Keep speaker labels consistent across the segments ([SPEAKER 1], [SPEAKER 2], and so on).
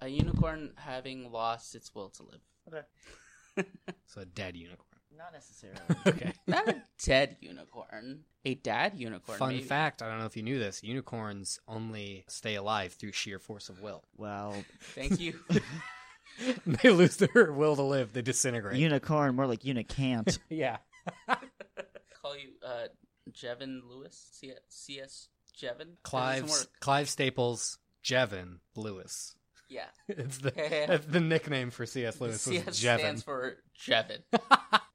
[SPEAKER 1] a unicorn having lost its will to live.
[SPEAKER 2] Okay.
[SPEAKER 3] So a dead unicorn.
[SPEAKER 2] Not necessarily.
[SPEAKER 3] Okay.
[SPEAKER 1] Not a dead unicorn. A dad unicorn.
[SPEAKER 3] Fun
[SPEAKER 1] maybe.
[SPEAKER 3] fact, I don't know if you knew this, unicorns only stay alive through sheer force of will.
[SPEAKER 2] well,
[SPEAKER 1] Thank you.
[SPEAKER 3] they lose their will to live, they disintegrate.
[SPEAKER 2] unicorn, more like unicant.
[SPEAKER 3] yeah.
[SPEAKER 1] Call you uh, Jevin Lewis? C- CS Jevin? That doesn't
[SPEAKER 3] Clive's
[SPEAKER 1] work.
[SPEAKER 3] Clive Staples, Jevin Lewis.
[SPEAKER 1] Yeah.
[SPEAKER 3] It's the
[SPEAKER 1] The
[SPEAKER 3] that's the nickname for C.S. Lewis was
[SPEAKER 1] CS
[SPEAKER 3] Jevin.
[SPEAKER 1] stands for Jevin.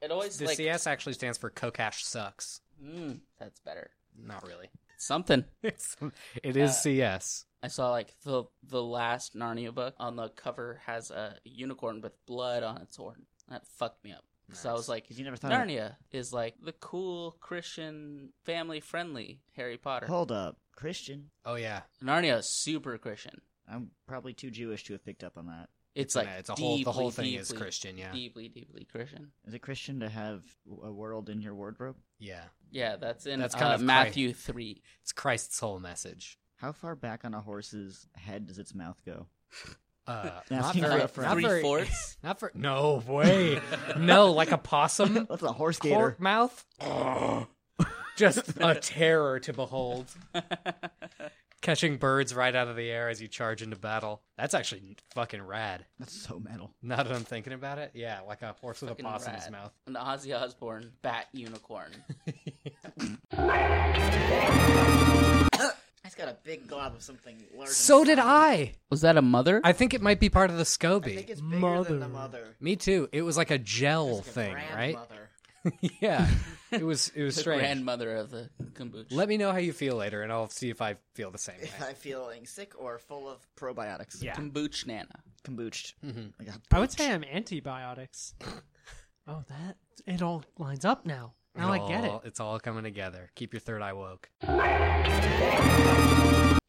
[SPEAKER 1] It always
[SPEAKER 3] the
[SPEAKER 1] like.
[SPEAKER 3] CS actually stands for Kokash sucks.
[SPEAKER 1] Mm, that's better.
[SPEAKER 3] Not really.
[SPEAKER 1] Something.
[SPEAKER 3] It's, it is
[SPEAKER 1] Uh,
[SPEAKER 3] CS.
[SPEAKER 1] I saw like the the last Narnia book on the cover has a unicorn with blood on its horn. That fucked me up. So I
[SPEAKER 3] Nice.
[SPEAKER 1] was like,
[SPEAKER 2] Because you never thought. of-
[SPEAKER 1] Narnia is like the cool Christian family friendly Harry Potter.
[SPEAKER 2] Hold up, Christian.
[SPEAKER 3] Oh yeah,
[SPEAKER 1] Narnia is super Christian.
[SPEAKER 2] I'm probably too Jewish to have picked up on that.
[SPEAKER 1] It's like
[SPEAKER 3] yeah, it's a whole the
[SPEAKER 1] deeply,
[SPEAKER 3] whole thing is
[SPEAKER 1] deeply,
[SPEAKER 3] Christian. Yeah,
[SPEAKER 1] Deeply, deeply Christian.
[SPEAKER 2] Is it Christian to have a world in your wardrobe?
[SPEAKER 3] yeah.
[SPEAKER 1] Yeah, that's in
[SPEAKER 3] That's
[SPEAKER 1] uh,
[SPEAKER 3] kind of
[SPEAKER 1] Matthew three.
[SPEAKER 3] It's Christ's whole message.
[SPEAKER 2] How far back on a horse's head does its mouth go?
[SPEAKER 3] Uh, not
[SPEAKER 2] Asking
[SPEAKER 3] very,
[SPEAKER 2] for a
[SPEAKER 3] not
[SPEAKER 1] three
[SPEAKER 3] very,
[SPEAKER 1] fourths.
[SPEAKER 3] Not for no way, no, like a possum,
[SPEAKER 2] That's a horse gator.
[SPEAKER 3] cork mouth. Just a terror to behold. Catching birds right out of the air as you charge into battle. That's actually fucking rad.
[SPEAKER 2] That's so metal.
[SPEAKER 3] Now that I'm thinking about it, yeah, like a horse with a
[SPEAKER 1] Fucking
[SPEAKER 3] possum's
[SPEAKER 1] rad.
[SPEAKER 3] mouth.
[SPEAKER 1] An Ozzy Osbourne bat unicorn.
[SPEAKER 2] I just got a big glob of something large.
[SPEAKER 3] So did I.
[SPEAKER 1] Was that a mother?
[SPEAKER 3] I think it might be part of the SCOBY. Me too. It was like a gel thing, right? yeah, it was. It was
[SPEAKER 1] the
[SPEAKER 3] strange.
[SPEAKER 1] grandmother of the kombucha.
[SPEAKER 3] Let me know how you feel later, and I'll see if I feel the same way.
[SPEAKER 2] I'm feeling sick or full of probiotics.
[SPEAKER 4] Yeah.
[SPEAKER 1] kombucha nana.
[SPEAKER 2] Kombuched.
[SPEAKER 3] Mhm.
[SPEAKER 2] I got
[SPEAKER 4] I would say I'm antibiotics. oh, that it all lines up now. Now I get it.
[SPEAKER 3] all- It's all coming together. Keep your third eye woke.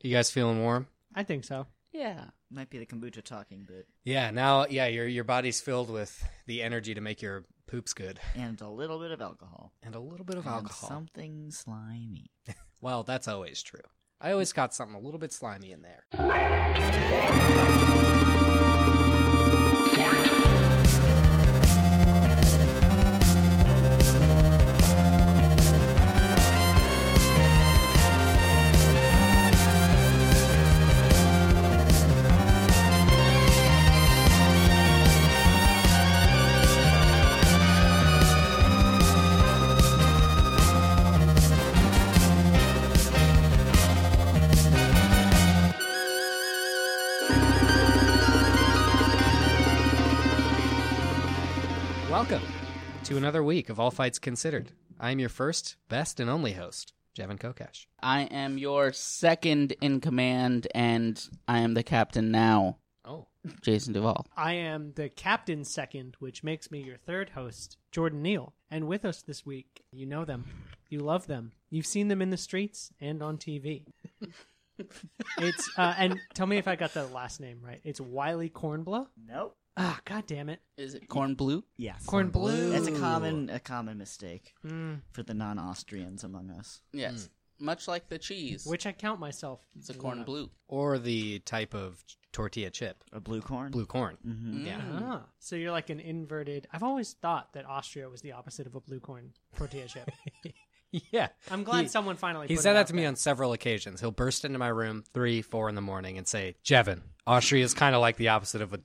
[SPEAKER 3] You guys feeling warm?
[SPEAKER 4] I think so.
[SPEAKER 1] Yeah.
[SPEAKER 2] Might be the kombucha talking, but
[SPEAKER 3] Yeah. Now, yeah, your your body's filled with the energy to make your poops good,
[SPEAKER 2] and a little bit of alcohol.
[SPEAKER 3] and a little bit of
[SPEAKER 2] And
[SPEAKER 3] alcohol.
[SPEAKER 2] Something slimy.
[SPEAKER 3] Well, that's always true. I always got something a little bit slimy in there. Welcome to another week of All Fights Considered. I am your first, best, and only host, Jevin Kokash.
[SPEAKER 1] I am your second in command, and I am the captain now,
[SPEAKER 3] Oh,
[SPEAKER 1] Jason Duvall.
[SPEAKER 4] I am the captain second, which makes me your third host, Jordan Neal. And with us this week, you know them, you love them, you've seen them in the streets and on TV. it's uh, and tell me if I got the last name right. It's Wiley Cornblow.
[SPEAKER 2] Nope.
[SPEAKER 4] Ah, god damn it,
[SPEAKER 1] Is it corn blue?
[SPEAKER 2] Yes.
[SPEAKER 4] Corn Blue.
[SPEAKER 2] That's a common a common mistake
[SPEAKER 4] Mm,
[SPEAKER 2] for the non Austrians among us.
[SPEAKER 1] Yes.
[SPEAKER 3] Hmm.
[SPEAKER 1] Much like the cheese.
[SPEAKER 4] which I count myself.
[SPEAKER 1] it's a corn
[SPEAKER 4] one of.
[SPEAKER 1] blue.
[SPEAKER 3] or the type of tortilla chip,
[SPEAKER 2] A blue corn.
[SPEAKER 3] blue corn.
[SPEAKER 2] Mm-hmm.
[SPEAKER 1] Mm.
[SPEAKER 3] Yeah.
[SPEAKER 4] Ah, so you're like an inverted. I've always thought that Austria was the opposite of a blue corn tortilla chip. Mm.
[SPEAKER 3] Yeah.
[SPEAKER 4] I'm glad
[SPEAKER 3] He-
[SPEAKER 4] someone finally.
[SPEAKER 3] He
[SPEAKER 4] put
[SPEAKER 3] said
[SPEAKER 4] it
[SPEAKER 3] that
[SPEAKER 4] out
[SPEAKER 3] to me
[SPEAKER 4] there.
[SPEAKER 3] on several occasions. He'll burst into my room three, four in the morning and say, Jevin, Austria is kind of like the opposite of a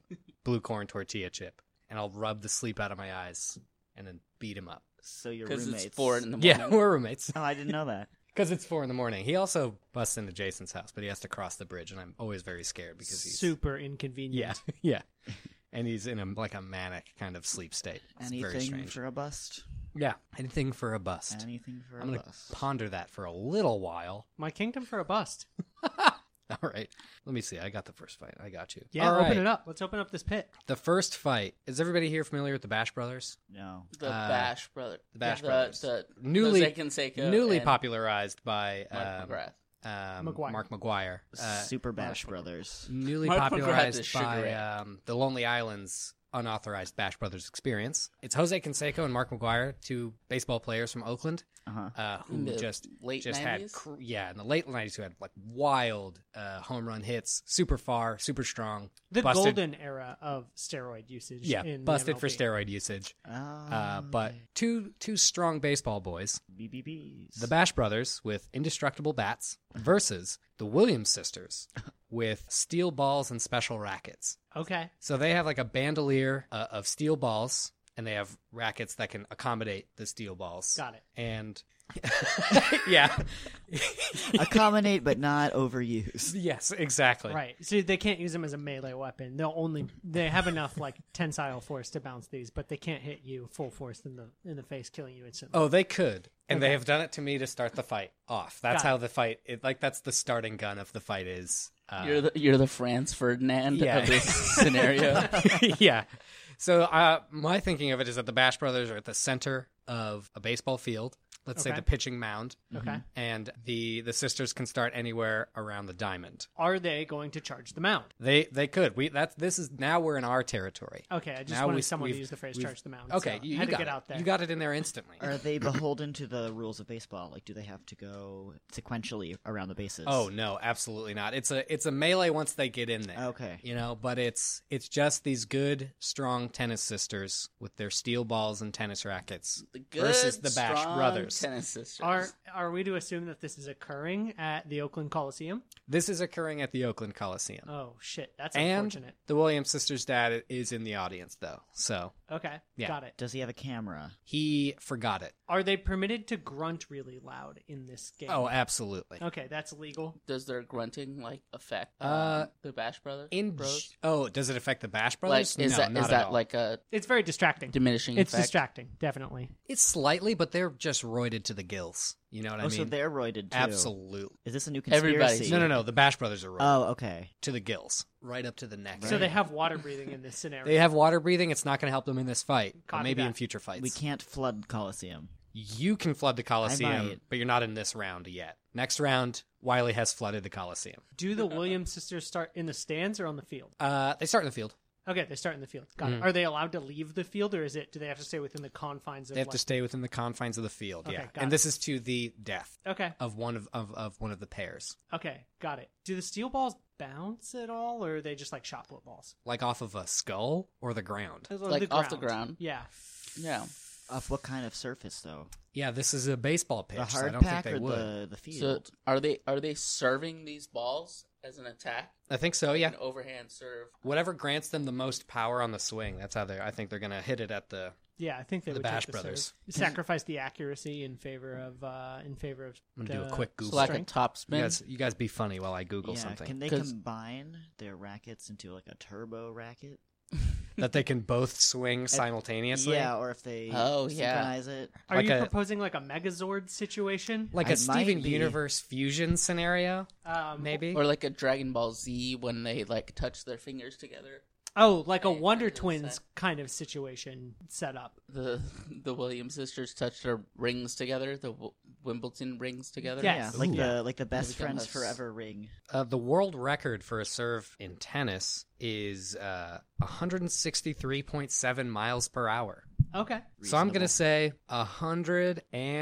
[SPEAKER 3] blue corn tortilla chip. And I'll rub the sleep out of my eyes and then beat him up.
[SPEAKER 2] So your
[SPEAKER 1] Because
[SPEAKER 2] roommates.
[SPEAKER 1] it's four in the morning.
[SPEAKER 3] Yeah, we're roommates.
[SPEAKER 2] Oh, I didn't know that.
[SPEAKER 3] Because it's four in the morning. He also busts into Jason's house, but he has to cross the bridge, and I'm always very scared because he's.
[SPEAKER 4] super inconvenient.
[SPEAKER 3] Yeah, yeah. And he's in a like a manic kind of sleep state. It's very
[SPEAKER 2] Anything
[SPEAKER 3] strange.
[SPEAKER 2] for a bust.
[SPEAKER 3] yeah, anything for a bust.
[SPEAKER 2] Anything for a
[SPEAKER 3] I'm gonna
[SPEAKER 2] bust.
[SPEAKER 3] ponder that for a little while.
[SPEAKER 4] My kingdom for a bust.
[SPEAKER 3] All right. Let me see. I got the first fight. I got you.
[SPEAKER 4] Yeah,
[SPEAKER 3] All
[SPEAKER 4] open
[SPEAKER 3] right.
[SPEAKER 4] it up. Let's open up this pit.
[SPEAKER 3] The first fight. Is everybody here familiar with the Bash Brothers?
[SPEAKER 2] no.
[SPEAKER 1] The
[SPEAKER 3] Uh,
[SPEAKER 1] Bash brother.
[SPEAKER 3] the Bash
[SPEAKER 1] the,
[SPEAKER 3] Brothers.
[SPEAKER 1] The
[SPEAKER 3] Newly-
[SPEAKER 1] Jose Canseco
[SPEAKER 3] Newly
[SPEAKER 1] and
[SPEAKER 3] popularized by
[SPEAKER 1] Mark
[SPEAKER 3] um,
[SPEAKER 1] McGrath.
[SPEAKER 3] um,
[SPEAKER 4] McGuire.
[SPEAKER 3] Mark McGuire. Uh,
[SPEAKER 2] Super Bash
[SPEAKER 3] Mark-
[SPEAKER 2] Brothers.
[SPEAKER 3] Newly
[SPEAKER 1] Mark McGrath is
[SPEAKER 3] popularized
[SPEAKER 1] Sugar
[SPEAKER 3] by
[SPEAKER 1] Ray.
[SPEAKER 3] um, the Lonely Islands unauthorized Bash Brothers experience. It's Jose Canseco and Mark McGuire, two baseball players from Oakland,
[SPEAKER 2] Uh huh.
[SPEAKER 3] uh,
[SPEAKER 1] In
[SPEAKER 3] who
[SPEAKER 1] the
[SPEAKER 3] just
[SPEAKER 1] late
[SPEAKER 3] just
[SPEAKER 1] 90s?
[SPEAKER 3] had cr- yeah in the late nineties who had like wild uh, home run hits, super far, super strong.
[SPEAKER 4] The
[SPEAKER 3] Busted.
[SPEAKER 4] golden era of steroid usage.
[SPEAKER 3] Yeah,
[SPEAKER 4] in the
[SPEAKER 3] busted for
[SPEAKER 4] MLB.
[SPEAKER 3] steroid usage.
[SPEAKER 2] Oh,
[SPEAKER 1] Ah.
[SPEAKER 3] Uh, but two two strong baseball boys,
[SPEAKER 2] Um, BBBs.
[SPEAKER 3] the Bash Brothers with indestructible bats versus the Williams sisters with steel balls and special rackets.
[SPEAKER 4] Okay.
[SPEAKER 3] So they have like a bandolier uh, of steel balls, and they have rackets that can accommodate the steel balls.
[SPEAKER 4] Got it.
[SPEAKER 3] And yeah,
[SPEAKER 2] accommodate but not overuse.
[SPEAKER 3] yes, exactly.
[SPEAKER 4] Right. So they can't use them as a melee weapon. They'll only they have enough like tensile force to bounce these, but they can't hit you full force in the in the face, killing you instantly.
[SPEAKER 3] Oh, they could, and they
[SPEAKER 4] Okay.
[SPEAKER 3] have done it to me to start the fight off. That's
[SPEAKER 4] Got
[SPEAKER 3] how the fight, it, like that's the starting gun of the fight is. Uh,
[SPEAKER 1] You're the you're the Franz Ferdinand
[SPEAKER 3] Yeah.
[SPEAKER 1] of this scenario.
[SPEAKER 3] yeah. So uh, my thinking of it is that the Bash Brothers are at the center of a baseball field. Let's say
[SPEAKER 4] Okay.
[SPEAKER 3] the pitching mound,
[SPEAKER 4] Okay.
[SPEAKER 3] and the the sisters can start anywhere around the diamond.
[SPEAKER 4] Are they going to charge the mound?
[SPEAKER 3] They they could. We that this is now we're in our territory.
[SPEAKER 4] Okay, I just
[SPEAKER 3] Now
[SPEAKER 4] wanted
[SPEAKER 3] we've-
[SPEAKER 4] someone to
[SPEAKER 3] we've-
[SPEAKER 4] use the phrase
[SPEAKER 3] we've-
[SPEAKER 4] charge the mound.
[SPEAKER 3] Okay,
[SPEAKER 4] so
[SPEAKER 3] you,
[SPEAKER 4] I
[SPEAKER 3] you
[SPEAKER 4] had to
[SPEAKER 3] got
[SPEAKER 4] get
[SPEAKER 3] it.
[SPEAKER 4] out there.
[SPEAKER 3] You got it in there instantly.
[SPEAKER 2] Are they beholden to the rules of baseball? Like, do they have to go sequentially around the bases?
[SPEAKER 3] Oh no, absolutely not. It's a it's a melee once they get in there.
[SPEAKER 2] Okay.
[SPEAKER 3] You know, but it's it's just these good, strong tennis sisters with their steel balls and tennis rackets.
[SPEAKER 1] The good,
[SPEAKER 3] Versus the Bash
[SPEAKER 1] strong
[SPEAKER 3] Brothers.
[SPEAKER 1] Tennis sisters.
[SPEAKER 4] are are we to assume that this is occurring at the Oakland Coliseum?
[SPEAKER 3] This is occurring at the Oakland Coliseum.
[SPEAKER 4] Oh shit, that's
[SPEAKER 3] and
[SPEAKER 4] unfortunate.
[SPEAKER 3] the Williams sisters' dad is in the audience though. So
[SPEAKER 4] Okay,
[SPEAKER 3] Yeah.
[SPEAKER 4] got it.
[SPEAKER 2] Does he have a camera?
[SPEAKER 3] he forgot it.
[SPEAKER 4] Are they permitted to grunt really loud in this game?
[SPEAKER 3] Oh, absolutely.
[SPEAKER 4] okay, that's legal.
[SPEAKER 1] Does their grunting like affect um,
[SPEAKER 3] Uh,
[SPEAKER 1] the Bash Brothers?
[SPEAKER 3] In
[SPEAKER 1] Bros?
[SPEAKER 3] oh, does it affect the Bash
[SPEAKER 1] Like,
[SPEAKER 3] brothers?
[SPEAKER 1] is
[SPEAKER 3] no,
[SPEAKER 1] that
[SPEAKER 3] not
[SPEAKER 1] is
[SPEAKER 3] at
[SPEAKER 1] that
[SPEAKER 3] all.
[SPEAKER 1] like a
[SPEAKER 4] It's very distracting.
[SPEAKER 1] diminishing
[SPEAKER 4] It's
[SPEAKER 1] effect?
[SPEAKER 4] distracting, definitely.
[SPEAKER 3] It's slightly, but they're just roided to the gills. You know what I
[SPEAKER 2] oh,
[SPEAKER 3] mean?
[SPEAKER 2] so they're roided too.
[SPEAKER 3] Absolutely.
[SPEAKER 2] Is this a new
[SPEAKER 1] Everybody's-
[SPEAKER 2] conspiracy?
[SPEAKER 3] No, no, no. The Bash brothers are roided
[SPEAKER 2] Oh, okay.
[SPEAKER 3] to the gills, right up to the neck.
[SPEAKER 4] So they have water breathing in this scenario.
[SPEAKER 3] They have water breathing. It's not going to help them in this fight, but
[SPEAKER 4] Copy
[SPEAKER 3] maybe
[SPEAKER 4] that.
[SPEAKER 3] in future fights.
[SPEAKER 2] We can't flood Coliseum.
[SPEAKER 3] You can flood the Coliseum,
[SPEAKER 2] might.
[SPEAKER 3] but you're not in this round yet. Next round, Wiley has flooded the Coliseum.
[SPEAKER 4] Do the Williams sisters start in the stands or on the field?
[SPEAKER 3] Uh, they start in the field.
[SPEAKER 4] Okay, they start in the field. Got
[SPEAKER 3] Mm.
[SPEAKER 4] it. Are they allowed to leave the field, or is it? Do they have to stay within the confines of?
[SPEAKER 3] They have
[SPEAKER 4] like...
[SPEAKER 3] to stay within the confines of the field.
[SPEAKER 4] Okay,
[SPEAKER 3] yeah,
[SPEAKER 4] got
[SPEAKER 3] and
[SPEAKER 4] it.
[SPEAKER 3] this is to the death
[SPEAKER 4] Okay,
[SPEAKER 3] of one of, of, of one of the pairs,
[SPEAKER 4] okay, got it. Do the steel balls bounce at all, or are they just like shot put balls?
[SPEAKER 3] like off of a skull or the ground.
[SPEAKER 1] Like off the ground.
[SPEAKER 4] Yeah.
[SPEAKER 1] Yeah.
[SPEAKER 2] Of what kind of surface though?
[SPEAKER 3] Yeah, this is a baseball pitch.
[SPEAKER 2] The
[SPEAKER 3] so I
[SPEAKER 2] hard
[SPEAKER 3] don't think
[SPEAKER 2] pack
[SPEAKER 3] they
[SPEAKER 2] or
[SPEAKER 3] would.
[SPEAKER 2] the
[SPEAKER 1] So
[SPEAKER 2] the field?
[SPEAKER 1] are they are they serving these balls as an attack?
[SPEAKER 3] I think
[SPEAKER 4] Oh,
[SPEAKER 3] so. Yeah,
[SPEAKER 1] An overhand serve.
[SPEAKER 3] whatever grants them the most power on the swing. That's how they. I think they're gonna hit it at the
[SPEAKER 4] Yeah, I think they
[SPEAKER 3] The
[SPEAKER 4] would take
[SPEAKER 3] Bash
[SPEAKER 4] the
[SPEAKER 3] Brothers.
[SPEAKER 4] serve. sacrifice the accuracy in favor of uh in favor of.
[SPEAKER 3] I'm gonna do a
[SPEAKER 4] the-
[SPEAKER 3] quick
[SPEAKER 1] So
[SPEAKER 3] Google.
[SPEAKER 1] like a
[SPEAKER 4] Strength?
[SPEAKER 1] top
[SPEAKER 3] you
[SPEAKER 1] spin.
[SPEAKER 3] guys, you guys be funny while I Google
[SPEAKER 2] yeah.
[SPEAKER 3] something.
[SPEAKER 2] Can they
[SPEAKER 1] 'Cause-
[SPEAKER 2] combine their rackets into like a turbo racket?
[SPEAKER 3] that they can both swing simultaneously.
[SPEAKER 2] Yeah, or if they
[SPEAKER 1] Oh, yeah.
[SPEAKER 2] synchronize it.
[SPEAKER 4] Are
[SPEAKER 3] Like
[SPEAKER 4] you
[SPEAKER 3] a-
[SPEAKER 4] proposing like a Megazord situation?
[SPEAKER 3] Like
[SPEAKER 2] I
[SPEAKER 3] a Steven
[SPEAKER 2] might be-
[SPEAKER 3] Universe fusion scenario,
[SPEAKER 4] Um,
[SPEAKER 3] maybe?
[SPEAKER 1] Or like a Dragon Ball Z when they like touch their fingers together.
[SPEAKER 4] oh, like a
[SPEAKER 1] Right,
[SPEAKER 4] Wonder
[SPEAKER 1] that's the
[SPEAKER 4] Twins
[SPEAKER 1] side.
[SPEAKER 4] kind of situation set up.
[SPEAKER 1] The the Williams sisters touch their rings together. The w- Wimbledon rings together.
[SPEAKER 4] Yes.
[SPEAKER 2] Yeah, like
[SPEAKER 3] Ooh.
[SPEAKER 2] the like the best
[SPEAKER 1] become a
[SPEAKER 2] friends
[SPEAKER 1] s-
[SPEAKER 2] forever ring.
[SPEAKER 3] uh, the world record for a serve in tennis is uh, 163.7 miles per hour.
[SPEAKER 4] Okay.
[SPEAKER 3] So I'm going to
[SPEAKER 2] Reasonable.
[SPEAKER 3] say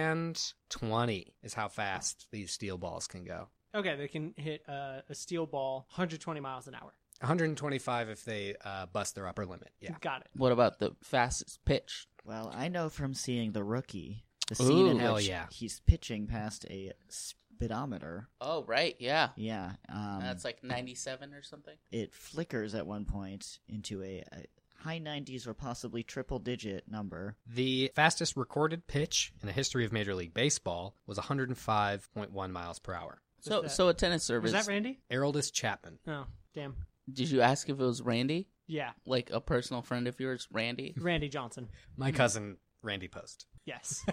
[SPEAKER 3] 120 is how fast these steel balls can go.
[SPEAKER 4] Okay, they can hit uh, a steel ball 120 miles an hour.
[SPEAKER 3] 125 if they uh, bust their upper limit. Yeah.
[SPEAKER 4] Got it.
[SPEAKER 1] What about the fastest pitch?
[SPEAKER 2] Well, I know from seeing the rookie, the scene
[SPEAKER 1] Ooh.
[SPEAKER 2] in
[SPEAKER 3] Hell
[SPEAKER 2] which
[SPEAKER 3] yeah.
[SPEAKER 2] he's pitching past a speedometer.
[SPEAKER 1] Oh right, yeah.
[SPEAKER 2] Yeah, um,
[SPEAKER 1] That's like ninety seven or something.
[SPEAKER 2] it flickers at one point into a, a high 90s or possibly triple digit number.
[SPEAKER 3] The fastest recorded pitch in the history of Major League Baseball was 105.1 miles per hour.
[SPEAKER 1] So
[SPEAKER 4] that-
[SPEAKER 1] so a tennis service.
[SPEAKER 4] Was that Randy?
[SPEAKER 3] Erroldis Chapman.
[SPEAKER 4] Oh, damn.
[SPEAKER 1] Did you ask if it was Randy?
[SPEAKER 4] Yeah,
[SPEAKER 1] Like a personal friend of yours, Randy?
[SPEAKER 4] Randy Johnson.
[SPEAKER 2] Hmm.
[SPEAKER 3] My cousin, Randy Post.
[SPEAKER 4] Yes.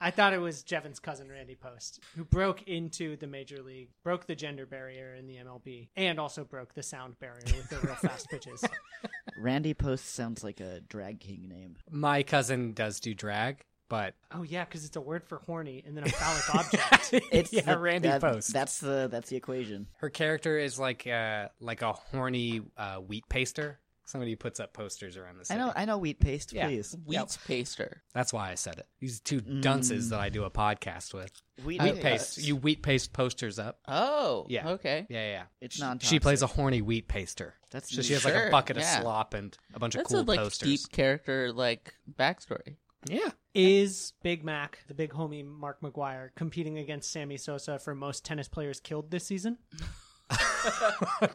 [SPEAKER 4] I thought it was Jevin's cousin Randy Post, who broke into the major league, broke the gender barrier in the MLB, and also broke the sound barrier with the real fast pitches.
[SPEAKER 2] Randy Post sounds like a drag king name.
[SPEAKER 3] My cousin does do drag, but
[SPEAKER 4] Oh yeah, because it's a word for horny and then a phallic object.
[SPEAKER 2] It's
[SPEAKER 3] yeah,
[SPEAKER 2] the-
[SPEAKER 3] Randy
[SPEAKER 2] that-
[SPEAKER 3] Post.
[SPEAKER 2] That's the that's the equation.
[SPEAKER 3] Her character is like uh, like a horny uh, wheat paster. Somebody who puts up posters around the
[SPEAKER 2] I
[SPEAKER 3] city.
[SPEAKER 2] know, I know wheat paste,
[SPEAKER 3] Yeah.
[SPEAKER 2] please.
[SPEAKER 1] Wheat paster.
[SPEAKER 3] That's why I said it. These two dunces that I do a podcast with.
[SPEAKER 2] Wheat,
[SPEAKER 3] Wheat paste. You wheat paste posters up.
[SPEAKER 1] Oh.
[SPEAKER 3] Yeah.
[SPEAKER 1] Okay.
[SPEAKER 3] Yeah, yeah. yeah.
[SPEAKER 2] It's non
[SPEAKER 3] She plays a horny wheat paster.
[SPEAKER 2] That's
[SPEAKER 3] So she has like a
[SPEAKER 1] Sure,
[SPEAKER 3] bucket
[SPEAKER 1] yeah.
[SPEAKER 3] of slop and a bunch
[SPEAKER 1] That's
[SPEAKER 3] of
[SPEAKER 1] a
[SPEAKER 3] cool
[SPEAKER 1] like
[SPEAKER 3] posters.
[SPEAKER 1] deep character like backstory.
[SPEAKER 3] Yeah.
[SPEAKER 4] Is Big Mac, the big homie Mark McGuire, competing against Sammy Sosa for most tennis players killed this season?
[SPEAKER 3] Mm-hmm.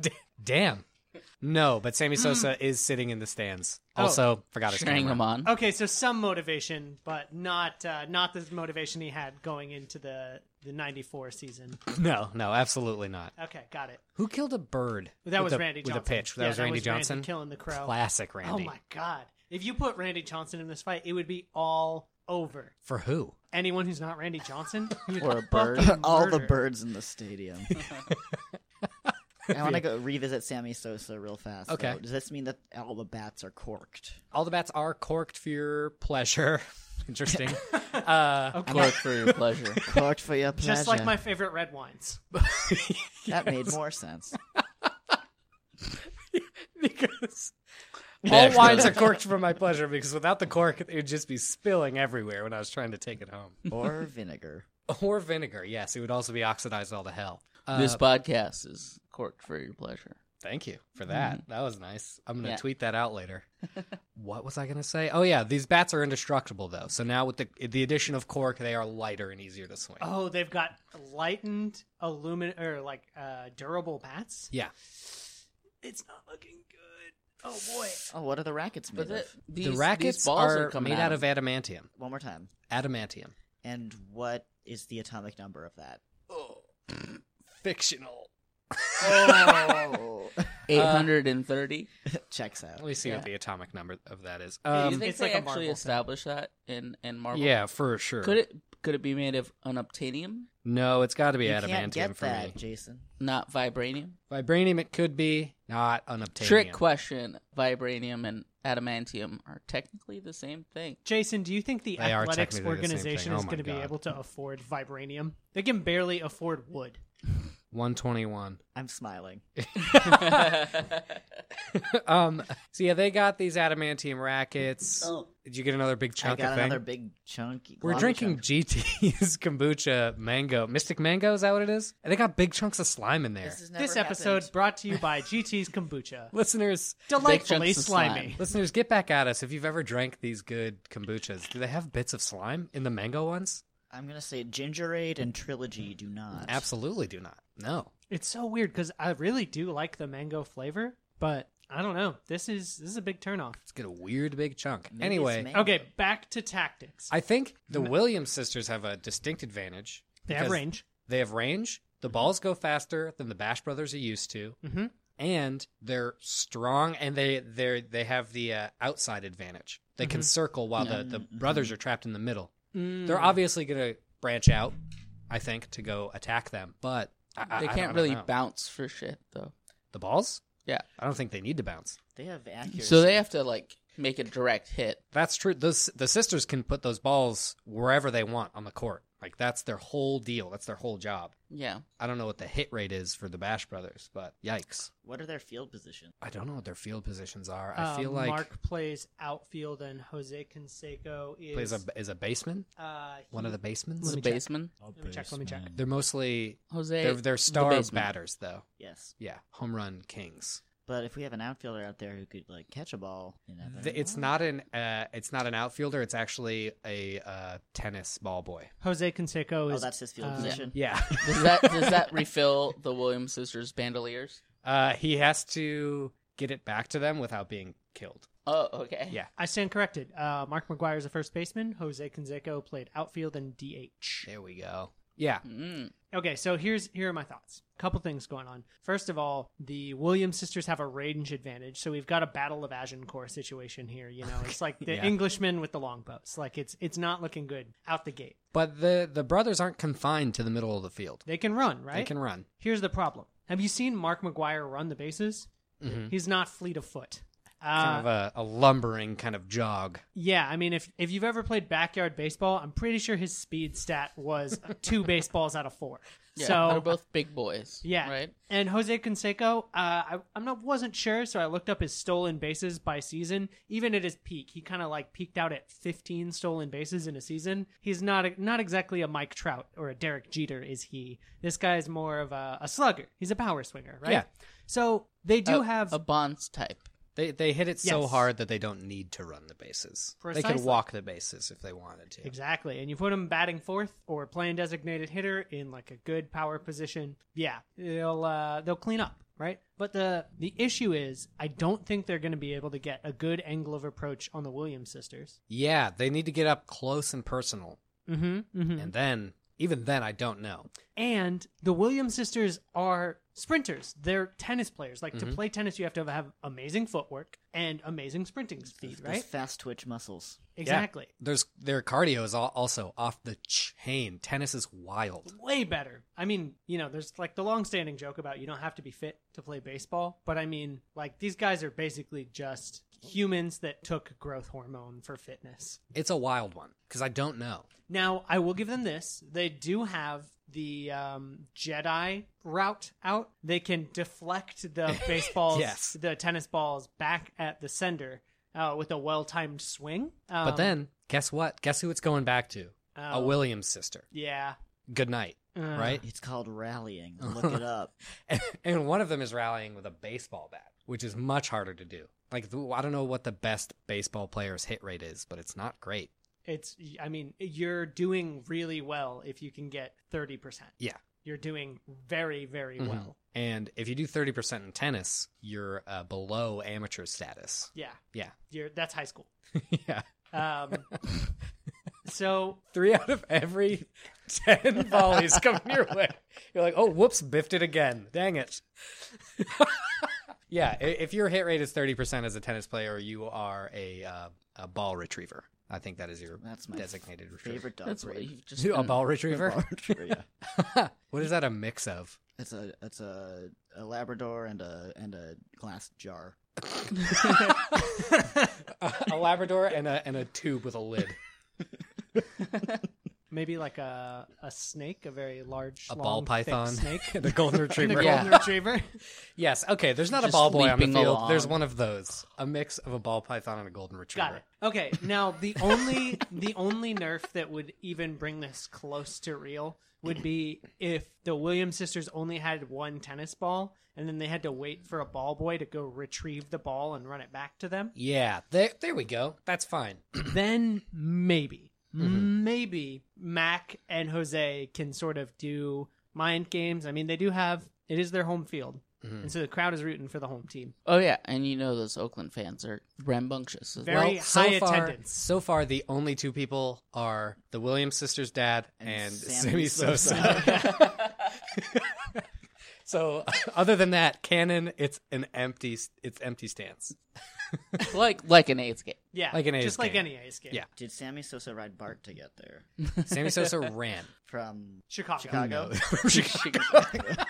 [SPEAKER 3] D- Damn. No, but Sammy Sosa is sitting in the stands.
[SPEAKER 4] Oh.
[SPEAKER 3] Also, forgot his
[SPEAKER 1] Cheering
[SPEAKER 3] camera.
[SPEAKER 1] him on.
[SPEAKER 4] Okay, so some motivation, but not uh, not the motivation he had going into the the '94 season.
[SPEAKER 3] No, no, absolutely not.
[SPEAKER 4] Okay, got it.
[SPEAKER 3] Who killed a bird?
[SPEAKER 4] That
[SPEAKER 3] with
[SPEAKER 4] was
[SPEAKER 3] a,
[SPEAKER 4] Randy
[SPEAKER 3] with
[SPEAKER 4] Johnson.
[SPEAKER 3] a pitch. That
[SPEAKER 4] Yeah,
[SPEAKER 3] was Randy Johnson.
[SPEAKER 4] killing the crow.
[SPEAKER 3] Classic Randy.
[SPEAKER 4] Oh my god! If you put Randy Johnson in this fight, it would be all over.
[SPEAKER 3] For who?
[SPEAKER 4] Anyone who's not Randy Johnson you'd
[SPEAKER 1] Or a bird.
[SPEAKER 4] fucking
[SPEAKER 2] all the
[SPEAKER 4] murder.
[SPEAKER 2] birds in the stadium. I want to go revisit Sammy Sosa real fast. though.
[SPEAKER 3] Okay.
[SPEAKER 2] Does this mean that all the bats are corked?
[SPEAKER 3] All the bats are corked for your pleasure. Interesting. uh,
[SPEAKER 1] Quote for your pleasure.
[SPEAKER 2] Corked for your pleasure.
[SPEAKER 4] Just like my favorite red wines.
[SPEAKER 2] That made more sense.
[SPEAKER 3] because all
[SPEAKER 1] There's
[SPEAKER 3] wines
[SPEAKER 1] no-
[SPEAKER 3] are corked for my pleasure because without the cork, it would just be spilling everywhere when I was trying to take it home.
[SPEAKER 2] Or vinegar.
[SPEAKER 3] Or vinegar. Yes, it would also be oxidized all to hell. Uh,
[SPEAKER 1] this podcast is corked for your pleasure.
[SPEAKER 3] Thank you for that. That was nice. I'm going to
[SPEAKER 1] Yeah.
[SPEAKER 3] tweet that out later. what was I going to say? Oh yeah, these bats are indestructible though. So now with the the addition of cork, they are lighter and easier to swing.
[SPEAKER 4] Oh, they've got lightened aluminum or like uh, durable bats.
[SPEAKER 3] Yeah.
[SPEAKER 4] It's not looking good. Oh boy.
[SPEAKER 2] Oh, what are the rackets made
[SPEAKER 1] But the,
[SPEAKER 2] of?
[SPEAKER 1] these,
[SPEAKER 3] the
[SPEAKER 1] these
[SPEAKER 3] rackets
[SPEAKER 1] balls
[SPEAKER 3] are,
[SPEAKER 1] are, coming
[SPEAKER 3] made
[SPEAKER 1] at
[SPEAKER 3] out of adamantium.
[SPEAKER 2] One more time.
[SPEAKER 3] Adamantium.
[SPEAKER 2] And what is the atomic number of that?
[SPEAKER 3] Oh. Fictional.
[SPEAKER 2] Oh,
[SPEAKER 1] eight hundred and thirty.
[SPEAKER 2] checks out.
[SPEAKER 3] Let me see
[SPEAKER 1] Yeah.
[SPEAKER 3] what the atomic number of that is.
[SPEAKER 1] Do you
[SPEAKER 3] Um,
[SPEAKER 1] think
[SPEAKER 4] It's
[SPEAKER 1] they
[SPEAKER 4] like a marble
[SPEAKER 1] actually
[SPEAKER 4] thing.
[SPEAKER 1] establish that in in Marvel?
[SPEAKER 3] yeah, for sure.
[SPEAKER 1] Could it could it be made of unobtainium,
[SPEAKER 3] No, it's got to be
[SPEAKER 2] you
[SPEAKER 3] adamantium
[SPEAKER 2] can't get
[SPEAKER 3] for
[SPEAKER 2] that,
[SPEAKER 3] me.
[SPEAKER 2] Jason.
[SPEAKER 1] not vibranium?
[SPEAKER 3] Vibranium, it could be not unobtainium.
[SPEAKER 1] Trick question: Vibranium and adamantium are technically the same thing.
[SPEAKER 4] Jason, do you think the
[SPEAKER 3] They are
[SPEAKER 4] athletics
[SPEAKER 3] technically the same
[SPEAKER 4] organization
[SPEAKER 3] thing. Oh
[SPEAKER 4] is
[SPEAKER 3] my
[SPEAKER 4] going to be
[SPEAKER 3] God.
[SPEAKER 4] able to afford vibranium? They can barely afford wood.
[SPEAKER 3] One twenty one.
[SPEAKER 2] I'm smiling.
[SPEAKER 3] um. So yeah, they got these adamantium rackets.
[SPEAKER 1] Oh.
[SPEAKER 3] Did you get another big
[SPEAKER 2] Oh. I
[SPEAKER 3] chunk
[SPEAKER 2] got
[SPEAKER 3] of thing?
[SPEAKER 2] another big chunky.
[SPEAKER 3] We're
[SPEAKER 2] lava
[SPEAKER 3] drinking
[SPEAKER 2] chunk.
[SPEAKER 3] GT's kombucha mango, Mystic Mango. Is that what it is? And they got big chunks of slime in there.
[SPEAKER 2] This, has never
[SPEAKER 4] this episode
[SPEAKER 2] happened.
[SPEAKER 4] brought to you by GT's kombucha.
[SPEAKER 3] listeners,
[SPEAKER 4] Delightfully
[SPEAKER 1] chunks of slime.
[SPEAKER 4] slimy.
[SPEAKER 3] listeners, get back at us if you've ever drank these good kombuchas. Do they have bits of slime in the mango ones?
[SPEAKER 2] I'm gonna say Gingerade and Trilogy do not.
[SPEAKER 3] Absolutely do not. No.
[SPEAKER 4] It's so weird because I really do like the mango flavor, but I don't know. This is this is a big turnoff.
[SPEAKER 3] Let's get a weird big chunk.
[SPEAKER 2] Maybe it's
[SPEAKER 3] anyway,
[SPEAKER 2] mango.
[SPEAKER 4] Okay, back to tactics.
[SPEAKER 3] I think the Williams sisters have a distinct advantage.
[SPEAKER 4] they have
[SPEAKER 3] because
[SPEAKER 4] range.
[SPEAKER 3] They have range. The balls go faster than the Bash Brothers are used to,
[SPEAKER 4] Mm-hmm.
[SPEAKER 3] and they're strong. And they they they have the uh, outside advantage. They can
[SPEAKER 4] Mm-hmm.
[SPEAKER 3] circle while the, the brothers are trapped in the middle.
[SPEAKER 4] Mm.
[SPEAKER 3] They're obviously going to branch out. I think to go attack them, but I, I-
[SPEAKER 1] They
[SPEAKER 3] I don't- I
[SPEAKER 1] can't
[SPEAKER 3] don't
[SPEAKER 1] really
[SPEAKER 3] know.
[SPEAKER 1] bounce for shit though.
[SPEAKER 3] the balls.
[SPEAKER 1] Yeah.
[SPEAKER 3] I don't think they need to bounce.
[SPEAKER 2] They have accuracy.
[SPEAKER 1] So they have to like make a direct hit.
[SPEAKER 3] That's true. Those the sisters can put those balls wherever they want on the court. Like that's their whole deal. That's their whole job.
[SPEAKER 1] Yeah.
[SPEAKER 3] I don't know what the hit rate is for the Bash Brothers, but yikes.
[SPEAKER 2] What are their field positions?
[SPEAKER 3] I don't know what their field positions are. I
[SPEAKER 4] Uh,
[SPEAKER 3] feel like
[SPEAKER 4] Mark plays outfield and Jose Canseco is
[SPEAKER 3] plays a is a baseman,
[SPEAKER 4] uh, he-
[SPEAKER 3] one of the basemans.
[SPEAKER 1] The
[SPEAKER 4] me check.
[SPEAKER 1] baseman.
[SPEAKER 4] Let me check. Let me check.
[SPEAKER 3] They're mostly
[SPEAKER 1] Jose.
[SPEAKER 3] they're they're
[SPEAKER 1] the
[SPEAKER 3] star
[SPEAKER 1] baseman.
[SPEAKER 3] batters though.
[SPEAKER 2] Yes,
[SPEAKER 3] Yeah, home run kings.
[SPEAKER 2] but if we have an outfielder out there who could like catch a ball, you know,
[SPEAKER 3] Th- It's not an uh, it's not an outfielder. It's actually a uh, tennis ball boy.
[SPEAKER 4] Jose Canseco
[SPEAKER 2] Oh,
[SPEAKER 4] is
[SPEAKER 2] that's his field
[SPEAKER 4] uh,
[SPEAKER 2] position.
[SPEAKER 3] Yeah,
[SPEAKER 1] Does that does that refill the Williams sisters bandoliers?
[SPEAKER 3] uh, he has to get it back to them without being killed.
[SPEAKER 1] Oh, okay.
[SPEAKER 3] Yeah.
[SPEAKER 4] I stand corrected. Uh, Mark McGuire is a first baseman. Jose Canseco played outfield and DH.
[SPEAKER 3] There we go. Yeah,
[SPEAKER 1] Mm.
[SPEAKER 4] Okay, so here's here are my thoughts. Couple things going on. First of all, the Williams sisters have a range advantage, so we've got a battle of Agincourt situation here. You know, it's like the
[SPEAKER 3] Yeah.
[SPEAKER 4] Englishman with the longbows. Like it's it's not looking good out the gate.
[SPEAKER 3] but the the brothers aren't confined to the middle of the field.
[SPEAKER 4] They can run, right?
[SPEAKER 3] They can run.
[SPEAKER 4] Here's the problem. Have you seen Mark McGuire run the bases? He's not fleet of foot.
[SPEAKER 3] Mm-hmm. Kind
[SPEAKER 4] Mm-hmm. Uh,
[SPEAKER 3] of a, a lumbering kind of jog.
[SPEAKER 4] yeah, I mean, if if you've ever played backyard baseball, I'm pretty sure his speed stat was two baseballs out of four.
[SPEAKER 1] Yeah,
[SPEAKER 4] So-
[SPEAKER 1] they're both big boys.
[SPEAKER 4] Yeah.
[SPEAKER 1] right.
[SPEAKER 4] And Jose Canseco, uh, I, I'm not wasn't sure, so I looked up his stolen bases by season. Even at his peak, he kind of like peaked out at 15 stolen bases in a season. He's not a, not exactly a Mike Trout or a Derek Jeter, is he? This guy's more of a, a slugger. He's a power swinger, right?
[SPEAKER 3] Yeah.
[SPEAKER 4] So they do
[SPEAKER 3] Uh,
[SPEAKER 4] have
[SPEAKER 1] A Bonds type.
[SPEAKER 3] They they hit it so
[SPEAKER 4] Yes.
[SPEAKER 3] hard that they don't need to run the bases. They could
[SPEAKER 4] Precisely.
[SPEAKER 3] walk the bases if they wanted to.
[SPEAKER 4] Exactly. And you put him batting fourth or playing designated hitter in like a good power position. Yeah, they'll uh, they'll clean up, right? But the the issue is, I don't think they're going to be able to get a good angle of approach on the Williams sisters.
[SPEAKER 3] Yeah, they need to get up close and personal.
[SPEAKER 4] Mm-hmm.
[SPEAKER 3] And then even then I don't know.
[SPEAKER 4] And the Williams sisters are sprinters. They're tennis players. Like to play tennis, you have to have amazing footwork and amazing sprinting speed,
[SPEAKER 2] Those
[SPEAKER 4] right?
[SPEAKER 2] fast twitch muscles.
[SPEAKER 4] Exactly.
[SPEAKER 3] There's their cardio is al- also off the chain. Tennis is wild.
[SPEAKER 4] way better. I mean, you know, there's like the long-standing joke about you don't have to be fit to play baseball, but I mean, like these guys are basically just humans that took growth hormone for fitness.
[SPEAKER 3] It's a wild one because I don't know.
[SPEAKER 4] Now, I will give them this. They do have the um, Jedi route out. They can deflect the baseballs,
[SPEAKER 3] Yes.
[SPEAKER 4] the tennis balls back at the sender uh, with a well-timed swing. Um,
[SPEAKER 3] but then guess what? Guess who it's going back to? a
[SPEAKER 4] oh,
[SPEAKER 3] Williams sister.
[SPEAKER 4] Yeah.
[SPEAKER 3] Good night.
[SPEAKER 4] Uh,
[SPEAKER 3] right?
[SPEAKER 2] It's called rallying. Look it up.
[SPEAKER 3] and one of them is rallying with a baseball bat, which is much harder to do. Like the- I don't know what the best baseball player's hit rate is, but it's not great.
[SPEAKER 4] it's i mean you're doing really well if you can get 30%
[SPEAKER 3] Yeah.
[SPEAKER 4] you're doing very very
[SPEAKER 3] Mhm.
[SPEAKER 4] well
[SPEAKER 3] And if you do 30% in tennis, you're uh, below amateur status.
[SPEAKER 4] yeah
[SPEAKER 3] Yeah.
[SPEAKER 4] you're that's high school
[SPEAKER 3] yeah.
[SPEAKER 4] um so
[SPEAKER 3] Three out of every 10 volleys coming your way. You're like, oh, whoops, biffed it again. Dang it. yeah. i- If your hit rate is 30% as a tennis player, you are a, uh, a ball retriever. I think that is your
[SPEAKER 2] That's my
[SPEAKER 3] designated retriever.
[SPEAKER 2] Favorite dog
[SPEAKER 1] That's what
[SPEAKER 2] breed.
[SPEAKER 1] you've just
[SPEAKER 3] a
[SPEAKER 1] been-
[SPEAKER 3] ball retriever?
[SPEAKER 2] yeah.
[SPEAKER 3] what is that a mix of?
[SPEAKER 2] It's a it's a, a Labrador and a and a glass jar.
[SPEAKER 3] a Labrador and a and a tube with a lid.
[SPEAKER 4] maybe like a a snake a very large
[SPEAKER 3] A
[SPEAKER 4] long,
[SPEAKER 3] ball
[SPEAKER 4] thick
[SPEAKER 3] python.
[SPEAKER 4] snake
[SPEAKER 3] the golden
[SPEAKER 4] and a
[SPEAKER 3] retriever.
[SPEAKER 4] golden
[SPEAKER 1] Yeah.
[SPEAKER 4] retriever
[SPEAKER 3] Yes. Okay. There's not a
[SPEAKER 1] Just
[SPEAKER 3] ball boy on the
[SPEAKER 1] leaping
[SPEAKER 3] field. There's
[SPEAKER 1] along.
[SPEAKER 3] one of those. A mix of a ball python and a golden retriever.
[SPEAKER 4] got it okay now the only the only nerf that would even bring this close to real would be if the williams sisters only had one tennis ball and then they had to wait for a ball boy to go retrieve the ball and run it back to them
[SPEAKER 3] Yeah. There. There we go. That's fine.
[SPEAKER 4] then maybe,
[SPEAKER 3] Mm-hmm.
[SPEAKER 4] maybe Mac and Jose can sort of do mind games. I mean, they do have it is their home field,
[SPEAKER 3] Mm-hmm.
[SPEAKER 4] and so the crowd is rooting for the home team.
[SPEAKER 1] Oh yeah, and you know those Oakland fans are rambunctious. as
[SPEAKER 4] Very
[SPEAKER 1] well.
[SPEAKER 4] high
[SPEAKER 3] far,
[SPEAKER 4] attendance.
[SPEAKER 3] So far, the only two people are the Williams sisters' dad and, Sammy
[SPEAKER 2] Sammy
[SPEAKER 3] Sosa. so, uh, other than that, canon. It's an empty. It's empty stance.
[SPEAKER 1] like like an A's game.
[SPEAKER 4] Yeah,
[SPEAKER 3] Like an A's
[SPEAKER 4] just like
[SPEAKER 3] game.
[SPEAKER 4] any A's game.
[SPEAKER 3] Yeah.
[SPEAKER 2] Did Sammy Sosa ride Bart to get there
[SPEAKER 3] Sammy Sosa ran.
[SPEAKER 2] from?
[SPEAKER 4] Chicago.
[SPEAKER 2] Chicago.
[SPEAKER 1] Chicago.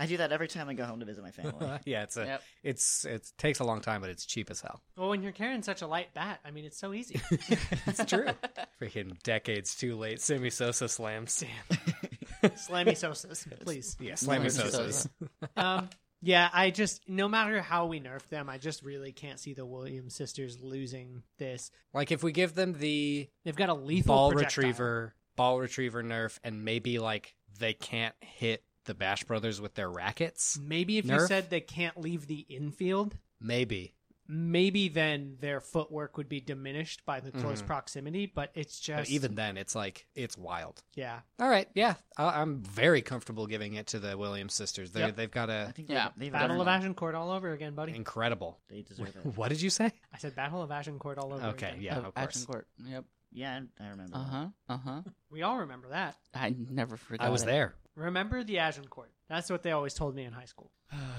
[SPEAKER 2] I do that every time I go home to visit my family.
[SPEAKER 3] yeah, it's a
[SPEAKER 1] Yep.
[SPEAKER 3] it's it takes a long time, but it's cheap as hell.
[SPEAKER 4] Well, when you're carrying such a light bat, I mean, it's so easy.
[SPEAKER 3] It's true. Freaking decades too late. Sammy Sosa slams.
[SPEAKER 4] Slammy Sosa's, please.
[SPEAKER 3] Yeah, slamming Sosa's.
[SPEAKER 4] Um, yeah, I just no matter how we nerf them, I just really can't see the Williams sisters losing this.
[SPEAKER 3] Like if we give them the
[SPEAKER 4] They've got a lethal
[SPEAKER 3] ball
[SPEAKER 4] projectile.
[SPEAKER 3] retriever, ball retriever nerf, and maybe like they can't hit the Bash Brothers with their rackets.
[SPEAKER 4] Maybe if you
[SPEAKER 3] Nerf?
[SPEAKER 4] said they can't leave the infield,
[SPEAKER 3] Maybe.
[SPEAKER 4] maybe then their footwork would be diminished by the close proximity, but it's just
[SPEAKER 3] Mm-hmm. But even then, it's like it's wild.
[SPEAKER 4] yeah.
[SPEAKER 3] All right, yeah, I- I'm very comfortable giving it to the Williams sisters. They
[SPEAKER 4] Yep.
[SPEAKER 3] they've got
[SPEAKER 2] I
[SPEAKER 3] a
[SPEAKER 2] think
[SPEAKER 1] Yeah.
[SPEAKER 2] they, they've
[SPEAKER 4] Battle of
[SPEAKER 2] earned it.
[SPEAKER 4] Agincourt all over again, buddy.
[SPEAKER 3] incredible.
[SPEAKER 2] They deserve it.
[SPEAKER 3] What did you say?
[SPEAKER 4] I said Battle of Agincourt all over
[SPEAKER 3] Okay,
[SPEAKER 4] again.
[SPEAKER 3] yeah,
[SPEAKER 1] Oh,
[SPEAKER 3] of course.
[SPEAKER 1] Agincourt. Yep.
[SPEAKER 2] Yeah, I, I remember.
[SPEAKER 1] Uh huh. Uh huh.
[SPEAKER 4] We all remember that.
[SPEAKER 1] I never forgot.
[SPEAKER 3] I was
[SPEAKER 1] it.
[SPEAKER 3] there.
[SPEAKER 4] Remember the Agincourt. That's what they always told me in high school.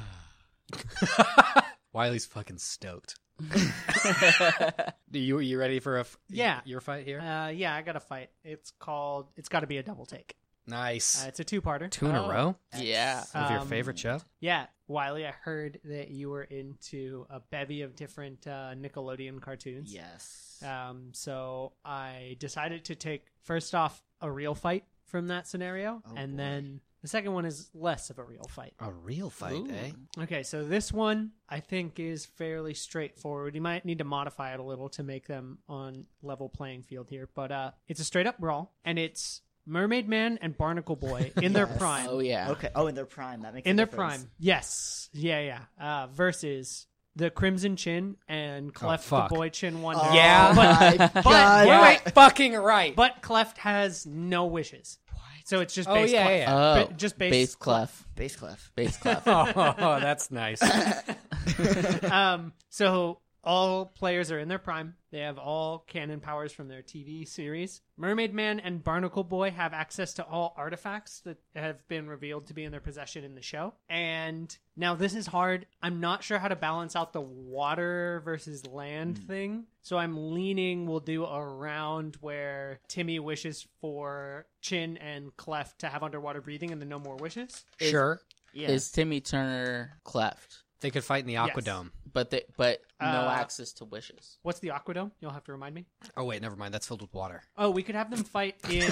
[SPEAKER 3] Wiley's fucking stoked. Do you you ready for a f-
[SPEAKER 4] Yeah.
[SPEAKER 3] your fight here?
[SPEAKER 4] Uh, yeah, I got a fight. It's called it's got to be a double take. Uh,
[SPEAKER 3] nice
[SPEAKER 4] it's a two-parter.
[SPEAKER 3] two in a
[SPEAKER 1] oh.
[SPEAKER 3] row
[SPEAKER 2] that.
[SPEAKER 1] Yeah.
[SPEAKER 3] of your
[SPEAKER 4] Um,
[SPEAKER 3] favorite show.
[SPEAKER 4] Yeah, Wiley, I heard that you were into a bevy of different uh, Nickelodeon cartoons.
[SPEAKER 2] Yes.
[SPEAKER 4] Um, so I decided to take first off a real fight from that scenario,
[SPEAKER 2] Oh,
[SPEAKER 4] and
[SPEAKER 2] boy.
[SPEAKER 4] then The second one is less of a real fight.
[SPEAKER 3] A real fight,
[SPEAKER 1] Ooh.
[SPEAKER 3] eh?
[SPEAKER 4] Okay, so this one I think is fairly straightforward. You might need to modify it a little to make them on level playing field here, but uh, it's a straight up brawl, and it's Mermaid Man and Barnacle Boy in their
[SPEAKER 2] Yes.
[SPEAKER 4] prime.
[SPEAKER 1] Oh yeah.
[SPEAKER 2] Okay. Oh, in their prime. That makes
[SPEAKER 4] in
[SPEAKER 2] a
[SPEAKER 4] their
[SPEAKER 2] difference.
[SPEAKER 4] prime, yes, yeah, yeah. Uh, versus the Crimson Chin and Cleft
[SPEAKER 3] fuck.
[SPEAKER 4] the Boy Chin one.
[SPEAKER 2] Oh,
[SPEAKER 3] Yeah.
[SPEAKER 2] my
[SPEAKER 1] But-
[SPEAKER 2] God.
[SPEAKER 4] Yeah.
[SPEAKER 3] Right, fucking right.
[SPEAKER 4] but Cleft has no wishes, so it's just
[SPEAKER 3] Oh,
[SPEAKER 4] base
[SPEAKER 3] yeah,
[SPEAKER 4] Clef.
[SPEAKER 3] yeah,
[SPEAKER 1] Oh,
[SPEAKER 4] Ba- just base,
[SPEAKER 1] bass clef.
[SPEAKER 2] Bass clef.
[SPEAKER 1] Bass clef.
[SPEAKER 3] oh, that's nice.
[SPEAKER 4] um, so all players are in their prime. They have all canon powers from their TV series. Mermaid Man and Barnacle Boy have access to all artifacts that have been revealed to be in their possession in the show. And now this is hard. I'm not sure how to balance out the water versus land thing. So I'm leaning we'll do a round where Timmy wishes for Chin and Cleft to have underwater breathing and then no more wishes.
[SPEAKER 3] sure,
[SPEAKER 2] Yeah.
[SPEAKER 1] Is Timmy Turner cleft?
[SPEAKER 3] they could fight in the
[SPEAKER 4] Yes.
[SPEAKER 3] Aquadome.
[SPEAKER 1] But they, but no
[SPEAKER 4] Uh,
[SPEAKER 1] access to wishes.
[SPEAKER 4] What's the Aquadome? You'll have to remind me.
[SPEAKER 3] Oh wait, never mind. That's filled with water.
[SPEAKER 4] Oh, we could have them fight in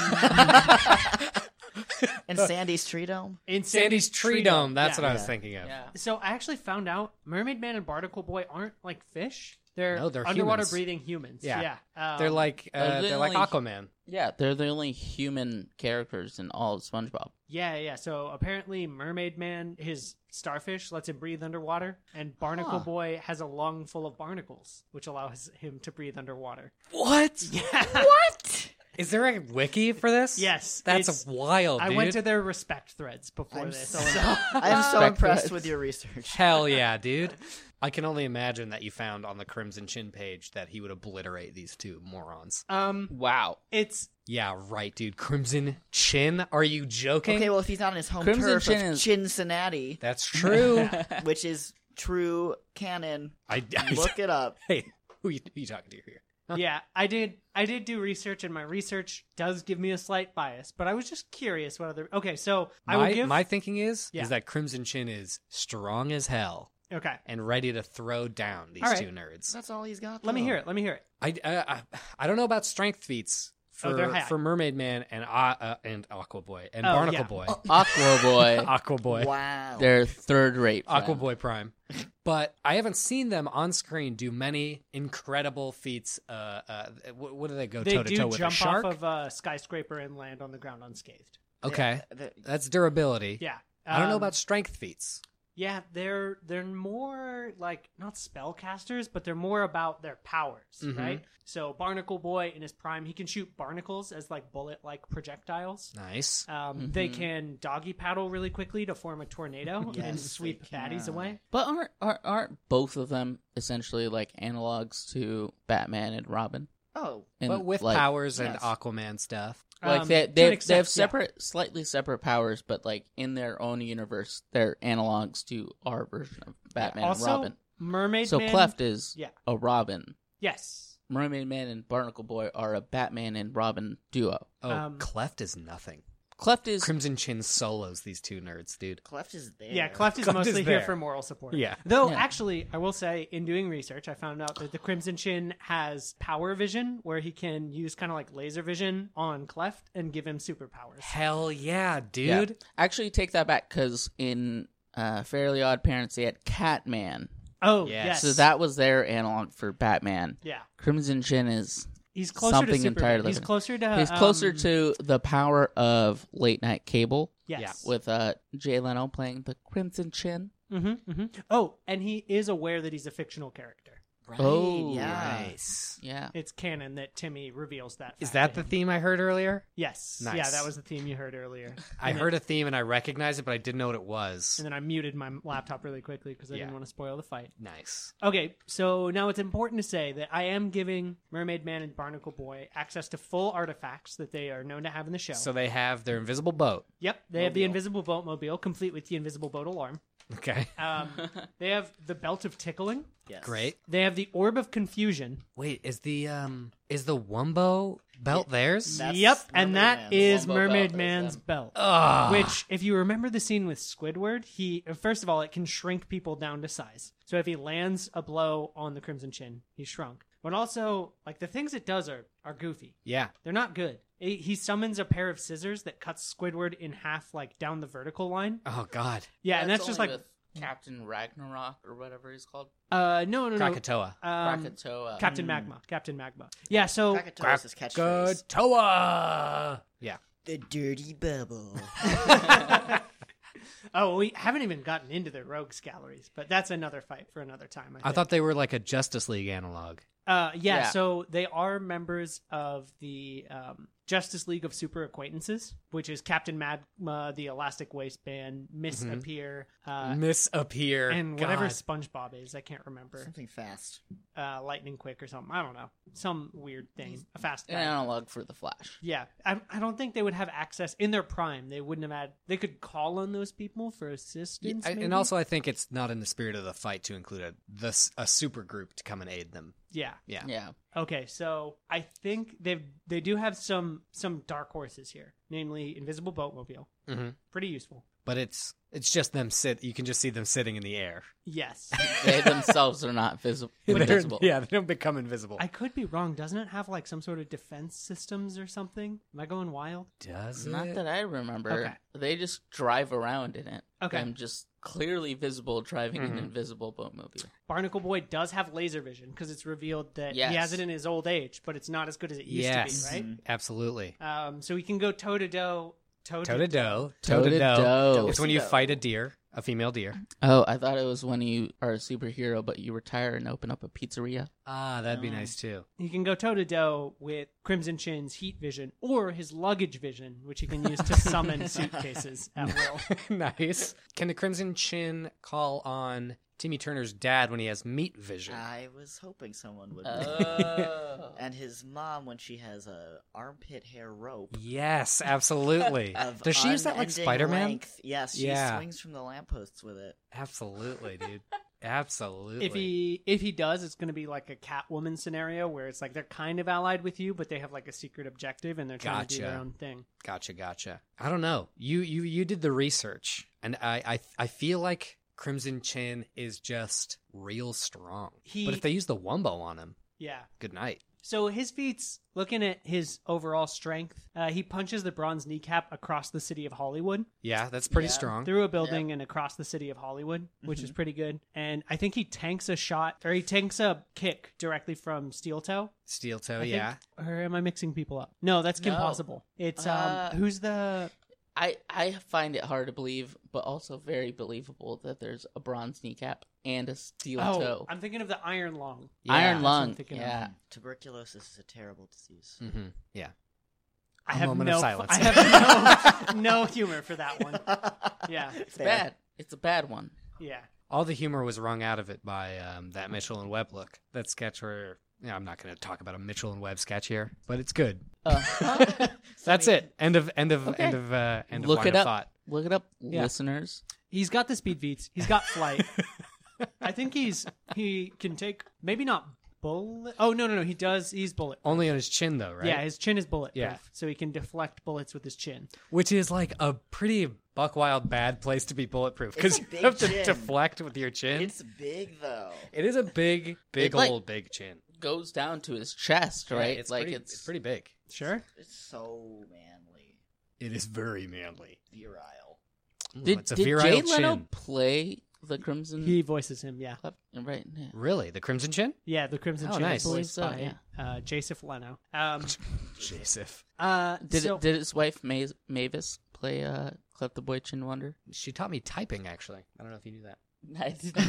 [SPEAKER 2] and Sandy's tree dome.
[SPEAKER 4] in
[SPEAKER 3] Sandy's tree dome. That's what I was
[SPEAKER 2] Yeah.
[SPEAKER 3] thinking of.
[SPEAKER 4] So I actually found out Mermaid Man and Barnacle Boy aren't like fish. They're,
[SPEAKER 3] No, they're
[SPEAKER 4] underwater
[SPEAKER 3] humans.
[SPEAKER 4] breathing humans. Yeah,
[SPEAKER 3] Yeah.
[SPEAKER 4] Um,
[SPEAKER 3] They're like uh,
[SPEAKER 1] Are they
[SPEAKER 3] they're like
[SPEAKER 1] like-
[SPEAKER 3] Aquaman.
[SPEAKER 1] Yeah, they're the only human characters in all of SpongeBob.
[SPEAKER 4] yeah, yeah. So apparently, Mermaid Man, his starfish, lets him breathe underwater, and Barnacle
[SPEAKER 1] Huh.
[SPEAKER 4] Boy has a lung full of barnacles, which allows him to breathe underwater.
[SPEAKER 3] What?
[SPEAKER 4] Yeah.
[SPEAKER 3] What? Is there a wiki for this?
[SPEAKER 4] Yes, it's-
[SPEAKER 3] That's wild.
[SPEAKER 4] I
[SPEAKER 3] dude.
[SPEAKER 4] went to their respect threads before
[SPEAKER 2] I'm
[SPEAKER 4] this.
[SPEAKER 2] so,
[SPEAKER 4] so-
[SPEAKER 2] I am so
[SPEAKER 3] Back
[SPEAKER 2] impressed
[SPEAKER 3] to-
[SPEAKER 2] with your research.
[SPEAKER 3] Hell yeah, dude. I can only imagine that you found on the Crimson Chin page that he would obliterate these two morons.
[SPEAKER 4] um,
[SPEAKER 1] Wow.
[SPEAKER 4] it's
[SPEAKER 3] Yeah, right, dude. Crimson Chin? Are you joking?
[SPEAKER 2] Okay, well, if he's not in his home
[SPEAKER 1] Crimson
[SPEAKER 2] turf
[SPEAKER 1] Chin
[SPEAKER 2] of
[SPEAKER 1] is-
[SPEAKER 2] Cincinnati,
[SPEAKER 3] That's true.
[SPEAKER 2] which is true canon,
[SPEAKER 3] I, I-
[SPEAKER 2] look it up.
[SPEAKER 3] hey, who you, who you talking to here?
[SPEAKER 4] yeah i did i did do research and my research does give me a slight bias but i was just curious what other okay so i
[SPEAKER 3] my,
[SPEAKER 4] will give
[SPEAKER 3] my thinking is
[SPEAKER 4] Yeah.
[SPEAKER 3] is that Crimson Chin is strong as hell
[SPEAKER 4] okay
[SPEAKER 3] and ready to throw down these
[SPEAKER 4] All right.
[SPEAKER 3] two nerds.
[SPEAKER 2] That's all he's got.
[SPEAKER 4] let me
[SPEAKER 3] Oh.
[SPEAKER 2] though.
[SPEAKER 4] hear it let me hear it
[SPEAKER 3] I, I, I, I don't know about strength feats
[SPEAKER 4] Oh,
[SPEAKER 3] for,
[SPEAKER 4] they're high.
[SPEAKER 3] for Mermaid Man and uh, uh, and Aqua Boy and
[SPEAKER 4] Oh,
[SPEAKER 3] Barnacle
[SPEAKER 4] yeah. uh,
[SPEAKER 3] Boy.
[SPEAKER 1] Aqua Boy.
[SPEAKER 3] Aqua Boy.
[SPEAKER 2] Wow.
[SPEAKER 1] They're third rate.
[SPEAKER 3] Aqua Boy Prime. But I haven't seen them on screen do many incredible feats. Uh, uh, wh- what, do they go
[SPEAKER 4] they
[SPEAKER 3] toe to
[SPEAKER 4] do
[SPEAKER 3] toe with a
[SPEAKER 4] jump
[SPEAKER 3] shark?
[SPEAKER 4] off of a skyscraper and land on the ground unscathed
[SPEAKER 3] okay,
[SPEAKER 2] The-
[SPEAKER 3] that's durability.
[SPEAKER 4] yeah
[SPEAKER 3] I don't know
[SPEAKER 4] Um,
[SPEAKER 3] about strength feats.
[SPEAKER 4] yeah they're they're more like not spellcasters but they're more about their powers
[SPEAKER 3] Mhm.
[SPEAKER 4] right so barnacle boy in his prime he can shoot barnacles as like bullet like projectiles
[SPEAKER 3] Nice.
[SPEAKER 4] um, They
[SPEAKER 1] Mhm.
[SPEAKER 3] Mm-hmm.
[SPEAKER 4] can doggy paddle really quickly to form a tornado and
[SPEAKER 2] Yes, they
[SPEAKER 4] sweep baddies
[SPEAKER 2] can.
[SPEAKER 4] away.
[SPEAKER 1] But aren't, aren't aren't both of them essentially like analogs to Batman and Robin?
[SPEAKER 2] Oh,
[SPEAKER 1] And
[SPEAKER 3] but with
[SPEAKER 1] like,
[SPEAKER 3] powers and
[SPEAKER 2] yes.
[SPEAKER 3] Aquaman stuff.
[SPEAKER 1] like
[SPEAKER 4] Um,
[SPEAKER 1] they
[SPEAKER 4] to an
[SPEAKER 1] they, they
[SPEAKER 4] extent,
[SPEAKER 1] have
[SPEAKER 4] yeah.
[SPEAKER 1] separate, slightly separate powers, but like in their own universe, they're analogs to our version of Batman
[SPEAKER 4] also,
[SPEAKER 1] and Robin.
[SPEAKER 4] Mermaid
[SPEAKER 1] So
[SPEAKER 4] Man.
[SPEAKER 1] Cleft is
[SPEAKER 4] Yeah.
[SPEAKER 1] a Robin.
[SPEAKER 4] Yes.
[SPEAKER 1] Mermaid Man and Barnacle Boy are a Batman and Robin duo.
[SPEAKER 3] Oh,
[SPEAKER 4] Um,
[SPEAKER 3] Cleft is nothing.
[SPEAKER 1] Cleft is
[SPEAKER 3] Crimson Chin solos these two nerds, dude.
[SPEAKER 2] Cleft is there.
[SPEAKER 4] Yeah, Cleft is
[SPEAKER 3] Cleft
[SPEAKER 4] mostly
[SPEAKER 3] is
[SPEAKER 4] here
[SPEAKER 3] there.
[SPEAKER 4] for moral support.
[SPEAKER 3] Yeah.
[SPEAKER 4] Though,
[SPEAKER 1] Yeah.
[SPEAKER 4] actually, I will say, in doing research, I found out that the Crimson Chin has power vision, where he can use kind of like laser vision on Cleft and give him superpowers.
[SPEAKER 3] Hell yeah, dude.
[SPEAKER 1] Yeah. Actually, take that back because in uh, Fairly Odd Parents, they had Catman.
[SPEAKER 4] Oh,
[SPEAKER 3] Yeah.
[SPEAKER 4] yes.
[SPEAKER 1] So that was their analog for Batman.
[SPEAKER 4] Yeah.
[SPEAKER 1] Crimson Chin is
[SPEAKER 4] He's closer to
[SPEAKER 1] Something
[SPEAKER 4] Superman.
[SPEAKER 1] entirely
[SPEAKER 4] He's
[SPEAKER 1] different.
[SPEAKER 4] closer to.
[SPEAKER 1] he's closer
[SPEAKER 4] um,
[SPEAKER 1] to the power of late night cable
[SPEAKER 4] Yes.
[SPEAKER 1] with uh, Jay Leno playing the Crimson Chin.
[SPEAKER 4] Mm-hmm, hmm Oh, and he is aware that he's a fictional character.
[SPEAKER 3] Right,
[SPEAKER 1] Oh,
[SPEAKER 2] yeah.
[SPEAKER 3] nice.
[SPEAKER 1] Yeah,
[SPEAKER 4] It's canon that Timmy reveals that.
[SPEAKER 3] Is
[SPEAKER 4] fact
[SPEAKER 3] that
[SPEAKER 4] to
[SPEAKER 3] the
[SPEAKER 4] him.
[SPEAKER 3] theme I heard earlier?
[SPEAKER 4] Yes.
[SPEAKER 3] Nice.
[SPEAKER 4] Yeah, that was the theme you heard earlier.
[SPEAKER 3] I heard a theme and I recognized it, but I didn't know what it was.
[SPEAKER 4] And then I muted my laptop really quickly because I
[SPEAKER 3] Yeah.
[SPEAKER 4] didn't want to spoil the fight.
[SPEAKER 3] Nice.
[SPEAKER 4] Okay, so now it's important to say that I am giving Mermaid Man and Barnacle Boy access to full artifacts that they are known to have in the show.
[SPEAKER 3] So they have their invisible boat.
[SPEAKER 4] yep, they have the
[SPEAKER 2] Mobile.
[SPEAKER 4] invisible boat mobile, complete with the invisible boat alarm.
[SPEAKER 3] Okay.
[SPEAKER 4] Um, they have the belt of tickling.
[SPEAKER 2] Yes.
[SPEAKER 3] Great.
[SPEAKER 4] They have the orb of confusion.
[SPEAKER 3] Wait, is the um is the Wumbo belt theirs?
[SPEAKER 2] That's
[SPEAKER 4] yep,
[SPEAKER 2] Mermaid
[SPEAKER 4] and that
[SPEAKER 2] Man's
[SPEAKER 4] is
[SPEAKER 1] Wombo
[SPEAKER 4] Mermaid
[SPEAKER 1] belt, is
[SPEAKER 4] Man's
[SPEAKER 1] them.
[SPEAKER 3] Oh,
[SPEAKER 4] belt.
[SPEAKER 3] Ugh.
[SPEAKER 4] Which, if you remember the scene with Squidward, he first of all it can shrink people down to size. So if he lands a blow on the Crimson Chin, he's shrunk. But also, like the things it does are are goofy.
[SPEAKER 3] Yeah.
[SPEAKER 4] They're not good. It, he summons a pair of scissors that cuts Squidward in half, like down the vertical line.
[SPEAKER 3] Oh God.
[SPEAKER 4] Yeah, and that's just like
[SPEAKER 1] only with Captain Ragnarok or whatever he's called.
[SPEAKER 4] uh no no no.
[SPEAKER 3] Krakatoa.
[SPEAKER 4] Um,
[SPEAKER 1] Krakatoa.
[SPEAKER 4] Captain Magma.
[SPEAKER 1] mm.
[SPEAKER 4] Captain Magma. Yeah. So
[SPEAKER 2] Krakatoa's his catchphrase.
[SPEAKER 3] Krakatoa. Yeah.
[SPEAKER 2] The dirty bubble.
[SPEAKER 4] oh, we haven't even gotten into the rogues galleries, but that's another fight for another time. I,
[SPEAKER 3] I
[SPEAKER 4] think.
[SPEAKER 3] thought they were like a Justice League analog.
[SPEAKER 4] Uh, yeah,
[SPEAKER 1] Yeah.
[SPEAKER 4] So they are members of the um, Justice League of Super Acquaintances, which is Captain Magma, the Elastic Waistband, Miss
[SPEAKER 3] Mhm.
[SPEAKER 4] Appear, uh,
[SPEAKER 3] Misappear.
[SPEAKER 4] and whatever
[SPEAKER 3] God.
[SPEAKER 4] SpongeBob is. I can't remember.
[SPEAKER 2] Something fast.
[SPEAKER 4] Uh, Lightning Quick or something. I don't know. Some weird thing. A fast
[SPEAKER 1] An
[SPEAKER 4] guy.
[SPEAKER 1] analog for the Flash.
[SPEAKER 4] Yeah, I, I don't think they would have access in their prime. They wouldn't have had. They could call on those people for assistance.
[SPEAKER 3] I-
[SPEAKER 4] maybe?
[SPEAKER 3] and also, I think it's not in the spirit of the fight to include a the, s- a super group to come and aid them.
[SPEAKER 4] yeah.
[SPEAKER 3] Yeah.
[SPEAKER 1] Yeah.
[SPEAKER 4] Okay, so I think they they do have some some dark horses here, namely Invisible Boatmobile.
[SPEAKER 3] Mm-hmm.
[SPEAKER 4] Pretty useful.
[SPEAKER 3] But it's it's just them sit. You can just see them sitting in the air.
[SPEAKER 4] Yes.
[SPEAKER 1] They themselves are not visible.
[SPEAKER 3] They're-
[SPEAKER 1] invisible.
[SPEAKER 3] Yeah, they don't become invisible.
[SPEAKER 4] I could be wrong. Doesn't it have like some sort of defense systems or something? Am I going wild?
[SPEAKER 3] Does
[SPEAKER 1] Not
[SPEAKER 3] it?
[SPEAKER 1] that I remember.
[SPEAKER 4] Okay.
[SPEAKER 1] They just drive around in it.
[SPEAKER 4] Okay. Mm-hmm.
[SPEAKER 1] I'm just clearly visible driving
[SPEAKER 3] Mhm.
[SPEAKER 1] an invisible boat movie.
[SPEAKER 4] Barnacle Boy does have laser vision because it's revealed that
[SPEAKER 1] Yes.
[SPEAKER 4] he has it in his old age, but it's not as good as it used
[SPEAKER 3] Yes.
[SPEAKER 4] to
[SPEAKER 2] Mm-hmm.
[SPEAKER 4] be,
[SPEAKER 3] Absolutely.
[SPEAKER 4] right? Um, so he can go toe to toe, toe
[SPEAKER 3] Toe to
[SPEAKER 4] to
[SPEAKER 3] toe. Toe to toe.
[SPEAKER 1] Toe-to-toe.
[SPEAKER 3] It's when you fight a deer, a female deer.
[SPEAKER 1] Oh, I thought it was when you are a superhero, but you retire and open up a pizzeria.
[SPEAKER 3] Ah, that'd be
[SPEAKER 2] Oh.
[SPEAKER 3] nice too.
[SPEAKER 4] he can go toe to toe with Crimson Chin's heat vision or his luggage vision, which he can use to summon suitcases at will.
[SPEAKER 3] nice. Can the Crimson Chin call on Timmy Turner's dad when he has meat vision?
[SPEAKER 2] I was hoping someone would. Uh.
[SPEAKER 1] Oh.
[SPEAKER 2] and his mom when she has a armpit hair rope.
[SPEAKER 3] yes, absolutely.
[SPEAKER 2] Of
[SPEAKER 3] Does she use that like
[SPEAKER 2] unending
[SPEAKER 3] Spider Man?
[SPEAKER 2] length. Yes, she
[SPEAKER 3] Yeah.
[SPEAKER 2] swings from the lampposts with it.
[SPEAKER 3] Absolutely, dude. Absolutely.
[SPEAKER 4] If he if he does, it's going to be like a Catwoman scenario where it's like they're kind of allied with you, but they have like a secret objective and they're trying to do their
[SPEAKER 3] Gotcha.
[SPEAKER 4] own thing.
[SPEAKER 3] Gotcha, gotcha. I don't know. You you you did the research, and I I I feel like Crimson Chin is just real strong.
[SPEAKER 4] He-
[SPEAKER 3] But if they use the Wumbo on him,
[SPEAKER 4] Yeah.
[SPEAKER 3] good night.
[SPEAKER 4] So his feats, looking at his overall strength, uh, he punches the bronze kneecap across the city of Hollywood,
[SPEAKER 3] Yeah, that's pretty
[SPEAKER 1] Yeah.
[SPEAKER 3] strong.
[SPEAKER 4] through a building and across the city of Hollywood, which is pretty good. And I think he tanks a shot, or he tanks a kick directly from Steel Toe.
[SPEAKER 3] Steel toe,
[SPEAKER 4] I think.
[SPEAKER 3] yeah.
[SPEAKER 4] Or am I mixing people up? No, that's Kim
[SPEAKER 1] No.
[SPEAKER 4] Possible. It's um,
[SPEAKER 1] Uh,
[SPEAKER 4] who's the
[SPEAKER 1] I, I find it hard to believe, but also very believable that there's a bronze kneecap and a steel
[SPEAKER 4] oh,
[SPEAKER 1] toe.
[SPEAKER 4] I'm thinking of the Iron Lung.
[SPEAKER 3] Yeah.
[SPEAKER 1] Iron
[SPEAKER 4] that's what I'm
[SPEAKER 1] lung.
[SPEAKER 4] thinking of.
[SPEAKER 1] Yeah.
[SPEAKER 2] Tuberculosis is a terrible disease.
[SPEAKER 3] Mm-hmm. Yeah.
[SPEAKER 4] I
[SPEAKER 3] A
[SPEAKER 4] have
[SPEAKER 3] moment
[SPEAKER 4] no,
[SPEAKER 3] of silence.
[SPEAKER 4] I have no, no humor for that
[SPEAKER 3] Hmm.
[SPEAKER 4] one. Yeah,
[SPEAKER 1] It's bad. It's a bad one.
[SPEAKER 4] yeah.
[SPEAKER 3] All the humor was wrung out of it by um, that Mitchell and Webb look. That sketch where yeah, I'm not going to talk about a Mitchell and Webb sketch here, but it's good.
[SPEAKER 1] Uh,
[SPEAKER 3] That's it. End of end of
[SPEAKER 1] Okay.
[SPEAKER 3] end of uh, end of
[SPEAKER 1] Look
[SPEAKER 3] line
[SPEAKER 1] it
[SPEAKER 3] of
[SPEAKER 1] up.
[SPEAKER 3] thought.
[SPEAKER 1] look it up,
[SPEAKER 3] Yeah.
[SPEAKER 1] listeners.
[SPEAKER 4] He's got the speed beats. He's got flight. I think he's he can take maybe not bullet. Oh no no no he does. He's bullet.
[SPEAKER 3] Only on his chin though, right?
[SPEAKER 4] Yeah, his chin is bulletproof,
[SPEAKER 3] Yeah.
[SPEAKER 4] so he can deflect bullets with his chin.
[SPEAKER 3] Which is like a pretty buck wild bad place to be bulletproof because
[SPEAKER 2] It's a
[SPEAKER 3] you
[SPEAKER 2] big
[SPEAKER 3] have to
[SPEAKER 2] chin.
[SPEAKER 3] deflect with your chin. It's,
[SPEAKER 2] It's big though.
[SPEAKER 3] a big,
[SPEAKER 1] It,
[SPEAKER 3] big
[SPEAKER 1] like-
[SPEAKER 3] old big chin.
[SPEAKER 1] Goes down to his chest, right?
[SPEAKER 3] it's
[SPEAKER 1] like
[SPEAKER 3] pretty,
[SPEAKER 1] it's,
[SPEAKER 3] pretty big.
[SPEAKER 4] Sure.
[SPEAKER 2] It's so manly,
[SPEAKER 3] It is very manly.
[SPEAKER 2] virile.
[SPEAKER 3] Ooh,
[SPEAKER 1] Did,
[SPEAKER 3] it's a
[SPEAKER 1] did
[SPEAKER 3] virile
[SPEAKER 1] Jay
[SPEAKER 3] chin.
[SPEAKER 1] Leno play the Crimson
[SPEAKER 4] He voices him. Yeah.
[SPEAKER 1] Club? Right. yeah.
[SPEAKER 3] Really, the crimson chin?
[SPEAKER 4] Yeah, the Crimson
[SPEAKER 3] Oh,
[SPEAKER 4] Chin
[SPEAKER 3] nice.
[SPEAKER 4] is voiced
[SPEAKER 1] So,
[SPEAKER 4] by
[SPEAKER 1] yeah.
[SPEAKER 4] uh, Joseph Leno. Um,
[SPEAKER 3] Joseph.
[SPEAKER 4] uh,
[SPEAKER 1] Did
[SPEAKER 4] so-
[SPEAKER 1] it, did his wife Ma- Mavis play uh, Clef the Boy Chin Wonder?
[SPEAKER 3] She taught me typing. Actually, I don't know if you knew that.
[SPEAKER 1] I did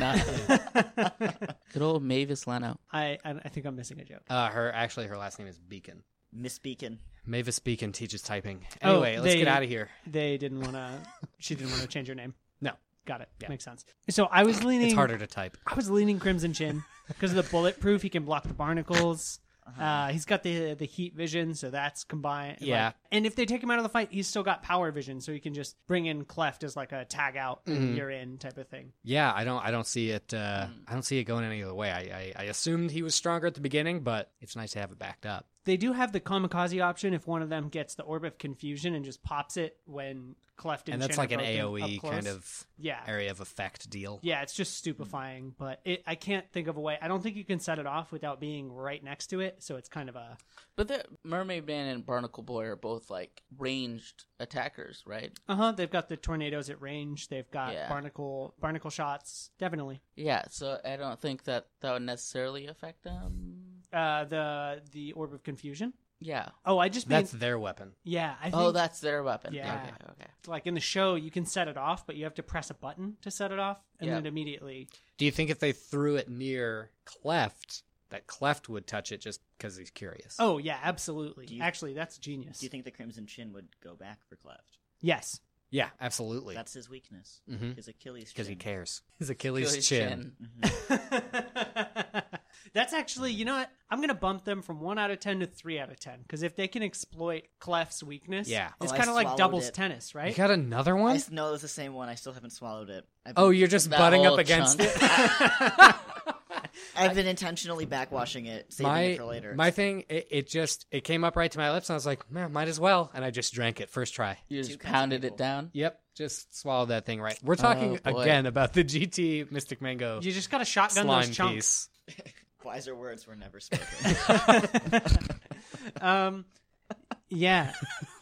[SPEAKER 1] not. Good old Mavis Leno.
[SPEAKER 4] I, I I think I'm missing a joke.
[SPEAKER 3] Uh, her actually, her last name is Beacon.
[SPEAKER 2] Miss Beacon.
[SPEAKER 3] Mavis Beacon teaches typing.
[SPEAKER 4] Oh,
[SPEAKER 3] Anyway, let's
[SPEAKER 4] they-
[SPEAKER 3] get out of here.
[SPEAKER 4] They didn't want to. she didn't want to change her name.
[SPEAKER 3] No.
[SPEAKER 4] Got it.
[SPEAKER 3] Yeah.
[SPEAKER 4] Makes sense. So I was leaning.
[SPEAKER 3] It's harder to type.
[SPEAKER 4] I was leaning Crimson Chin because of the bulletproof. He can block the barnacles.
[SPEAKER 1] Uh-huh.
[SPEAKER 3] Uh-huh.
[SPEAKER 4] Uh, he's got the the heat vision, so that's combined. like-
[SPEAKER 3] Yeah.
[SPEAKER 4] and if they take him out of the fight, he's still got power vision, so he can just bring in Cleft as like a tag out
[SPEAKER 3] Mm-hmm.
[SPEAKER 4] and you're in type of thing.
[SPEAKER 3] Yeah, I don't. I don't see it.
[SPEAKER 4] Hmm.
[SPEAKER 3] Uh, I don't see it going any other way. I, I, I assumed he was stronger at the beginning, but it's nice to have it backed up.
[SPEAKER 4] They do have the kamikaze option if one of them gets the orb of confusion and just pops it when cleft and,
[SPEAKER 3] and that's
[SPEAKER 4] Shannon
[SPEAKER 3] like an
[SPEAKER 4] are broken up
[SPEAKER 3] AOE
[SPEAKER 4] close.
[SPEAKER 3] kind of
[SPEAKER 4] yeah
[SPEAKER 3] area of effect deal.
[SPEAKER 4] yeah. It's just stupefying, but it, I can't think of a way. I don't think you can set it off without being right next to it, so it's kind of a
[SPEAKER 1] But the Mermaid Man and Barnacle Boy are both like ranged attackers, right?
[SPEAKER 4] uh huh. They've got the tornadoes at range. They've got
[SPEAKER 1] Yeah.
[SPEAKER 4] barnacle barnacle shots. Definitely.
[SPEAKER 1] Yeah, so I don't think that that would necessarily affect them.
[SPEAKER 4] Uh, the the orb of confusion.
[SPEAKER 1] Yeah.
[SPEAKER 4] Oh, I just mean
[SPEAKER 3] That's their weapon.
[SPEAKER 4] yeah. I think
[SPEAKER 1] Oh, that's their weapon.
[SPEAKER 4] Yeah.
[SPEAKER 1] Okay, okay.
[SPEAKER 4] like in the show you can set it off, but you have to press a button to set it off, and
[SPEAKER 1] Yeah.
[SPEAKER 4] then immediately
[SPEAKER 3] Do you think if they threw it near Cleft, that Cleft would touch it just because he's curious?
[SPEAKER 4] Oh yeah, absolutely.
[SPEAKER 2] Do you-
[SPEAKER 4] Actually, that's genius.
[SPEAKER 2] Do you think the Crimson Chin would go back for Cleft?
[SPEAKER 4] yes.
[SPEAKER 3] yeah, absolutely.
[SPEAKER 2] That's his weakness.
[SPEAKER 3] Mhm.
[SPEAKER 1] Mm-hmm.
[SPEAKER 2] His Achilles. Mm-hmm.
[SPEAKER 3] Because he
[SPEAKER 2] chin.
[SPEAKER 3] cares. His Achilles,
[SPEAKER 1] Achilles
[SPEAKER 3] chin.
[SPEAKER 4] that's actually, you know what? I'm going to bump them from 1 out of 10 to 3 out of 10 cuz if they can exploit Clef's weakness,
[SPEAKER 3] Yeah.
[SPEAKER 4] it's
[SPEAKER 2] Oh, I
[SPEAKER 4] kind of like
[SPEAKER 2] swallowed
[SPEAKER 4] doubles
[SPEAKER 2] it.
[SPEAKER 4] tennis,
[SPEAKER 3] You
[SPEAKER 4] right?
[SPEAKER 3] got another
[SPEAKER 2] I
[SPEAKER 3] one?
[SPEAKER 2] s- no, it's the same one. I still haven't swallowed it. I've been,
[SPEAKER 3] Oh, you're just
[SPEAKER 1] That
[SPEAKER 3] butting up
[SPEAKER 1] whole
[SPEAKER 3] against
[SPEAKER 1] chunk.
[SPEAKER 3] it.
[SPEAKER 2] I've been intentionally backwashing it, saving
[SPEAKER 3] my
[SPEAKER 2] it for later.
[SPEAKER 3] my thing, it, it just it came up right to my lips, and I was like, man, might as well, and I just drank it first try.
[SPEAKER 1] You
[SPEAKER 2] Two
[SPEAKER 1] just
[SPEAKER 2] kinds of
[SPEAKER 1] pounded
[SPEAKER 2] people.
[SPEAKER 1] it down.
[SPEAKER 3] Yep, just swallowed that thing right. We're talking
[SPEAKER 1] boy.
[SPEAKER 3] again about the GT Mystic Mango
[SPEAKER 4] You just got to shotgun
[SPEAKER 3] slime
[SPEAKER 4] those chunks.
[SPEAKER 3] piece.
[SPEAKER 2] Wiser words were never spoken.
[SPEAKER 4] um yeah.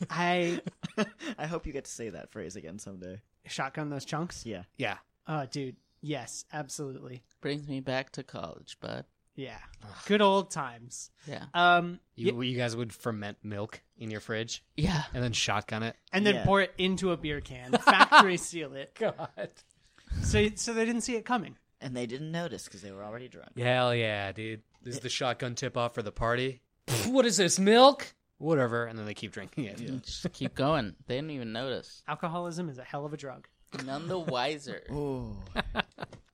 [SPEAKER 4] I
[SPEAKER 2] I hope you get to say that phrase again someday.
[SPEAKER 4] shotgun those chunks.
[SPEAKER 2] Yeah.
[SPEAKER 3] Yeah,
[SPEAKER 4] Oh, dude. Yes, absolutely.
[SPEAKER 1] Brings me back to college, bud.
[SPEAKER 4] Yeah. Good old times.
[SPEAKER 1] Yeah.
[SPEAKER 4] Um
[SPEAKER 3] you, you guys would ferment milk in your fridge
[SPEAKER 1] Yeah.
[SPEAKER 3] and then shotgun it.
[SPEAKER 4] and then
[SPEAKER 2] Yeah.
[SPEAKER 4] pour it into a beer can, factory seal it.
[SPEAKER 3] God,
[SPEAKER 4] So, so they didn't see it coming.
[SPEAKER 2] And they didn't notice because they were already drunk.
[SPEAKER 3] hell yeah, dude! This is the shotgun tip off for the party. Pfft, what is this milk? Whatever, and then they keep drinking it.
[SPEAKER 1] Just keep going. They didn't even notice.
[SPEAKER 4] Alcoholism is a hell of a drug.
[SPEAKER 1] None the wiser.
[SPEAKER 2] Ooh.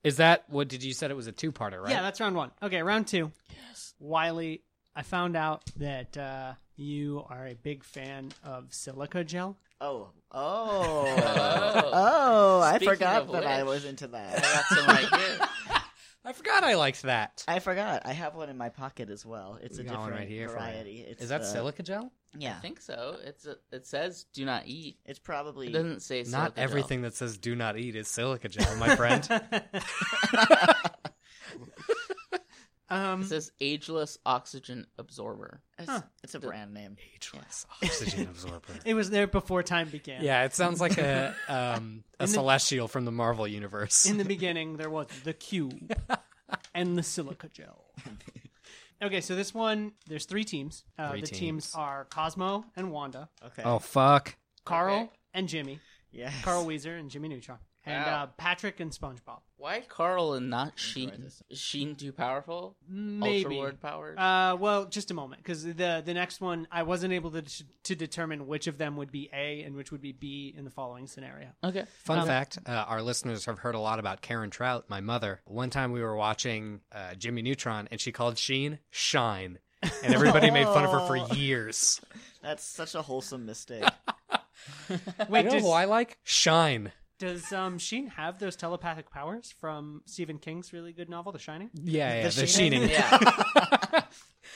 [SPEAKER 3] Is that what did you said it was a two parter, right?
[SPEAKER 4] Yeah, that's round one. Okay, round two. Yes. Wiley, I found out that uh, you are a big fan of silica gel.
[SPEAKER 2] Oh. Oh.
[SPEAKER 1] Oh.
[SPEAKER 2] Oh, I
[SPEAKER 1] Speaking
[SPEAKER 2] forgot
[SPEAKER 1] of
[SPEAKER 2] that I
[SPEAKER 1] which-
[SPEAKER 2] was into
[SPEAKER 1] I
[SPEAKER 2] that.
[SPEAKER 1] got some right here.
[SPEAKER 3] I forgot I liked that.
[SPEAKER 2] I forgot. I have one in my pocket as well. It's a
[SPEAKER 3] We got one
[SPEAKER 2] different
[SPEAKER 3] right here for you.
[SPEAKER 2] variety. It's uh,
[SPEAKER 3] Is that
[SPEAKER 2] the-
[SPEAKER 3] silica gel?
[SPEAKER 2] Yeah.
[SPEAKER 1] I think so. It's a, it says do not eat.
[SPEAKER 2] It's
[SPEAKER 1] It
[SPEAKER 2] probably
[SPEAKER 1] doesn't say
[SPEAKER 3] Not
[SPEAKER 1] silica gel.
[SPEAKER 3] everything that says "do not eat" is silica gel, my friend.
[SPEAKER 1] It
[SPEAKER 4] Um,
[SPEAKER 1] says ageless oxygen absorber.
[SPEAKER 2] it's,
[SPEAKER 4] Huh.
[SPEAKER 2] it's a brand name.
[SPEAKER 3] Ageless oxygen absorber.
[SPEAKER 4] it was there before time began.
[SPEAKER 3] Yeah, it sounds like a um, a
[SPEAKER 4] In the-
[SPEAKER 3] celestial from the Marvel universe.
[SPEAKER 4] In the beginning, there was the cube and the silica gel. Okay, so this one, there's three teams. Uh,
[SPEAKER 3] Three
[SPEAKER 4] the
[SPEAKER 3] teams.
[SPEAKER 4] teams are Cosmo and Wanda,
[SPEAKER 2] Okay.
[SPEAKER 3] oh fuck!
[SPEAKER 4] Carl
[SPEAKER 1] Okay.
[SPEAKER 4] and Jimmy,
[SPEAKER 2] Yes.
[SPEAKER 4] Carl Weezer and Jimmy Neutron, and
[SPEAKER 1] Wow.
[SPEAKER 4] uh, Patrick and SpongeBob.
[SPEAKER 1] Why Carl and not Sheen?
[SPEAKER 2] this.
[SPEAKER 1] Is Sheen too powerful? Ultra
[SPEAKER 4] Maybe.
[SPEAKER 1] word powers?
[SPEAKER 4] Uh, well, just a moment, because the the next one I wasn't able to to determine which of them would be A and which would be B in the following scenario.
[SPEAKER 1] okay.
[SPEAKER 3] Fun fact: uh, our listeners have heard a lot about Karen Trout, my mother. One time we were watching uh, Jimmy Neutron, and she called Sheen Shine, and everybody made fun of her for years.
[SPEAKER 2] That's such a wholesome mistake.
[SPEAKER 4] Wait,
[SPEAKER 3] you know
[SPEAKER 4] does,
[SPEAKER 3] who I like? Shine.
[SPEAKER 4] does um Sheen have those telepathic powers from Stephen King's really good novel, The Shining?
[SPEAKER 3] Yeah, yeah,
[SPEAKER 2] The
[SPEAKER 3] the,
[SPEAKER 2] Sheening.
[SPEAKER 3] Sheening.
[SPEAKER 1] Yeah.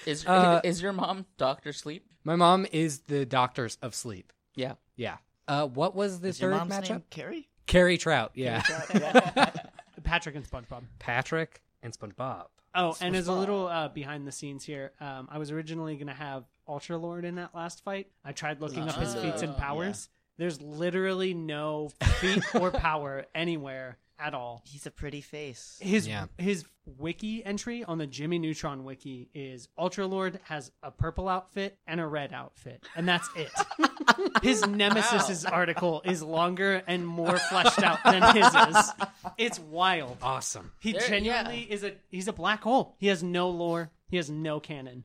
[SPEAKER 1] is
[SPEAKER 3] Uh,
[SPEAKER 1] is your mom Doctor Sleep?
[SPEAKER 3] My mom is the doctors of sleep.
[SPEAKER 1] Yeah.
[SPEAKER 3] Yeah. Uh, what was the
[SPEAKER 2] Is your
[SPEAKER 3] third
[SPEAKER 2] mom's
[SPEAKER 3] matchup?
[SPEAKER 2] name Carrie?
[SPEAKER 3] Carrie Trout. Yeah.
[SPEAKER 4] Patrick and SpongeBob.
[SPEAKER 3] Patrick and SpongeBob.
[SPEAKER 4] Oh, and as a little uh, behind the scenes here, um, I was originally going to have Ultra Lord in that last fight. I tried looking up his feats
[SPEAKER 1] Oh,
[SPEAKER 4] and
[SPEAKER 1] yeah.
[SPEAKER 4] powers. There's literally no feat or power anywhere at all.
[SPEAKER 2] He's a pretty face.
[SPEAKER 4] His
[SPEAKER 3] Yeah.
[SPEAKER 4] his wiki entry on the Jimmy Neutron wiki is Ultra Lord has a purple outfit and a red outfit, and that's it. his nemesis's article is longer and more fleshed out than his is. It's wild.
[SPEAKER 3] Awesome.
[SPEAKER 4] He
[SPEAKER 1] There-
[SPEAKER 4] genuinely is a he's a black hole. He has no lore. He has no canon.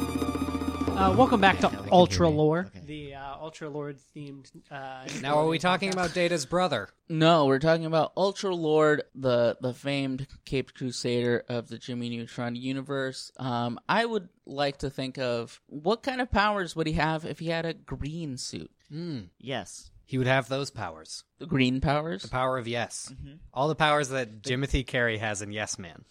[SPEAKER 4] Uh, welcome back to
[SPEAKER 3] can
[SPEAKER 4] Ultra
[SPEAKER 3] hear me.
[SPEAKER 4] Lore,
[SPEAKER 2] Okay.
[SPEAKER 4] the uh, Ultra Lord themed. Uh,
[SPEAKER 3] Now, are we talking about Data's brother?
[SPEAKER 1] No, we're talking about Ultra Lord, the the famed Caped Crusader of the Jimmy Neutron universe. Um, I would like to think of what kind of powers would he have if he had a green suit?
[SPEAKER 3] Hmm.
[SPEAKER 2] Yes.
[SPEAKER 3] He would have those powers.
[SPEAKER 1] The green powers?
[SPEAKER 3] The power of yes.
[SPEAKER 2] Mm-hmm.
[SPEAKER 3] All the powers that Jimothy Carey has in Yes Man.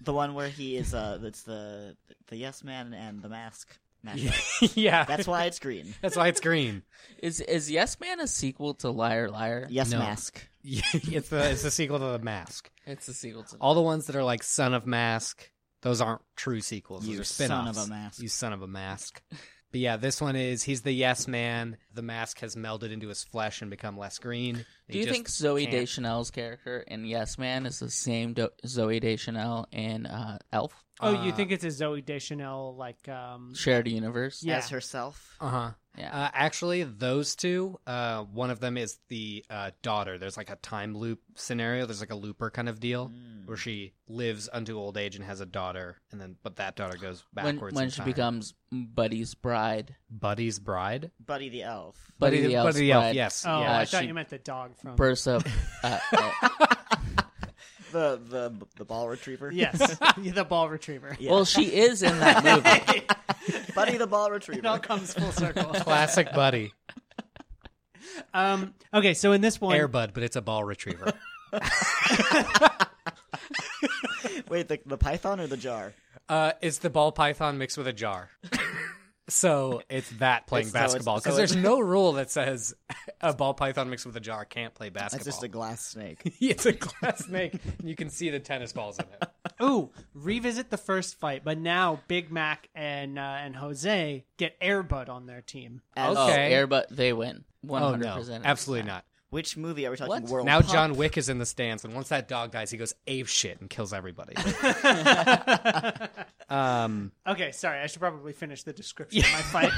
[SPEAKER 2] The one where he is uh that's the the yes man and the mask. mashup.
[SPEAKER 3] yeah,
[SPEAKER 2] That's why it's green.
[SPEAKER 3] that's why it's green.
[SPEAKER 1] Is is Yes Man a sequel to Liar Liar?
[SPEAKER 2] Yes,
[SPEAKER 3] No.
[SPEAKER 2] mask.
[SPEAKER 3] Yeah, it's the it's the sequel to the Mask.
[SPEAKER 1] It's a sequel to
[SPEAKER 3] All the ones that are like Son of Mask, those aren't true sequels. Those
[SPEAKER 2] You
[SPEAKER 3] are
[SPEAKER 2] son of
[SPEAKER 3] spin-offs.
[SPEAKER 2] a mask.
[SPEAKER 3] You son of a mask. But yeah, this one is he's the yes man. The mask has melded into his flesh and become less green.
[SPEAKER 1] Do
[SPEAKER 3] He
[SPEAKER 1] you
[SPEAKER 3] just
[SPEAKER 1] think Zoe
[SPEAKER 3] can't-
[SPEAKER 1] Deschanel's character in Yes Man is the same Do- Zoe Deschanel in uh, Elf?
[SPEAKER 4] Oh, you
[SPEAKER 3] Uh,
[SPEAKER 4] think it's a Zoe Deschanel like um
[SPEAKER 1] Shared universe.
[SPEAKER 4] Yeah.
[SPEAKER 2] As herself.
[SPEAKER 3] Uh-huh.
[SPEAKER 1] Yeah.
[SPEAKER 3] Uh Actually, those two. Uh, one of them is the uh, daughter. There's like a time loop scenario. There's like a looper kind of deal
[SPEAKER 2] Mm.
[SPEAKER 1] Hmm.
[SPEAKER 3] where she lives unto old age and has a daughter, and then but that daughter goes
[SPEAKER 1] when
[SPEAKER 3] backwards.
[SPEAKER 1] when
[SPEAKER 3] in
[SPEAKER 1] she
[SPEAKER 3] time.
[SPEAKER 1] becomes Buddy's bride.
[SPEAKER 3] Buddy's bride.
[SPEAKER 2] Buddy the elf.
[SPEAKER 1] Buddy, the Elf's
[SPEAKER 3] Buddy the elf.
[SPEAKER 1] bride
[SPEAKER 3] Yes.
[SPEAKER 4] Oh,
[SPEAKER 3] yeah.
[SPEAKER 4] I thought
[SPEAKER 1] she-
[SPEAKER 4] you meant the dog from
[SPEAKER 1] Bursts up. Uh, uh,
[SPEAKER 2] The the the ball retriever.
[SPEAKER 4] Yes. Yeah, the ball retriever.
[SPEAKER 2] Yeah.
[SPEAKER 1] well, she is in that movie.
[SPEAKER 2] Buddy the ball
[SPEAKER 4] It all
[SPEAKER 2] retriever.
[SPEAKER 4] comes full circle.
[SPEAKER 3] Classic Buddy.
[SPEAKER 4] Um okay, so in this one
[SPEAKER 3] Airbud, but it's a ball retriever.
[SPEAKER 2] Wait, the the python or the jar?
[SPEAKER 3] Uh, it's the ball python mixed with a jar. so it's that playing
[SPEAKER 2] It's- so it's-
[SPEAKER 3] basketball because
[SPEAKER 2] so
[SPEAKER 3] there's
[SPEAKER 2] it's-
[SPEAKER 3] no rule that says a ball python mixed with a jar can't play
[SPEAKER 2] That's
[SPEAKER 3] basketball.
[SPEAKER 2] just a glass snake.
[SPEAKER 3] it's a glass snake, and you can see the tennis balls in it.
[SPEAKER 4] Ooh, revisit the first fight, but now Big Mac and uh, and Jose get Airbud on their team.
[SPEAKER 2] As-
[SPEAKER 1] Oh,
[SPEAKER 3] Okay.
[SPEAKER 1] Airbud, they win. One
[SPEAKER 3] Oh
[SPEAKER 1] hundred
[SPEAKER 3] no,
[SPEAKER 1] percent.
[SPEAKER 3] absolutely not.
[SPEAKER 2] Which movie are we talking?
[SPEAKER 1] What?
[SPEAKER 2] World
[SPEAKER 3] Now
[SPEAKER 2] Oh, Pop?
[SPEAKER 3] John Wick is in the stands, and once that dog dies, he goes ape shit and kills everybody. um,
[SPEAKER 4] Okay, sorry, I should probably finish the description of my fight.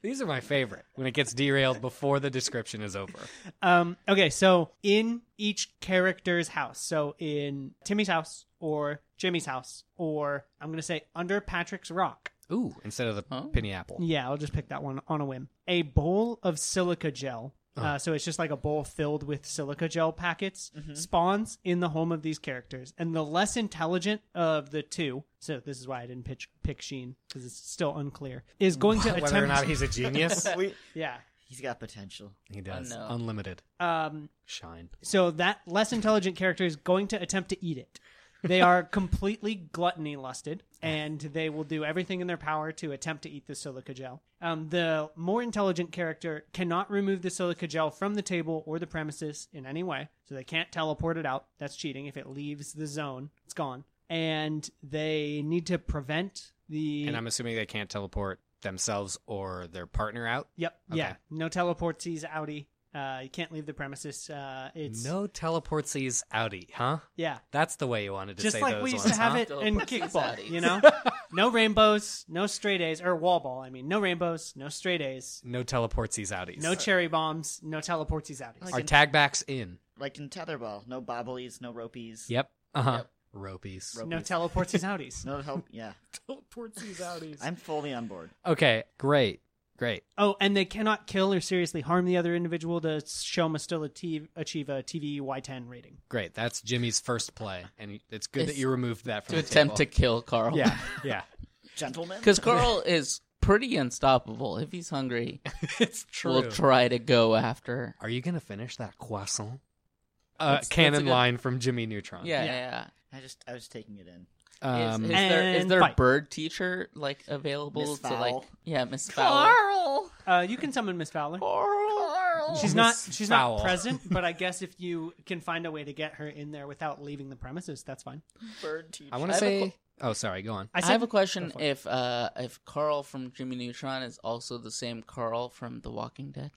[SPEAKER 3] these are my favorite when it gets derailed before the description is over.
[SPEAKER 4] Um, okay, so in each character's house, so in Timmy's house or Jimmy's house, or I'm going to say under Patrick's rock.
[SPEAKER 3] Ooh, instead of the
[SPEAKER 1] Oh.
[SPEAKER 3] penny apple.
[SPEAKER 4] Yeah, I'll just pick that one on a whim. A bowl of silica gel.
[SPEAKER 3] Oh.
[SPEAKER 4] Uh, so it's just like a bowl filled with silica gel packets
[SPEAKER 3] Mm-hmm.
[SPEAKER 4] spawns in the home of these characters, and the less intelligent of the two. So this is why I didn't pitch, pick Sheen because it's still unclear. Is going to attempt.
[SPEAKER 3] Mm. Whether or not he's a genius,
[SPEAKER 2] We,
[SPEAKER 4] yeah.
[SPEAKER 2] he's got potential.
[SPEAKER 3] he does
[SPEAKER 1] no.
[SPEAKER 3] unlimited.
[SPEAKER 4] Um,
[SPEAKER 3] shine.
[SPEAKER 4] So that less intelligent character is going to attempt to eat it. They are completely gluttony lusted, and they will do everything in their power to attempt to eat the silica gel. Um, the more intelligent character cannot remove the silica gel from the table or the premises in any way, so they can't teleport it out. That's cheating. If it leaves the zone, it's gone. And they need to prevent the.
[SPEAKER 3] And I'm assuming they can't teleport themselves or their partner out.
[SPEAKER 4] yep.
[SPEAKER 3] Okay.
[SPEAKER 4] Yeah. No teleportsies, Audi. Uh, you can't leave the premises. Uh, it's
[SPEAKER 3] No teleportsies outie, huh?
[SPEAKER 4] yeah.
[SPEAKER 3] That's the way you wanted to
[SPEAKER 4] just
[SPEAKER 3] say
[SPEAKER 4] like
[SPEAKER 3] those
[SPEAKER 4] we used
[SPEAKER 3] ones,
[SPEAKER 4] to have
[SPEAKER 3] huh?
[SPEAKER 4] it in
[SPEAKER 1] Don't put
[SPEAKER 4] kickball,
[SPEAKER 1] these
[SPEAKER 4] you know? no rainbows, no straight A's, or wall ball, I mean. No rainbows, no straight A's,
[SPEAKER 3] No teleportsies outies.
[SPEAKER 4] no cherry bombs, no teleportsies outies.
[SPEAKER 3] Are tag backs in?
[SPEAKER 2] Like in tetherball, no bobblies, no ropeys.
[SPEAKER 3] Yep. Uh huh. Ropies.
[SPEAKER 2] Rope-
[SPEAKER 4] no teleportsies outies.
[SPEAKER 2] No help. Yeah,
[SPEAKER 3] teleportsies outies.
[SPEAKER 2] I'm fully on board.
[SPEAKER 3] Okay, great. Great.
[SPEAKER 4] Oh, and they cannot kill or seriously harm the other individual. The show must still achieve, achieve a TV Y10 rating.
[SPEAKER 3] Great. That's Jimmy's first play. And it's good that
[SPEAKER 1] It's-
[SPEAKER 3] you removed that from
[SPEAKER 1] to
[SPEAKER 3] the
[SPEAKER 1] attempt to
[SPEAKER 3] table.
[SPEAKER 1] kill Carl.
[SPEAKER 3] Yeah. Yeah.
[SPEAKER 2] Gentlemen,
[SPEAKER 1] because Carl is pretty unstoppable. If he's hungry,
[SPEAKER 3] it's true.
[SPEAKER 1] we'll try to go after.
[SPEAKER 3] Are you going to finish that croissant?
[SPEAKER 1] That's-
[SPEAKER 3] Uh,
[SPEAKER 1] that's a
[SPEAKER 3] canon
[SPEAKER 1] good-
[SPEAKER 3] line from Jimmy Neutron.
[SPEAKER 1] Yeah,
[SPEAKER 4] Yeah.
[SPEAKER 1] yeah. yeah.
[SPEAKER 2] I just I was taking it in.
[SPEAKER 3] Um,
[SPEAKER 1] is, is there is
[SPEAKER 4] And
[SPEAKER 1] there a
[SPEAKER 4] fight.
[SPEAKER 1] bird teacher like available
[SPEAKER 2] Miss
[SPEAKER 1] to like
[SPEAKER 2] Fowl.
[SPEAKER 1] yeah Miss Fowler?
[SPEAKER 4] Uh, you can summon Miss Fowler.
[SPEAKER 1] Carl.
[SPEAKER 4] She's not.
[SPEAKER 3] Oh, Miss
[SPEAKER 4] She's
[SPEAKER 3] Fowl.
[SPEAKER 4] not present. But I guess if you can find a way to get her in there without leaving the premises, that's fine.
[SPEAKER 2] Bird teacher.
[SPEAKER 3] I want
[SPEAKER 1] I
[SPEAKER 3] to
[SPEAKER 1] have a
[SPEAKER 3] say. oh, sorry. Go on.
[SPEAKER 4] I,
[SPEAKER 1] I
[SPEAKER 4] said-
[SPEAKER 1] have a question:
[SPEAKER 4] Go for it.
[SPEAKER 1] if uh, if Carl from Jimmy Neutron is also the same Carl from The Walking Dead,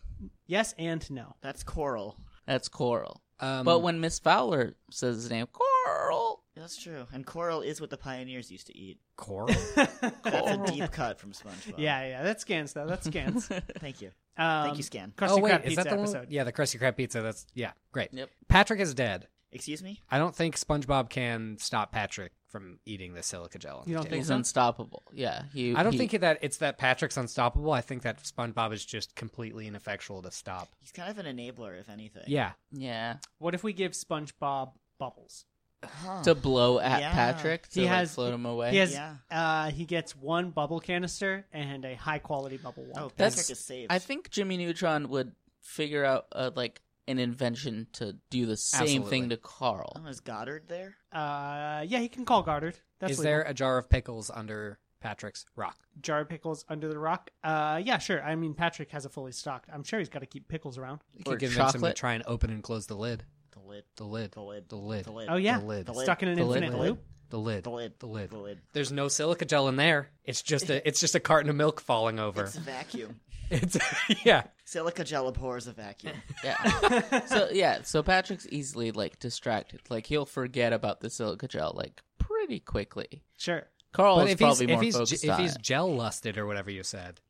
[SPEAKER 4] Yes and no.
[SPEAKER 2] That's coral.
[SPEAKER 1] that's Coral.
[SPEAKER 3] Um,
[SPEAKER 1] but when Miss Fowler says his name, Coral,
[SPEAKER 2] Yeah, That's true. And coral is what the pioneers used to eat.
[SPEAKER 3] Coral?
[SPEAKER 2] That's
[SPEAKER 1] Coral.
[SPEAKER 2] a deep cut from SpongeBob.
[SPEAKER 4] Yeah, yeah, that scans though. That scans. Um,
[SPEAKER 2] Thank you.
[SPEAKER 4] Thank
[SPEAKER 2] you, Scan.
[SPEAKER 4] Krusty
[SPEAKER 3] oh wait,
[SPEAKER 4] Krab
[SPEAKER 3] is
[SPEAKER 4] pizza
[SPEAKER 3] that the one?
[SPEAKER 4] episode.
[SPEAKER 3] Yeah, the Krusty Krab pizza. That's yeah, great.
[SPEAKER 1] Yep.
[SPEAKER 3] Patrick is dead.
[SPEAKER 2] Excuse me.
[SPEAKER 3] I don't think SpongeBob can stop Patrick from eating the silica gel. on the
[SPEAKER 4] You don't
[SPEAKER 3] table.
[SPEAKER 4] think
[SPEAKER 1] he's
[SPEAKER 4] so?
[SPEAKER 1] unstoppable. Yeah, he.
[SPEAKER 3] I don't
[SPEAKER 1] he-
[SPEAKER 3] think that it's that Patrick's unstoppable. I think that SpongeBob is just completely ineffectual to stop.
[SPEAKER 2] He's kind of an enabler, if anything.
[SPEAKER 3] Yeah,
[SPEAKER 1] Yeah,
[SPEAKER 4] What if we give SpongeBob bubbles?
[SPEAKER 2] Huh.
[SPEAKER 1] to blow at
[SPEAKER 2] Yeah.
[SPEAKER 1] Patrick to
[SPEAKER 4] He
[SPEAKER 1] like,
[SPEAKER 4] has-
[SPEAKER 1] float him away.
[SPEAKER 4] He has.
[SPEAKER 2] Yeah.
[SPEAKER 4] Uh, he gets one bubble canister and a high quality bubble wand.
[SPEAKER 2] Oh,
[SPEAKER 1] That's-
[SPEAKER 2] Patrick is saved.
[SPEAKER 1] I think Jimmy Neutron would figure out uh, like an invention to do the same
[SPEAKER 3] Absolutely.
[SPEAKER 1] thing to Carl.
[SPEAKER 2] Oh, is Goddard there?
[SPEAKER 4] Uh, yeah, he can call Goddard. That's
[SPEAKER 3] is
[SPEAKER 4] legal.
[SPEAKER 3] there a jar of pickles under Patrick's rock.
[SPEAKER 4] Jar of pickles under the rock. Uh, yeah, sure. I mean, Patrick has it fully stocked. I'm sure he's got to keep pickles around.
[SPEAKER 3] You
[SPEAKER 1] Or
[SPEAKER 3] could give him some to
[SPEAKER 1] chocolate.
[SPEAKER 3] try and open and close the lid.
[SPEAKER 2] The lid.
[SPEAKER 3] The lid.
[SPEAKER 2] The lid.
[SPEAKER 3] The lid.
[SPEAKER 2] The lid.
[SPEAKER 4] Oh yeah,
[SPEAKER 3] The lid. The
[SPEAKER 2] lid.
[SPEAKER 4] stuck in an
[SPEAKER 3] The lid.
[SPEAKER 4] infinite
[SPEAKER 3] The
[SPEAKER 4] loop.
[SPEAKER 3] lid. The lid.
[SPEAKER 2] The lid.
[SPEAKER 3] The lid.
[SPEAKER 2] The lid.
[SPEAKER 3] There's no silica gel in there. It's just a it's just a carton of milk falling over.
[SPEAKER 2] It's a vacuum.
[SPEAKER 3] It's yeah.
[SPEAKER 2] Silica gel abhors a vacuum.
[SPEAKER 1] Yeah. so yeah, so Patrick's easily like distracted. Like he'll forget about the silica gel like pretty quickly.
[SPEAKER 4] Sure.
[SPEAKER 1] Carl
[SPEAKER 3] But
[SPEAKER 1] is
[SPEAKER 3] if he's
[SPEAKER 1] probably
[SPEAKER 3] if
[SPEAKER 1] more
[SPEAKER 3] he's,
[SPEAKER 1] focused
[SPEAKER 3] if
[SPEAKER 1] on
[SPEAKER 3] he's
[SPEAKER 1] it.
[SPEAKER 3] gel lusted or whatever you said,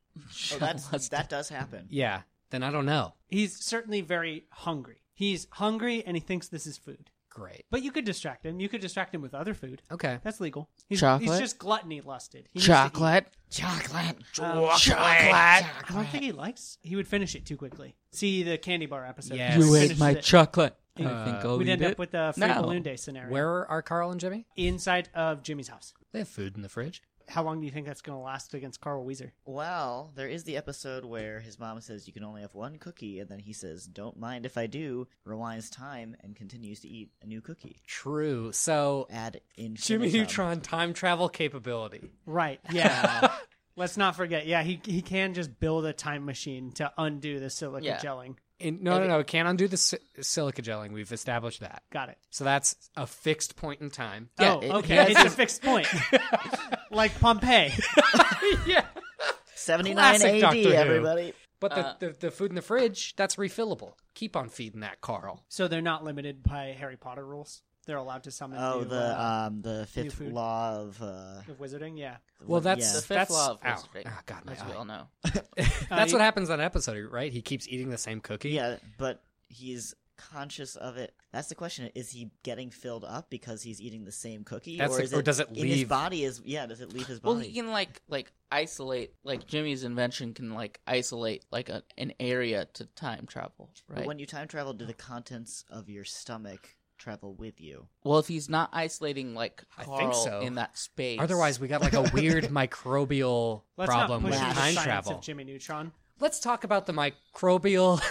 [SPEAKER 2] Oh, that's, that does happen.
[SPEAKER 3] yeah, then I don't know.
[SPEAKER 4] He's certainly very hungry. He's hungry and he thinks this is food.
[SPEAKER 3] Great.
[SPEAKER 4] But you could distract him. You could distract him with other food.
[SPEAKER 3] Okay.
[SPEAKER 4] That's legal. He's, He's
[SPEAKER 1] Chocolate?
[SPEAKER 4] just gluttony lusted. He needs to eat.
[SPEAKER 1] chocolate.
[SPEAKER 2] Chocolate.
[SPEAKER 4] Um,
[SPEAKER 1] Chocolate.
[SPEAKER 4] I don't think he likes. He would finish it too quickly. See the candy bar episode.
[SPEAKER 3] Yes.
[SPEAKER 4] He
[SPEAKER 1] You
[SPEAKER 3] Yes.
[SPEAKER 1] ate
[SPEAKER 4] finishes
[SPEAKER 1] my
[SPEAKER 4] it.
[SPEAKER 1] chocolate.
[SPEAKER 4] Uh,
[SPEAKER 1] I think I'll
[SPEAKER 4] We'd
[SPEAKER 1] eat
[SPEAKER 4] end
[SPEAKER 1] it.
[SPEAKER 4] up with a free
[SPEAKER 1] No.
[SPEAKER 4] balloon day scenario
[SPEAKER 3] Where are Carl and Jimmy?
[SPEAKER 4] inside of Jimmy's house.
[SPEAKER 3] They have food in the fridge.
[SPEAKER 4] How long do you think that's going to last against Carl Weezer?
[SPEAKER 2] Well, there is the episode where his mom says you can only have one cookie, and then he says, "Don't mind if I do." Rewinds time and continues to eat a new cookie.
[SPEAKER 3] True. So
[SPEAKER 2] Add in
[SPEAKER 3] Jimmy Neutron time travel capability.
[SPEAKER 4] Right. Yeah. Let's not forget. Yeah, he he can just build a time machine to undo the silica
[SPEAKER 1] Yeah.
[SPEAKER 4] gelling.
[SPEAKER 3] In, no, no, no. It can't undo the si- silica gelling. We've established that.
[SPEAKER 4] Got it.
[SPEAKER 3] So that's a fixed point in time.
[SPEAKER 1] Yeah,
[SPEAKER 4] oh,
[SPEAKER 1] it-
[SPEAKER 4] okay.
[SPEAKER 1] yes,
[SPEAKER 4] it's a fixed point, like Pompeii.
[SPEAKER 3] yeah.
[SPEAKER 2] Seventy nine
[SPEAKER 3] Classic
[SPEAKER 2] AD.
[SPEAKER 3] Doctor Who.
[SPEAKER 2] Everybody.
[SPEAKER 3] But
[SPEAKER 1] Uh.
[SPEAKER 3] the, the the food in the fridge that's refillable. Keep on feeding that Carl.
[SPEAKER 4] So they're not limited by Harry Potter rules. They're allowed to summon.
[SPEAKER 2] Oh,
[SPEAKER 4] new,
[SPEAKER 2] the
[SPEAKER 4] uh,
[SPEAKER 2] um the fifth
[SPEAKER 4] food.
[SPEAKER 2] law of. Uh,
[SPEAKER 4] of wizarding. Yeah.
[SPEAKER 3] Well, that's
[SPEAKER 2] yeah.
[SPEAKER 1] The fifth
[SPEAKER 3] that's,
[SPEAKER 1] law of
[SPEAKER 3] ow.
[SPEAKER 1] wizarding,
[SPEAKER 3] Ah, God, my
[SPEAKER 1] As we
[SPEAKER 3] eye.
[SPEAKER 1] all know.
[SPEAKER 3] That's
[SPEAKER 1] Uh,
[SPEAKER 4] you-
[SPEAKER 3] what happens on that episode, right? He keeps eating the same cookie.
[SPEAKER 2] yeah, but he's conscious of it. That's the question: Is he getting filled up because he's eating the same cookie,
[SPEAKER 3] That's
[SPEAKER 2] or
[SPEAKER 3] the-
[SPEAKER 2] is
[SPEAKER 3] or
[SPEAKER 2] it
[SPEAKER 3] does it
[SPEAKER 2] in his
[SPEAKER 3] leave?
[SPEAKER 2] body? Is yeah, does it leave his body?
[SPEAKER 1] Well, he can like like isolate like Jimmy's invention can like isolate like a, an area to time travel,
[SPEAKER 2] But
[SPEAKER 1] right?
[SPEAKER 2] when you time travel, do the contents of your stomach travel with you?
[SPEAKER 1] well, if he's not isolating like
[SPEAKER 3] I
[SPEAKER 1] Carl
[SPEAKER 3] think so.
[SPEAKER 1] in that space,
[SPEAKER 3] Otherwise, we got like a weird microbial
[SPEAKER 4] Let's
[SPEAKER 3] problem
[SPEAKER 4] not
[SPEAKER 3] with
[SPEAKER 4] push into
[SPEAKER 3] time
[SPEAKER 4] science
[SPEAKER 3] travel.
[SPEAKER 4] Of Jimmy Neutron.
[SPEAKER 3] Let's talk about the microbial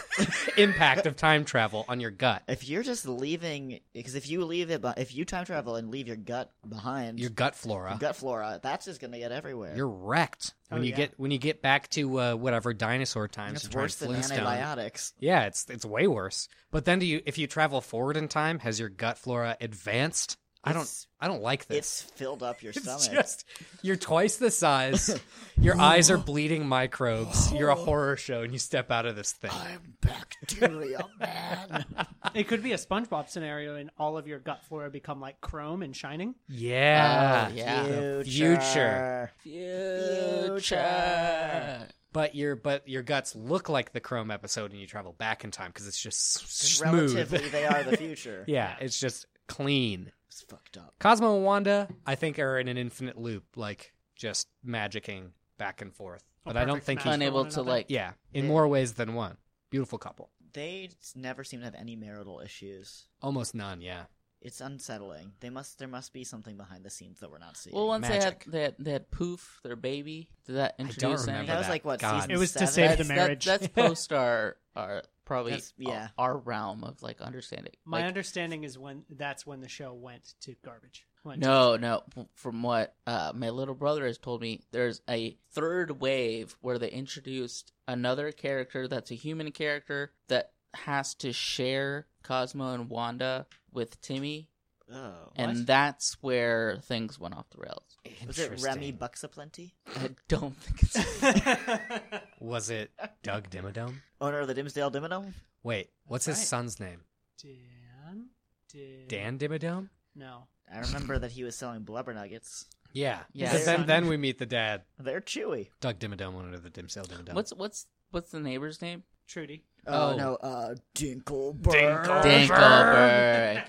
[SPEAKER 3] impact of time travel on your gut.
[SPEAKER 2] If you're just leaving, because if you leave it, be- if you time travel and leave your gut behind,
[SPEAKER 3] Your gut flora.
[SPEAKER 2] your gut flora, that's just gonna get everywhere.
[SPEAKER 3] You're wrecked when
[SPEAKER 4] Oh,
[SPEAKER 3] you
[SPEAKER 4] yeah.
[SPEAKER 3] get when you get back to uh, whatever dinosaur times.
[SPEAKER 2] that's
[SPEAKER 3] to try and
[SPEAKER 2] worse than
[SPEAKER 3] Flintstone.
[SPEAKER 2] antibiotics.
[SPEAKER 3] Yeah, it's it's way worse. But then do you if you travel forward in time, has your gut flora advanced? I don't
[SPEAKER 2] It's-
[SPEAKER 3] I don't like this.
[SPEAKER 2] It's filled up your
[SPEAKER 3] It's
[SPEAKER 2] stomach.
[SPEAKER 3] just you're twice the size. Your eyes are bleeding microbes. You're a horror show, and you step out of this thing.
[SPEAKER 2] I'm bacteria man.
[SPEAKER 4] It could be a SpongeBob scenario, and all of your gut flora become like chrome and shining.
[SPEAKER 3] Yeah,
[SPEAKER 2] Uh,
[SPEAKER 1] Oh, yeah.
[SPEAKER 3] The
[SPEAKER 2] Future.
[SPEAKER 3] future.
[SPEAKER 1] future.
[SPEAKER 3] But your but your guts look like the Chrome episode, and you travel back in time because it's just s- smooth.
[SPEAKER 2] Relatively, they are the future.
[SPEAKER 3] yeah, it's just clean.
[SPEAKER 2] It's fucked up.
[SPEAKER 3] Cosmo and Wanda, I think, are in an infinite loop, like just magicking back and forth. But I don't
[SPEAKER 4] perfect
[SPEAKER 3] think
[SPEAKER 4] match.
[SPEAKER 3] he,
[SPEAKER 4] Funny.
[SPEAKER 1] unable to like
[SPEAKER 3] yeah, in
[SPEAKER 2] Yeah.
[SPEAKER 3] more ways than one. Beautiful couple,
[SPEAKER 2] They s- never seem to have any marital issues.
[SPEAKER 3] almost none. Yeah.
[SPEAKER 2] It's unsettling. They must. There must be something behind the scenes that we're not seeing.
[SPEAKER 1] Well, once
[SPEAKER 3] Magic.
[SPEAKER 1] they had that that poof, their baby. Did that
[SPEAKER 3] don't
[SPEAKER 1] introduce
[SPEAKER 3] remember
[SPEAKER 1] any?
[SPEAKER 2] that was
[SPEAKER 3] that.
[SPEAKER 2] like what
[SPEAKER 3] God.
[SPEAKER 2] season
[SPEAKER 4] It was to
[SPEAKER 2] seven?
[SPEAKER 4] save the
[SPEAKER 1] That's- that-
[SPEAKER 4] marriage.
[SPEAKER 1] that's post our our probably
[SPEAKER 2] That's- yeah.
[SPEAKER 1] our realm of like understanding.
[SPEAKER 4] My
[SPEAKER 1] Like,
[SPEAKER 4] understanding is when that's when the show went to garbage. Went
[SPEAKER 1] No, no. From what uh, my little brother has told me, there's a third wave where they introduced another character that's a human character that has to share Cosmo and Wanda with Timmy,
[SPEAKER 2] Oh.
[SPEAKER 1] and that's where things went off the rails.
[SPEAKER 2] was it Remy
[SPEAKER 3] Interesting.
[SPEAKER 2] Bucks a Plenty?
[SPEAKER 1] I don't think it's.
[SPEAKER 4] to-
[SPEAKER 3] Was it Doug Dimmadome?
[SPEAKER 2] Owner of the Dimsdale Dimmadome?
[SPEAKER 3] Wait, what's
[SPEAKER 4] That's
[SPEAKER 3] his
[SPEAKER 4] right.
[SPEAKER 3] son's name?
[SPEAKER 4] Dan. Dan.
[SPEAKER 3] Dan Dimmadome?
[SPEAKER 4] No.
[SPEAKER 2] I remember that he was selling blubber nuggets.
[SPEAKER 3] Yeah.
[SPEAKER 1] Yeah.
[SPEAKER 3] Because then,
[SPEAKER 4] Son.
[SPEAKER 3] then we meet the dad,
[SPEAKER 2] They're chewy.
[SPEAKER 3] Doug Dimmadome, owner of the Dim Sale Dimmadome.
[SPEAKER 1] what's what's what's the neighbor's name?
[SPEAKER 4] Trudy.
[SPEAKER 3] Oh.
[SPEAKER 2] uh, Dinkleberg.
[SPEAKER 1] Dinkelberg.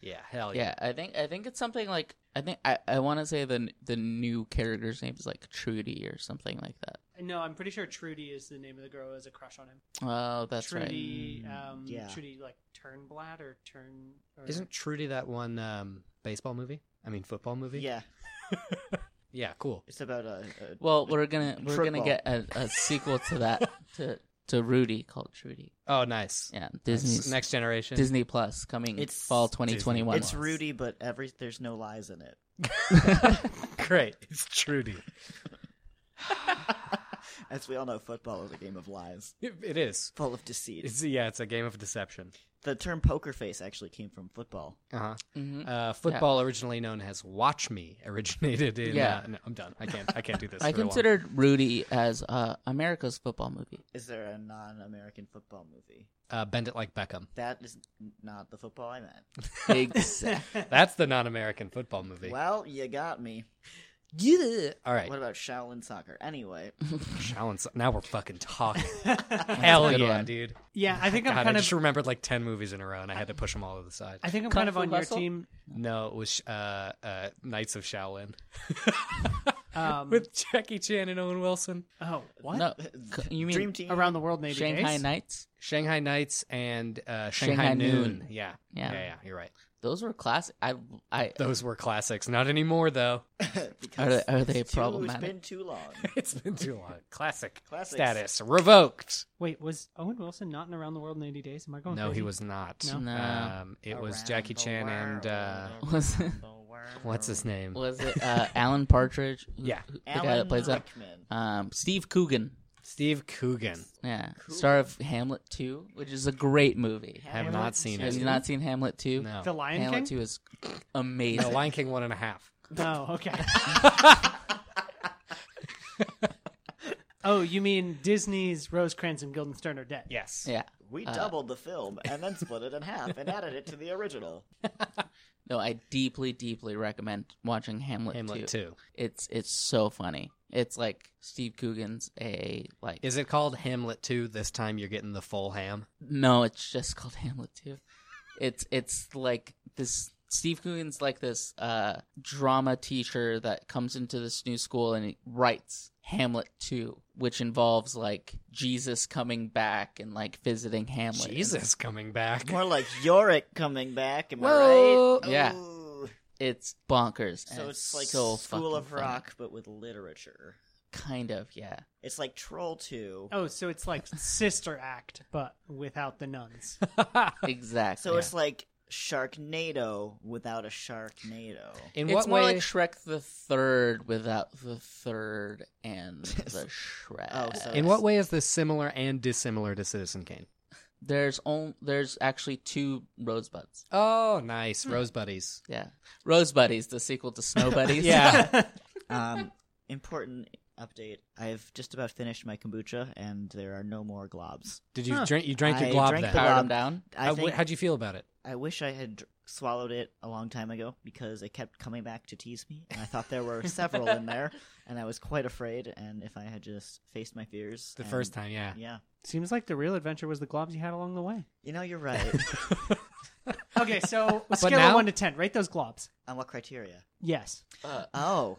[SPEAKER 3] Yeah, hell Oh, yeah.
[SPEAKER 1] Yeah, I think I think it's something like I think I, I want to say the the new character's name is like Trudy or something like that.
[SPEAKER 4] No, I'm pretty sure Trudy is the name of the girl who has a crush on him.
[SPEAKER 1] Oh, that's right.
[SPEAKER 4] Trudy,
[SPEAKER 2] Mm,
[SPEAKER 4] um,
[SPEAKER 2] yeah.
[SPEAKER 4] Trudy like Turnblad or Turn.
[SPEAKER 2] Oh,
[SPEAKER 4] Or...
[SPEAKER 3] Isn't Trudy that one um, baseball movie? I mean, football movie?
[SPEAKER 2] Yeah,
[SPEAKER 3] Yeah, cool.
[SPEAKER 2] it's about a. a
[SPEAKER 1] Well, we're gonna we're
[SPEAKER 2] Football.
[SPEAKER 1] gonna get a, a sequel to that to to Rudy called Trudy.
[SPEAKER 3] Oh, nice.
[SPEAKER 1] Yeah,
[SPEAKER 3] Next,
[SPEAKER 1] Disney
[SPEAKER 3] Next Generation.
[SPEAKER 1] Disney Plus coming
[SPEAKER 2] It's
[SPEAKER 1] fall 2021.
[SPEAKER 2] it's Rudy, but every there's no lies in it.
[SPEAKER 3] great. It's Trudy.
[SPEAKER 2] As we all know, football is a game of lies,
[SPEAKER 3] It- it is.
[SPEAKER 2] full of deceit.
[SPEAKER 3] It's yeah. It's a game of deception.
[SPEAKER 2] the term poker face actually came from football.
[SPEAKER 3] Uh-huh.
[SPEAKER 1] Mhm.
[SPEAKER 3] Uh, football, originally known as Watch Me, originated in.
[SPEAKER 1] Yeah.
[SPEAKER 3] Uh, no, I'm done. I can't. I can't do this.
[SPEAKER 1] I
[SPEAKER 3] for a while.
[SPEAKER 1] considered Rudy as uh, America's football movie.
[SPEAKER 2] Is there a non-American football movie?
[SPEAKER 3] uh, Bend It Like Beckham.
[SPEAKER 2] That is n- not the football I meant.
[SPEAKER 1] Exactly.
[SPEAKER 3] That's the non-American football movie.
[SPEAKER 2] Well, you got me.
[SPEAKER 3] Yeah. All right.
[SPEAKER 2] What about Shaolin soccer? Anyway,
[SPEAKER 3] Shaolin Soc- Now we're fucking talking. Hell
[SPEAKER 1] Good
[SPEAKER 3] yeah,
[SPEAKER 1] one.
[SPEAKER 3] dude.
[SPEAKER 4] yeah, I think I'm
[SPEAKER 3] God,
[SPEAKER 4] kind
[SPEAKER 3] I
[SPEAKER 4] of.
[SPEAKER 3] just remembered like ten movies in a row, and I had to push them all to the side.
[SPEAKER 4] I think I'm
[SPEAKER 1] Kung
[SPEAKER 4] kind of
[SPEAKER 1] Fu
[SPEAKER 4] on your
[SPEAKER 1] Hustle?
[SPEAKER 4] team.
[SPEAKER 3] No, it was uh, uh, Knights of Shaolin
[SPEAKER 4] Um,
[SPEAKER 3] with Jackie Chan and Owen Wilson,
[SPEAKER 4] oh, what?
[SPEAKER 1] no, c- you mean
[SPEAKER 2] Dream Team.
[SPEAKER 4] Around the world, maybe.
[SPEAKER 1] Shanghai
[SPEAKER 4] Ace?
[SPEAKER 1] Nights?
[SPEAKER 3] Shanghai Nights, and uh, Shanghai,
[SPEAKER 1] Shanghai
[SPEAKER 3] Noon.
[SPEAKER 1] Noon.
[SPEAKER 3] Yeah.
[SPEAKER 1] Yeah.
[SPEAKER 3] yeah, yeah. You're right.
[SPEAKER 1] Those were classic. I, I,
[SPEAKER 3] Those were classics. Not anymore though.
[SPEAKER 1] are
[SPEAKER 2] because
[SPEAKER 1] they, are they
[SPEAKER 2] it's too-
[SPEAKER 1] problematic?
[SPEAKER 2] It's been too long.
[SPEAKER 3] It's been too long. Classic
[SPEAKER 2] Classics.
[SPEAKER 3] status revoked.
[SPEAKER 4] Wait, was Owen Wilson not in Around the World in 80 Days? Am I going?
[SPEAKER 3] No,
[SPEAKER 4] crazy?
[SPEAKER 3] he was not.
[SPEAKER 4] No.
[SPEAKER 1] No.
[SPEAKER 3] Um, it was
[SPEAKER 2] Around
[SPEAKER 3] Jackie
[SPEAKER 2] the
[SPEAKER 3] Chan and uh,
[SPEAKER 2] world,
[SPEAKER 1] Was-
[SPEAKER 2] around the world.
[SPEAKER 3] what's his name?
[SPEAKER 1] Was it uh, Alan Partridge? Who-
[SPEAKER 3] Mm. Yeah.
[SPEAKER 1] who- the
[SPEAKER 2] Alan
[SPEAKER 1] guy that plays that.
[SPEAKER 2] Rickman.
[SPEAKER 1] Um, Steve Coogan.
[SPEAKER 3] Steve Coogan.
[SPEAKER 1] Yeah,
[SPEAKER 2] Cool.
[SPEAKER 1] star of Hamlet 2, which is a great movie.
[SPEAKER 3] Have
[SPEAKER 2] Hamlet
[SPEAKER 3] not seen
[SPEAKER 1] Have
[SPEAKER 3] it.
[SPEAKER 1] you not seen Hamlet 2?
[SPEAKER 3] No.
[SPEAKER 4] The Lion
[SPEAKER 1] Hamlet
[SPEAKER 4] King.
[SPEAKER 1] 2 is
[SPEAKER 3] The
[SPEAKER 1] amazing.
[SPEAKER 3] Lion King one and a half.
[SPEAKER 4] No, okay. oh, you mean Disney's Rosecrans and Guildenstern are dead?
[SPEAKER 3] Yes.
[SPEAKER 1] yeah.
[SPEAKER 2] We doubled the film and then split it in half and added it to the original.
[SPEAKER 1] No, I deeply, deeply recommend watching Hamlet, 2.
[SPEAKER 3] Hamlet two.
[SPEAKER 1] It's it's so funny. It's like Steve Coogan's a like
[SPEAKER 3] Is it called Hamlet two? This time you're getting the full ham.
[SPEAKER 1] No, it's just called Hamlet 2. It's it's like this Steve Coogan's like this uh, drama teacher that comes into this new school and he writes Hamlet 2, which involves like Jesus coming back and like visiting Hamlet.
[SPEAKER 3] Jesus coming back.
[SPEAKER 2] More like Yorick coming back, am
[SPEAKER 3] Whoa.
[SPEAKER 2] I right?
[SPEAKER 1] Yeah.
[SPEAKER 2] Ooh.
[SPEAKER 1] It's bonkers. and
[SPEAKER 2] So it's like
[SPEAKER 1] so
[SPEAKER 2] School
[SPEAKER 1] fucking
[SPEAKER 2] of
[SPEAKER 1] funny.
[SPEAKER 2] Rock, but with literature.
[SPEAKER 1] Kind of, yeah.
[SPEAKER 2] It's like Troll 2.
[SPEAKER 4] Oh, so it's like Sister Act, but without the nuns.
[SPEAKER 1] Exactly.
[SPEAKER 2] So it's like Sharknado without a Sharknado.
[SPEAKER 3] In
[SPEAKER 1] It's
[SPEAKER 3] what
[SPEAKER 1] more
[SPEAKER 3] way?
[SPEAKER 1] like Shrek the Third without the third and the Shrek.
[SPEAKER 2] Oh, so
[SPEAKER 3] in what way is this similar and dissimilar to Citizen Kane?
[SPEAKER 1] There's on, there's actually two Rosebuds.
[SPEAKER 3] Oh, nice. Rose buddies.
[SPEAKER 1] Yeah. Rose Buddies, the sequel to Snow Buddies.
[SPEAKER 3] Yeah.
[SPEAKER 2] Um, important update. I've just about finished my kombucha, and there are no more globs.
[SPEAKER 3] Did you
[SPEAKER 4] Huh.
[SPEAKER 3] drink? You drank your
[SPEAKER 2] I
[SPEAKER 3] glob
[SPEAKER 2] drank
[SPEAKER 3] then.
[SPEAKER 2] the
[SPEAKER 1] Powered them
[SPEAKER 2] glob.
[SPEAKER 1] down.
[SPEAKER 2] I,
[SPEAKER 3] Uh, wh-
[SPEAKER 2] think,
[SPEAKER 3] how'd you feel about it?
[SPEAKER 2] I wish I had dr- swallowed it a long time ago because it kept coming back to tease me, and I thought there were several in there, and I was quite afraid. And if I had just faced my fears
[SPEAKER 3] The
[SPEAKER 2] and-
[SPEAKER 3] first time, yeah.
[SPEAKER 2] yeah,
[SPEAKER 4] Seems like the real adventure was the globs you had along the way.
[SPEAKER 2] you know, you're right.
[SPEAKER 4] Okay, so a
[SPEAKER 3] But
[SPEAKER 4] scale
[SPEAKER 3] now-
[SPEAKER 4] of one to ten, rate those globs.
[SPEAKER 2] On what criteria?
[SPEAKER 4] Yes,
[SPEAKER 3] Uh.
[SPEAKER 2] Oh,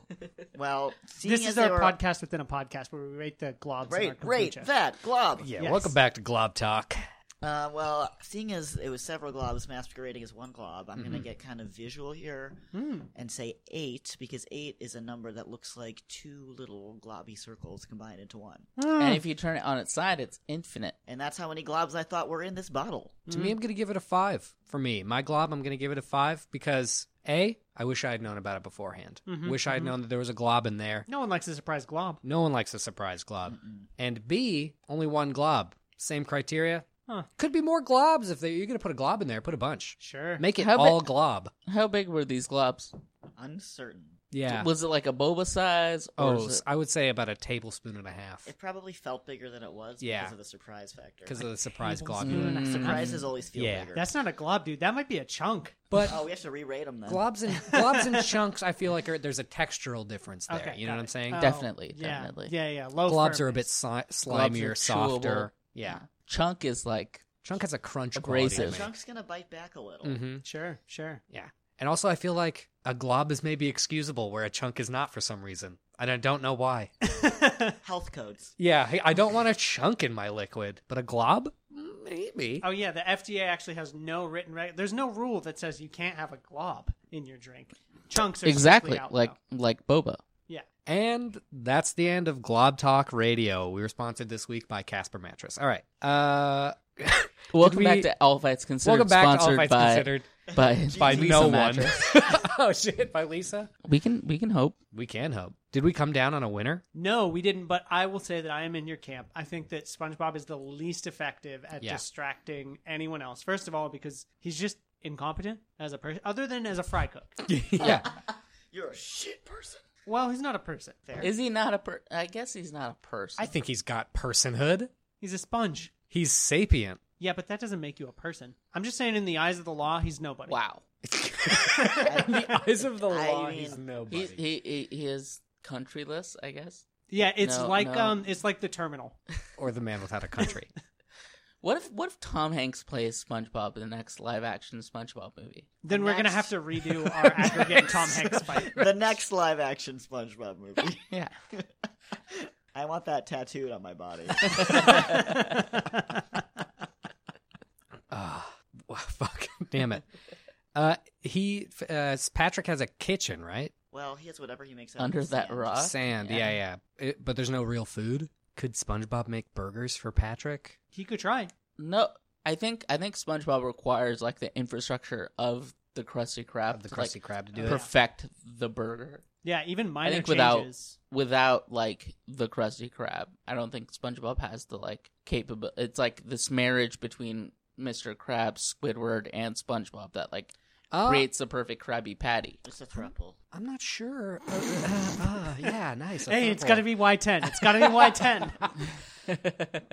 [SPEAKER 2] well, seeing
[SPEAKER 4] this
[SPEAKER 2] as
[SPEAKER 4] is
[SPEAKER 2] they
[SPEAKER 4] our
[SPEAKER 2] were...
[SPEAKER 4] podcast within a podcast where we rate the globs. in
[SPEAKER 2] Great,
[SPEAKER 4] our
[SPEAKER 2] great,
[SPEAKER 4] kombucha.
[SPEAKER 2] that glob.
[SPEAKER 3] Yeah.
[SPEAKER 4] Yes.
[SPEAKER 3] Welcome back to Glob Talk.
[SPEAKER 2] Uh, well, seeing as it was several globs masquerading as one glob, I'm gonna get kind of visual here
[SPEAKER 4] Hmm.
[SPEAKER 2] and say eight because eight is a number that looks like two little globby circles combined into one,
[SPEAKER 4] Hmm.
[SPEAKER 1] And if you turn it on its side, it's infinite.
[SPEAKER 2] and that's how many globs I thought were in this bottle.
[SPEAKER 3] To me, I'm going to give it a five. For me, my glob, I'm going to give it a five because A, I wish I had known about it beforehand.
[SPEAKER 2] Mm-hmm,
[SPEAKER 3] wish I had known that there was a glob in there.
[SPEAKER 4] No one likes a surprise glob.
[SPEAKER 3] No one likes a surprise glob. And B, only one glob. Same criteria.
[SPEAKER 4] Huh.
[SPEAKER 3] Could be more globs if they, you're going to put a glob in there. Put a bunch.
[SPEAKER 4] Sure.
[SPEAKER 3] Make it
[SPEAKER 1] How ba-
[SPEAKER 3] all glob.
[SPEAKER 1] How big were these globs?
[SPEAKER 2] Uncertain.
[SPEAKER 3] Yeah.
[SPEAKER 1] Was it like a boba size? Or
[SPEAKER 3] oh,
[SPEAKER 1] was
[SPEAKER 3] s-
[SPEAKER 1] it-
[SPEAKER 3] I would say about a tablespoon and a half
[SPEAKER 2] It probably felt bigger than it was
[SPEAKER 3] Yeah.
[SPEAKER 2] because of the surprise factor.
[SPEAKER 3] because of the surprise glob.
[SPEAKER 4] tablespoon and a
[SPEAKER 1] Mm.
[SPEAKER 4] half.
[SPEAKER 2] surprises always feel
[SPEAKER 3] Yeah.
[SPEAKER 2] bigger.
[SPEAKER 4] Mm. That's not a glob, dude. That might be a chunk.
[SPEAKER 3] But
[SPEAKER 2] Oh, we have to re-rate them then.
[SPEAKER 3] globs and globs and chunks, I feel like are, there's a textural difference there.
[SPEAKER 4] Okay,
[SPEAKER 3] you know
[SPEAKER 4] got
[SPEAKER 3] what I'm
[SPEAKER 4] it.
[SPEAKER 3] saying?
[SPEAKER 4] Oh,
[SPEAKER 1] Definitely,
[SPEAKER 4] yeah,
[SPEAKER 1] definitely.
[SPEAKER 4] Yeah, yeah. Low
[SPEAKER 3] globs are a
[SPEAKER 4] firmness.
[SPEAKER 3] bit si- slimier,
[SPEAKER 1] are
[SPEAKER 3] softer.
[SPEAKER 1] chewable.
[SPEAKER 3] Yeah,
[SPEAKER 1] Chunk is like
[SPEAKER 3] chunk has a crunch
[SPEAKER 1] Abrasive.
[SPEAKER 3] quality.
[SPEAKER 2] Chunk's gonna bite back a little.
[SPEAKER 3] Mm-hmm.
[SPEAKER 4] Sure, sure.
[SPEAKER 3] Yeah, and also I feel like a glob is maybe excusable where a chunk is not for some reason, and I don't know why.
[SPEAKER 2] Health codes.
[SPEAKER 3] yeah, hey, I don't want a chunk in my liquid, but a glob, Mm, maybe.
[SPEAKER 4] Oh yeah, the FDA actually has no written. Reg- There's no rule that says you can't have a glob in your drink. Chunks are
[SPEAKER 1] exactly
[SPEAKER 4] strictly out,
[SPEAKER 1] like
[SPEAKER 4] though.
[SPEAKER 1] like boba.
[SPEAKER 4] yeah.
[SPEAKER 3] And that's the end of Glob Talk Radio. We were sponsored this week by Casper Mattress. All right. Uh
[SPEAKER 1] Welcome
[SPEAKER 3] we-
[SPEAKER 1] back to All Fights Considered.
[SPEAKER 3] Welcome back to All
[SPEAKER 1] sponsored
[SPEAKER 3] Fights
[SPEAKER 1] by,
[SPEAKER 3] Considered
[SPEAKER 1] by,
[SPEAKER 3] by
[SPEAKER 1] Lisa
[SPEAKER 3] no
[SPEAKER 1] Mattress.
[SPEAKER 3] one. oh shit! By Lisa.
[SPEAKER 1] We can we can hope.
[SPEAKER 3] We can hope. Did we come down on a winner?
[SPEAKER 4] No, we didn't. But I will say that I am in your camp. I think that SpongeBob is the least effective at
[SPEAKER 3] Yeah.
[SPEAKER 4] distracting anyone else. First of all, because he's just incompetent as a person, other than as a fry cook.
[SPEAKER 3] yeah.
[SPEAKER 2] You're a shit person.
[SPEAKER 4] Well, he's not a person.
[SPEAKER 2] Fair.
[SPEAKER 1] Is he not a per? I guess he's not a person.
[SPEAKER 3] I think he's got personhood.
[SPEAKER 4] He's a sponge.
[SPEAKER 3] He's sapient.
[SPEAKER 4] Yeah, but that doesn't make you a person. I'm just saying, in the eyes of the law, he's nobody.
[SPEAKER 1] wow.
[SPEAKER 3] In the eyes of the
[SPEAKER 2] I
[SPEAKER 3] law,
[SPEAKER 2] mean,
[SPEAKER 3] he's nobody.
[SPEAKER 1] He, he he he is countryless. I guess.
[SPEAKER 4] Yeah, it's
[SPEAKER 1] No,
[SPEAKER 4] like
[SPEAKER 1] no.
[SPEAKER 4] um, it's like the terminal.
[SPEAKER 3] or the man without a country.
[SPEAKER 1] What if what if Tom Hanks plays SpongeBob in the next live action SpongeBob movie?
[SPEAKER 4] Then we're gonna
[SPEAKER 2] Next.
[SPEAKER 4] have to redo our aggregate Tom Hanks fight.
[SPEAKER 2] the next live action SpongeBob movie.
[SPEAKER 1] Yeah.
[SPEAKER 2] I want that tattooed on my body.
[SPEAKER 3] Ah, wow, fuck, damn it. Uh, he f- uh, Patrick has a kitchen, right?
[SPEAKER 2] well, he has whatever he makes out of
[SPEAKER 1] Under
[SPEAKER 2] his
[SPEAKER 1] that
[SPEAKER 2] hand.
[SPEAKER 1] rock.
[SPEAKER 3] Sand, yeah, yeah. It- but there's no real food. Could SpongeBob make burgers for Patrick?
[SPEAKER 4] He could try.
[SPEAKER 1] No, I think I think SpongeBob requires like the infrastructure of the Krusty Krab
[SPEAKER 3] Of the
[SPEAKER 1] to,
[SPEAKER 3] Krusty
[SPEAKER 1] like,
[SPEAKER 3] Krab to
[SPEAKER 4] uh,
[SPEAKER 3] do it.
[SPEAKER 1] perfect the burger
[SPEAKER 4] Yeah, even minor
[SPEAKER 1] think without-
[SPEAKER 4] changes.
[SPEAKER 1] without like the Krusty Krab. I don't think SpongeBob has the like capable. It's like this marriage between Mr. Krab, Squidward, and SpongeBob that like
[SPEAKER 3] Uh,
[SPEAKER 1] creates the perfect Krabby Patty.
[SPEAKER 2] It's a thruple.
[SPEAKER 3] I'm not sure. Uh, uh, uh, yeah, nice. a
[SPEAKER 4] hey, it's
[SPEAKER 3] purple.
[SPEAKER 4] gotta be Y ten. It's gotta be Y ten.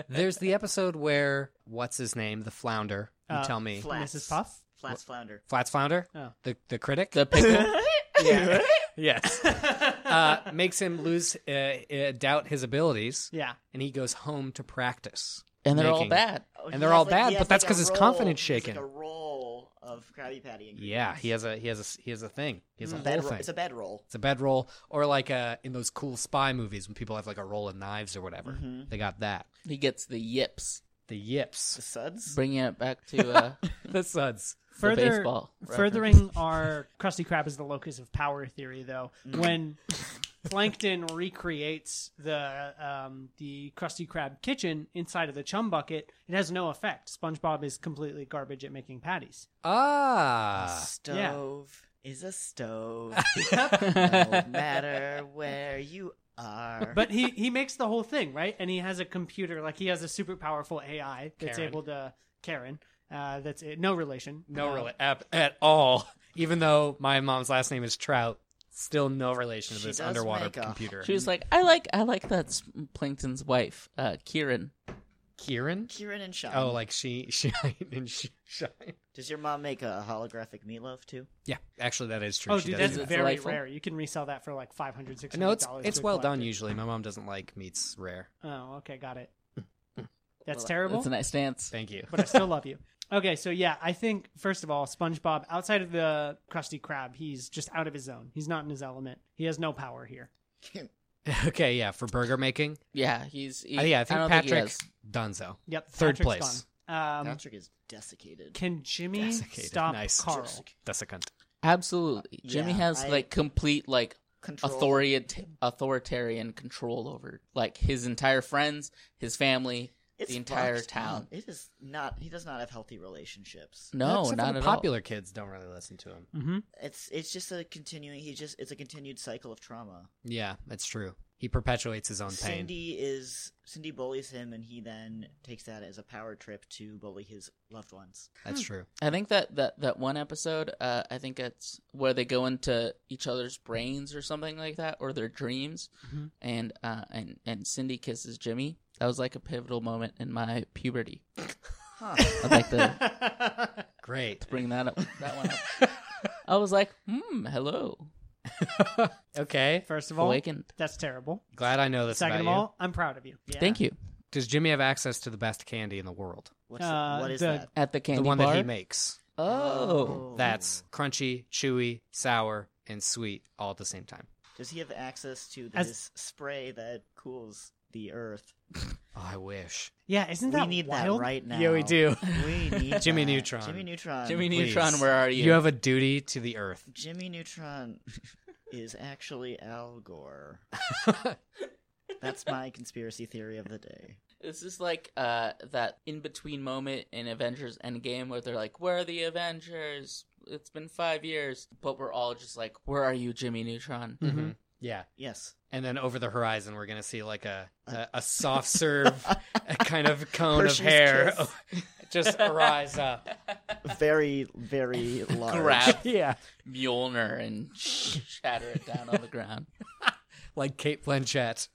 [SPEAKER 3] There's the episode where what's his name, the flounder. You
[SPEAKER 4] Uh,
[SPEAKER 3] tell me,
[SPEAKER 2] Fla- Flats.
[SPEAKER 4] Mrs. Puff.
[SPEAKER 2] Flats flounder.
[SPEAKER 3] Flats flounder,
[SPEAKER 4] Oh.
[SPEAKER 3] the the critic.
[SPEAKER 1] The pickle.
[SPEAKER 3] yeah. yes, uh, makes him lose uh, uh, doubt his abilities,
[SPEAKER 4] Yeah.
[SPEAKER 3] and he goes home to practice.
[SPEAKER 1] And they're all
[SPEAKER 3] Making-
[SPEAKER 1] bad.
[SPEAKER 2] Oh,
[SPEAKER 3] And
[SPEAKER 2] he
[SPEAKER 3] they're
[SPEAKER 2] has
[SPEAKER 3] all
[SPEAKER 2] like-
[SPEAKER 3] bad,
[SPEAKER 2] he has
[SPEAKER 3] but that's
[SPEAKER 2] like a
[SPEAKER 3] 'cause his
[SPEAKER 2] roll-
[SPEAKER 3] confidence
[SPEAKER 2] he has
[SPEAKER 3] shaken.
[SPEAKER 2] Like a roll of Krabby Patty. Ingredients.
[SPEAKER 3] Yeah, he has a he has a he has a thing. He has
[SPEAKER 2] It's a
[SPEAKER 3] a whole
[SPEAKER 2] bed roll.
[SPEAKER 3] thing.
[SPEAKER 2] It's a bed roll.
[SPEAKER 3] It's a bedroll, or like uh, in those cool spy movies when people have like a roll of knives or whatever.
[SPEAKER 2] Mm-hmm.
[SPEAKER 3] They got that.
[SPEAKER 1] He gets the yips.
[SPEAKER 3] The
[SPEAKER 2] The
[SPEAKER 3] yips,
[SPEAKER 2] suds.
[SPEAKER 1] Bringing it back to uh,
[SPEAKER 3] the suds.
[SPEAKER 1] the
[SPEAKER 4] Further,
[SPEAKER 1] baseball.
[SPEAKER 4] furthering our Krusty Krab is the locus of power theory, though.
[SPEAKER 3] Mm.
[SPEAKER 4] When Plankton recreates the um, the Krusty Krab kitchen inside of the chum bucket, it has no effect. SpongeBob is completely garbage at making patties.
[SPEAKER 3] Ah,
[SPEAKER 2] stove is a stove. no matter where you are.
[SPEAKER 4] But he he makes the whole thing right, and he has a computer like he has a super powerful AI that's
[SPEAKER 3] Karen.
[SPEAKER 4] able to Karen. Uh, that's it. No relation.
[SPEAKER 3] no
[SPEAKER 4] Uh,
[SPEAKER 3] relation at, at all. Even though my mom's last name is Trout, still no relation to
[SPEAKER 2] She
[SPEAKER 3] this
[SPEAKER 2] does
[SPEAKER 3] underwater
[SPEAKER 2] make a-
[SPEAKER 3] computer.
[SPEAKER 1] She was like, I like, I like that s- Plankton's wife, uh, Kieran.
[SPEAKER 3] Kieran.
[SPEAKER 2] Kieran and Sean.
[SPEAKER 3] Oh, like she shine and she shine.
[SPEAKER 2] Does your mom make a holographic meatloaf too?
[SPEAKER 3] Yeah, actually, that is true.
[SPEAKER 4] Oh,
[SPEAKER 3] She
[SPEAKER 4] dude,
[SPEAKER 3] does
[SPEAKER 4] that's
[SPEAKER 3] do
[SPEAKER 1] it.
[SPEAKER 4] very
[SPEAKER 1] Delightful.
[SPEAKER 4] rare. You can resell that for like 500
[SPEAKER 3] that. no, it's
[SPEAKER 4] dollars
[SPEAKER 3] it's well done usually. My mom doesn't like meats rare.
[SPEAKER 4] Oh, okay, got it. That's
[SPEAKER 2] Well,
[SPEAKER 4] terrible,
[SPEAKER 1] That's a nice stance.
[SPEAKER 3] Thank you.
[SPEAKER 4] but I still love you. Okay, so yeah, I think first of all, SpongeBob, outside of the Krusty Krab, he's just out of his zone. He's not in his element. He has no power here.
[SPEAKER 3] okay, yeah, for burger making.
[SPEAKER 1] Yeah, he's. He,
[SPEAKER 3] Uh, yeah, I think
[SPEAKER 1] don't he
[SPEAKER 3] Patrick
[SPEAKER 1] has.
[SPEAKER 3] Dunzo.
[SPEAKER 4] Yep,
[SPEAKER 3] Third
[SPEAKER 4] Patrick's
[SPEAKER 3] place.
[SPEAKER 4] gone. Um,
[SPEAKER 2] Patrick is desiccated.
[SPEAKER 4] can Jimmy
[SPEAKER 3] Desiccated.
[SPEAKER 4] stop
[SPEAKER 3] Nice.
[SPEAKER 4] Carl?
[SPEAKER 3] Desiccant.
[SPEAKER 1] absolutely. Jimmy
[SPEAKER 2] Yeah,
[SPEAKER 1] has
[SPEAKER 2] I-
[SPEAKER 1] like complete like
[SPEAKER 2] Control.
[SPEAKER 1] authorit- authoritarian control over like his entire friends, his family,
[SPEAKER 2] It's
[SPEAKER 1] the entire
[SPEAKER 2] fucked
[SPEAKER 1] town. Mm.
[SPEAKER 2] up. It is not. He does not have healthy relationships.
[SPEAKER 1] No,
[SPEAKER 3] Except for
[SPEAKER 1] not
[SPEAKER 3] the
[SPEAKER 1] at
[SPEAKER 3] popular kids don't really listen to him.
[SPEAKER 4] Mm-hmm.
[SPEAKER 2] It's it's just a continuing. He just it's a continued cycle of trauma.
[SPEAKER 3] Yeah, that's true. He perpetuates his own pain.
[SPEAKER 2] Cindy is Cindy bullies him, and he then takes that as a power trip to bully his loved ones.
[SPEAKER 3] That's true.
[SPEAKER 1] all. I think that that that one episode, uh, I think it's where they go into each other's brains or something like that, or their dreams,
[SPEAKER 4] Mhm.
[SPEAKER 1] and uh, and and Cindy kisses Jimmy. That was like a pivotal moment in my puberty. I'd like to
[SPEAKER 3] Great.
[SPEAKER 1] bring that up. That one up. I was like, hmm, hello,
[SPEAKER 3] okay.
[SPEAKER 4] First of all,
[SPEAKER 1] awakened.
[SPEAKER 4] that's terrible.
[SPEAKER 3] Glad I know this
[SPEAKER 4] Second
[SPEAKER 3] about
[SPEAKER 4] of
[SPEAKER 3] you.
[SPEAKER 4] all, I'm proud of you.
[SPEAKER 2] Yeah.
[SPEAKER 1] Thank you.
[SPEAKER 3] Does Jimmy have access to the best candy in the world?
[SPEAKER 2] What's
[SPEAKER 4] Uh,
[SPEAKER 2] what is
[SPEAKER 4] the-
[SPEAKER 2] that?
[SPEAKER 1] At the candy
[SPEAKER 3] the one
[SPEAKER 1] bar.
[SPEAKER 3] that he makes.
[SPEAKER 1] Oh,
[SPEAKER 3] That's crunchy, chewy, sour, and sweet all at the same time.
[SPEAKER 2] Does he have access to
[SPEAKER 4] As-
[SPEAKER 2] this spray that cools the earth?
[SPEAKER 3] Oh, I wish.
[SPEAKER 4] Yeah, isn't that
[SPEAKER 2] we need
[SPEAKER 4] wild?
[SPEAKER 2] that right now.
[SPEAKER 3] Yeah, we do.
[SPEAKER 2] We need
[SPEAKER 3] Jimmy
[SPEAKER 2] that.
[SPEAKER 3] Neutron.
[SPEAKER 2] Jimmy Neutron.
[SPEAKER 1] Jimmy
[SPEAKER 3] Um, Please.
[SPEAKER 1] Neutron, where are you?
[SPEAKER 3] You have a duty to the earth.
[SPEAKER 2] Jimmy Neutron is actually Al Gore. That's my conspiracy theory of the day.
[SPEAKER 1] This is like uh, that in between moment in Avengers Endgame where they're like, Where are the Avengers? It's been five years. But we're all just like, Where are you, Jimmy Neutron?
[SPEAKER 3] Mm-hmm. Yeah.
[SPEAKER 2] Yes.
[SPEAKER 3] And then over the horizon, we're going to see like a, a, a soft serve a kind of cone
[SPEAKER 2] Hershey's
[SPEAKER 3] of hair just rise
[SPEAKER 1] rise
[SPEAKER 3] up.
[SPEAKER 2] Very, very large.
[SPEAKER 1] Grab
[SPEAKER 3] Yeah.
[SPEAKER 1] Mjolnir and shatter it down on the ground.
[SPEAKER 3] Like Kate Blanchett.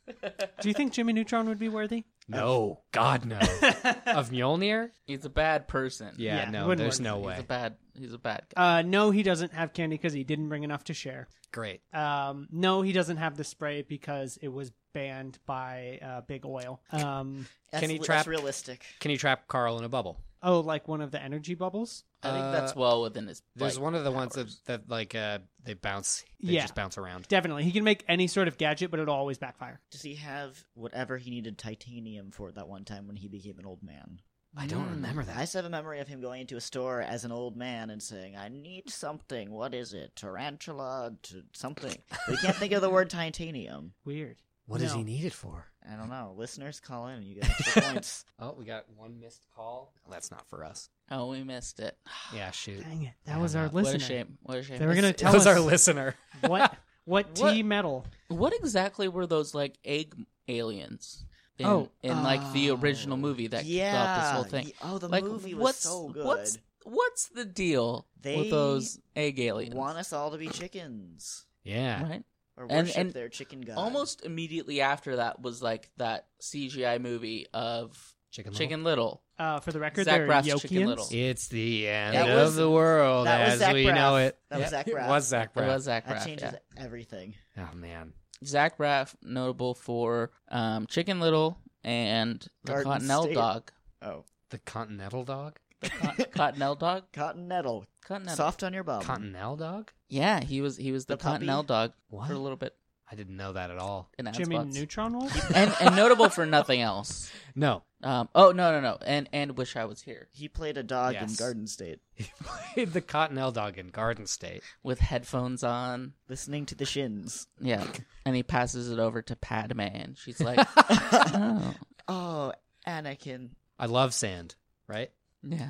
[SPEAKER 4] Do you think Jimmy Neutron would be worthy?
[SPEAKER 3] No. God, no. of Mjolnir?
[SPEAKER 1] He's a bad person.
[SPEAKER 3] Yeah,
[SPEAKER 4] Yeah, it
[SPEAKER 3] no,
[SPEAKER 4] wouldn't
[SPEAKER 3] there's
[SPEAKER 4] work.
[SPEAKER 3] no
[SPEAKER 1] He's a
[SPEAKER 3] way.
[SPEAKER 1] bad he's a bad guy.
[SPEAKER 4] Uh, no, he doesn't have candy because he didn't bring enough to share.
[SPEAKER 3] Great.
[SPEAKER 4] Um, no, he doesn't have the spray because it was banned by uh, Big Oil. Um,
[SPEAKER 2] That's,
[SPEAKER 3] Can he
[SPEAKER 2] that's
[SPEAKER 3] trap-
[SPEAKER 2] realistic.
[SPEAKER 3] Can you trap Carl in a bubble?
[SPEAKER 4] oh, like one of the energy bubbles.
[SPEAKER 1] I think that's
[SPEAKER 3] Uh,
[SPEAKER 1] well within his
[SPEAKER 3] There's
[SPEAKER 1] like,
[SPEAKER 3] one of the ones that,
[SPEAKER 1] powers.
[SPEAKER 3] that like uh, they bounce. They
[SPEAKER 4] Yeah.
[SPEAKER 3] just bounce around.
[SPEAKER 4] Definitely, he can make any sort of gadget, but it'll always backfire.
[SPEAKER 2] Does he have whatever he needed titanium for that one time when he became an old man?
[SPEAKER 3] I don't remember
[SPEAKER 2] I
[SPEAKER 3] that.
[SPEAKER 2] just have a memory of him going into a store as an old man and saying, "I need something. What is it? Tarantula? T- something." We can't think of the word titanium.
[SPEAKER 4] Weird.
[SPEAKER 3] What does
[SPEAKER 4] No.
[SPEAKER 3] he need it for?
[SPEAKER 2] I don't know. Listeners, call in. You get extra points.
[SPEAKER 3] Oh, we got one missed call. That's not for us.
[SPEAKER 1] Oh, we missed it.
[SPEAKER 3] Yeah, shoot.
[SPEAKER 4] Dang it, that
[SPEAKER 3] Yeah,
[SPEAKER 4] was our
[SPEAKER 3] no.
[SPEAKER 1] What a
[SPEAKER 4] listener.
[SPEAKER 1] shame. What a shame.
[SPEAKER 4] They were
[SPEAKER 1] It's-
[SPEAKER 4] gonna
[SPEAKER 3] That
[SPEAKER 4] tell
[SPEAKER 3] was
[SPEAKER 4] us
[SPEAKER 3] our listener.
[SPEAKER 4] what what
[SPEAKER 1] What?
[SPEAKER 4] T metal.
[SPEAKER 1] What exactly were those like egg aliens? In,
[SPEAKER 4] Oh.
[SPEAKER 1] in like the original
[SPEAKER 2] Oh.
[SPEAKER 1] movie that kicked
[SPEAKER 2] yeah.
[SPEAKER 1] off this whole thing.
[SPEAKER 2] y- Oh, the
[SPEAKER 1] like,
[SPEAKER 2] movie was
[SPEAKER 1] what's
[SPEAKER 2] so good.
[SPEAKER 1] what's what's the deal
[SPEAKER 2] They
[SPEAKER 1] with those egg aliens?
[SPEAKER 2] Want us all to be chickens
[SPEAKER 3] Yeah.
[SPEAKER 1] right?
[SPEAKER 2] or
[SPEAKER 1] And-
[SPEAKER 2] worship
[SPEAKER 1] and
[SPEAKER 2] their chicken god?
[SPEAKER 1] Almost immediately after that was like that CGI movie of
[SPEAKER 3] Chicken. Little.
[SPEAKER 1] Chicken Little.
[SPEAKER 4] Uh, for the record,
[SPEAKER 1] Zach
[SPEAKER 4] they're
[SPEAKER 1] Braff's Chicken
[SPEAKER 4] Yokians.
[SPEAKER 1] Little.
[SPEAKER 3] It's the end
[SPEAKER 2] That
[SPEAKER 3] of
[SPEAKER 2] was-
[SPEAKER 3] the world
[SPEAKER 2] that was
[SPEAKER 3] as
[SPEAKER 2] Zach
[SPEAKER 3] we
[SPEAKER 2] Braff.
[SPEAKER 3] know it.
[SPEAKER 2] That was Zach
[SPEAKER 3] It
[SPEAKER 2] Braff.
[SPEAKER 3] was Zach
[SPEAKER 1] It
[SPEAKER 3] Braff.
[SPEAKER 1] was Zach
[SPEAKER 2] That
[SPEAKER 1] Braff.
[SPEAKER 2] changes
[SPEAKER 1] yeah.
[SPEAKER 2] everything.
[SPEAKER 3] Oh man.
[SPEAKER 1] Zach Braff, notable for um, Chicken Little and the
[SPEAKER 2] Garden
[SPEAKER 1] Cottonelle
[SPEAKER 2] State.
[SPEAKER 1] Dog.
[SPEAKER 2] Oh,
[SPEAKER 3] The Continental Dog?
[SPEAKER 1] The Cot- Cottonelle Dog.
[SPEAKER 2] cotton nettle,
[SPEAKER 1] Cottonelle.
[SPEAKER 2] soft on your bum.
[SPEAKER 3] Continental Dog?
[SPEAKER 1] Yeah, he was he was the,
[SPEAKER 2] The puppy?
[SPEAKER 1] Cottonelle Dog
[SPEAKER 3] What?
[SPEAKER 1] for a little bit
[SPEAKER 3] I didn't know that at all.
[SPEAKER 1] in ad
[SPEAKER 4] Jimmy
[SPEAKER 1] spots.
[SPEAKER 4] Neutron was.
[SPEAKER 1] and and notable for nothing else.
[SPEAKER 3] No.
[SPEAKER 1] Um, oh no no no, and and wish I was here
[SPEAKER 2] He played a dog in
[SPEAKER 3] Yes.
[SPEAKER 2] Garden State,
[SPEAKER 3] He played the Continental Dog in Garden State.
[SPEAKER 1] with headphones on.
[SPEAKER 2] listening to the Shins.
[SPEAKER 1] Yeah, and he passes it over to Padme, and she's like, oh.
[SPEAKER 2] Oh, Anakin.
[SPEAKER 3] I love sand, right?
[SPEAKER 1] yeah,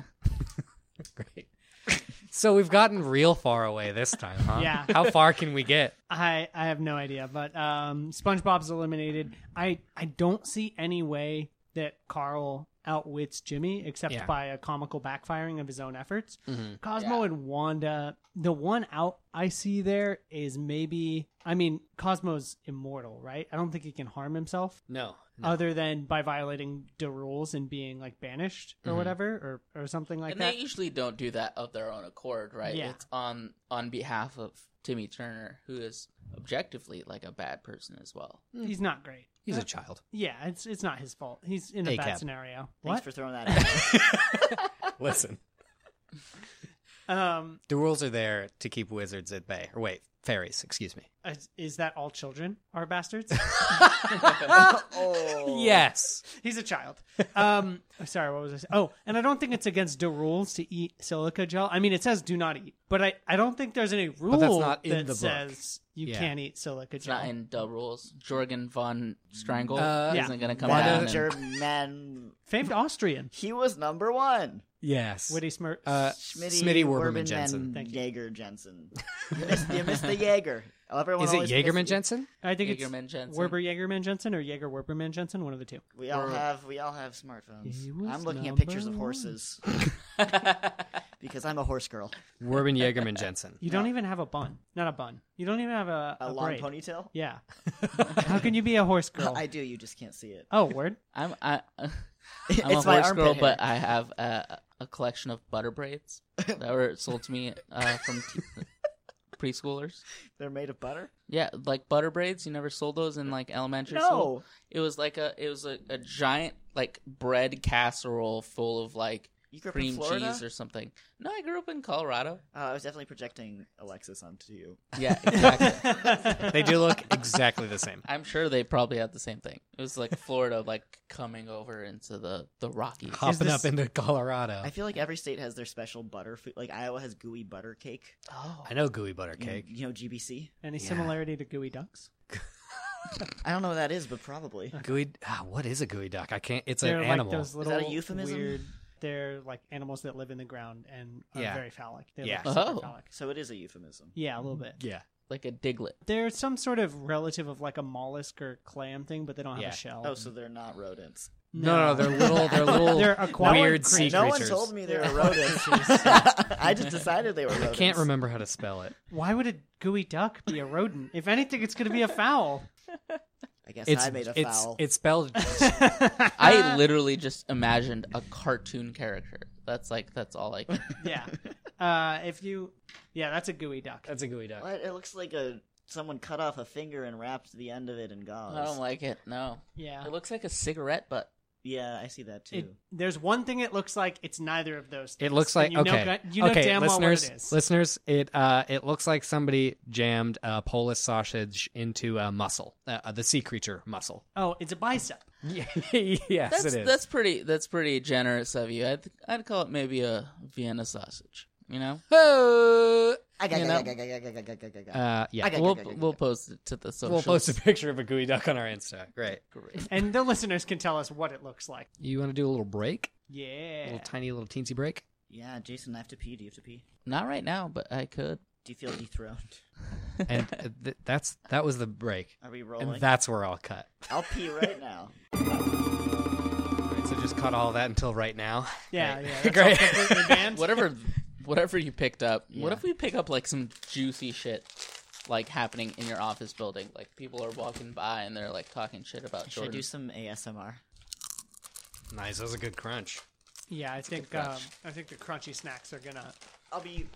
[SPEAKER 3] Great. so we've gotten real far away this time, huh?
[SPEAKER 4] Yeah.
[SPEAKER 3] How far can we get?
[SPEAKER 4] I I have no idea, but um, SpongeBob's eliminated. I I don't see any way that Carl outwits Jimmy except
[SPEAKER 3] Yeah.
[SPEAKER 4] by a comical backfiring of his own efforts.
[SPEAKER 2] Mm-hmm.
[SPEAKER 3] Mhm.
[SPEAKER 4] Cosmo
[SPEAKER 1] Yeah.
[SPEAKER 4] and Wanda, the one out I see there is maybe I mean Cosmo's immortal, right? I don't think he can harm himself
[SPEAKER 3] No.
[SPEAKER 2] Uh,
[SPEAKER 4] other than by violating the rules and being like banished or
[SPEAKER 3] Mhm.
[SPEAKER 4] whatever or or something like
[SPEAKER 1] and
[SPEAKER 4] that.
[SPEAKER 1] they usually don't do that of their own accord, right?
[SPEAKER 4] Yeah.
[SPEAKER 1] It's on on behalf of Timmy Turner, who is objectively like a bad person as well.
[SPEAKER 4] He's not great.
[SPEAKER 3] He's
[SPEAKER 2] uh,
[SPEAKER 3] a child.
[SPEAKER 4] Yeah, it's it's not his fault. He's in a
[SPEAKER 3] Hey,
[SPEAKER 4] bad
[SPEAKER 3] Cap.
[SPEAKER 4] scenario.
[SPEAKER 2] Thanks
[SPEAKER 4] What?
[SPEAKER 2] for throwing that out.
[SPEAKER 3] Listen.
[SPEAKER 4] um
[SPEAKER 3] The rules are there to keep wizards at bay. Or wait, fairies, excuse me.
[SPEAKER 4] Is, is that all children are bastards?
[SPEAKER 2] oh.
[SPEAKER 3] Yes.
[SPEAKER 4] He's a child. Um, sorry, what was I? Saying? Oh, and I don't think it's against the rules to eat silica gel. I mean, it says do not eat, but I, I don't think there's any rule
[SPEAKER 3] that's not in
[SPEAKER 4] that
[SPEAKER 3] the book.
[SPEAKER 4] says you
[SPEAKER 3] Yeah.
[SPEAKER 4] can't eat silica
[SPEAKER 1] It's
[SPEAKER 4] gel.
[SPEAKER 1] not in Dub rules. Jorgen von Strangle
[SPEAKER 3] Uh,
[SPEAKER 4] Yeah.
[SPEAKER 1] isn't going to come
[SPEAKER 3] Wanda-
[SPEAKER 1] down.
[SPEAKER 2] That
[SPEAKER 1] and-
[SPEAKER 2] German.
[SPEAKER 4] Famed Austrian
[SPEAKER 2] He was number one.
[SPEAKER 3] Yes.
[SPEAKER 4] Witty Smir.
[SPEAKER 3] uh,
[SPEAKER 2] Schmitty,
[SPEAKER 3] Smitty, Werberman,
[SPEAKER 2] Werberman,
[SPEAKER 3] Jensen.
[SPEAKER 4] Thank you.
[SPEAKER 2] Jaeger Jensen. You missed, you missed the Jaeger. Everyone
[SPEAKER 3] Is it
[SPEAKER 2] always
[SPEAKER 3] Jaegerman
[SPEAKER 2] misses-
[SPEAKER 3] Jensen?
[SPEAKER 4] I think it's
[SPEAKER 1] Jaegerman Jensen.
[SPEAKER 4] Werber Jaegerman Jensen or Jaeger Werberman Jensen, one of the two.
[SPEAKER 2] We all
[SPEAKER 1] Or-
[SPEAKER 2] have we all have smartphones.
[SPEAKER 4] He was
[SPEAKER 2] I'm looking at
[SPEAKER 4] number
[SPEAKER 2] pictures of
[SPEAKER 4] one.
[SPEAKER 2] horses
[SPEAKER 1] That's
[SPEAKER 2] because I'm a horse girl.
[SPEAKER 3] Werben Jaegerman Jensen.
[SPEAKER 4] You don't even have a bun. Not a bun. You don't even have a,
[SPEAKER 2] A
[SPEAKER 4] a
[SPEAKER 2] long
[SPEAKER 4] braid.
[SPEAKER 2] ponytail.
[SPEAKER 4] Yeah. How can you be a horse girl?
[SPEAKER 2] I do. You just can't see it.
[SPEAKER 4] Oh, word.
[SPEAKER 1] I'm I, I'm a
[SPEAKER 2] it's my
[SPEAKER 1] horse
[SPEAKER 2] armpit
[SPEAKER 1] girl,
[SPEAKER 2] hair.
[SPEAKER 1] but I have a, a collection of butter braids that were sold to me uh, from t- preschoolers.
[SPEAKER 2] they're made of butter.
[SPEAKER 1] Yeah, like butter braids. You never sold those in like elementary school.
[SPEAKER 2] No,
[SPEAKER 1] It was like a it was a, a giant like bread casserole full of like
[SPEAKER 2] you grew up in
[SPEAKER 1] cream
[SPEAKER 2] Florida.
[SPEAKER 1] cheese or something. No, I grew up in Colorado.
[SPEAKER 2] Uh, I was definitely projecting Alexis onto you.
[SPEAKER 1] Yeah, exactly.
[SPEAKER 3] They do look exactly the same.
[SPEAKER 1] I'm sure they probably had the same thing. It was like Florida, like coming over into the the Rockies.
[SPEAKER 3] Hopping
[SPEAKER 4] this-
[SPEAKER 3] up into Colorado.
[SPEAKER 2] I feel like every state has their special butter food. Like Iowa has gooey butter cake.
[SPEAKER 1] Oh,
[SPEAKER 3] I know gooey butter
[SPEAKER 2] You know-
[SPEAKER 3] cake.
[SPEAKER 2] You know GBC.
[SPEAKER 4] Any
[SPEAKER 3] Yeah.
[SPEAKER 4] similarity to gooey ducks?
[SPEAKER 2] I don't know what that is, but probably.
[SPEAKER 3] Gooey. Ah, what is a gooey duck? I can't. It's
[SPEAKER 4] they're
[SPEAKER 3] an
[SPEAKER 4] like
[SPEAKER 3] animal.
[SPEAKER 4] those
[SPEAKER 2] that a
[SPEAKER 4] little
[SPEAKER 2] euphemism?
[SPEAKER 4] weird. They're like animals that live in the ground and are
[SPEAKER 3] Yeah.
[SPEAKER 4] very phallic. They're
[SPEAKER 3] Yeah.
[SPEAKER 4] like super
[SPEAKER 1] Oh.
[SPEAKER 4] phallic.
[SPEAKER 2] So it is a euphemism.
[SPEAKER 4] Yeah, a little bit.
[SPEAKER 3] Yeah.
[SPEAKER 1] like a diglet.
[SPEAKER 4] They're some sort of relative of like a mollusk or clam thing, but they don't have
[SPEAKER 3] Yeah.
[SPEAKER 4] a shell.
[SPEAKER 2] Oh, so they're not rodents.
[SPEAKER 3] No, no, they're little. They're little.
[SPEAKER 4] They're aquatic
[SPEAKER 3] weird
[SPEAKER 4] creatures.
[SPEAKER 3] sea
[SPEAKER 2] no
[SPEAKER 3] creatures.
[SPEAKER 2] one told me they were rodents. I just decided they were rodents.
[SPEAKER 3] Can't remember how to spell it.
[SPEAKER 4] Why would a gooey duck be a rodent? if anything, it's going to be a fowl.
[SPEAKER 2] I guess
[SPEAKER 3] It's
[SPEAKER 2] I made a
[SPEAKER 3] it's
[SPEAKER 2] foul.
[SPEAKER 3] it's spelled
[SPEAKER 2] Ah.
[SPEAKER 1] I literally just imagined a cartoon character. That's like that's all I. Can.
[SPEAKER 4] Yeah. Uh, if you, yeah, that's a gooey duck.
[SPEAKER 3] That's a gooey duck.
[SPEAKER 2] What? It looks like a someone cut off a finger and wrapped the end of it in gauze.
[SPEAKER 1] I don't like it. No,
[SPEAKER 4] Yeah.
[SPEAKER 1] it looks like a cigarette butt.
[SPEAKER 2] yeah, I see that too.
[SPEAKER 4] It, there's one thing it looks like. It's neither of those. Things.
[SPEAKER 3] It looks like
[SPEAKER 4] And you
[SPEAKER 3] okay,
[SPEAKER 4] Know, you know
[SPEAKER 3] okay,
[SPEAKER 4] damn well what
[SPEAKER 3] listeners,
[SPEAKER 4] it is.
[SPEAKER 3] listeners. It uh, it looks like somebody jammed a Polish sausage into a mussel, uh, uh, the sea creature mussel.
[SPEAKER 4] Oh, it's a bicep.
[SPEAKER 3] yes, it
[SPEAKER 1] That's
[SPEAKER 3] is.
[SPEAKER 1] that's pretty. That's pretty generous of you. I'd I'd call it maybe a Vienna sausage. You know.
[SPEAKER 3] Oh,
[SPEAKER 2] I got-
[SPEAKER 3] you
[SPEAKER 2] got-
[SPEAKER 3] know.
[SPEAKER 2] got- got- got- got- got- got- got- got.
[SPEAKER 3] uh, yeah.
[SPEAKER 2] Okay.
[SPEAKER 1] We'll we'll post it to the social.
[SPEAKER 3] We'll post a picture of a gooey duck on our Insta. Great.
[SPEAKER 4] And the listeners can tell us what it looks like.
[SPEAKER 3] You want to do a little break? A
[SPEAKER 4] Yeah.
[SPEAKER 3] little tiny little teensy break?
[SPEAKER 2] Yeah, Jason, I have to pee. Do you have to pee?
[SPEAKER 1] Not right now, but I could.
[SPEAKER 2] Do you feel dethroned?
[SPEAKER 3] And uh, th- that's that was the break.
[SPEAKER 2] Are we
[SPEAKER 3] And
[SPEAKER 2] rolling?
[SPEAKER 3] that's where I'll cut.
[SPEAKER 2] I'll pee right now.
[SPEAKER 3] Alright, so just cut all that until right now.
[SPEAKER 4] Yeah, yeah. that's
[SPEAKER 3] Great.
[SPEAKER 4] all completely banned.
[SPEAKER 1] Whatever, whatever you picked up. What
[SPEAKER 3] Yeah.
[SPEAKER 1] if we pick up like some juicy shit, like happening in your office building? Like people are walking by and they're like talking shit about
[SPEAKER 2] Should I
[SPEAKER 1] Jordan.
[SPEAKER 2] do some ASMR?
[SPEAKER 3] Nice. That was a good crunch.
[SPEAKER 4] Yeah, I think um, I think the crunchy snacks are gonna.
[SPEAKER 2] I'll be.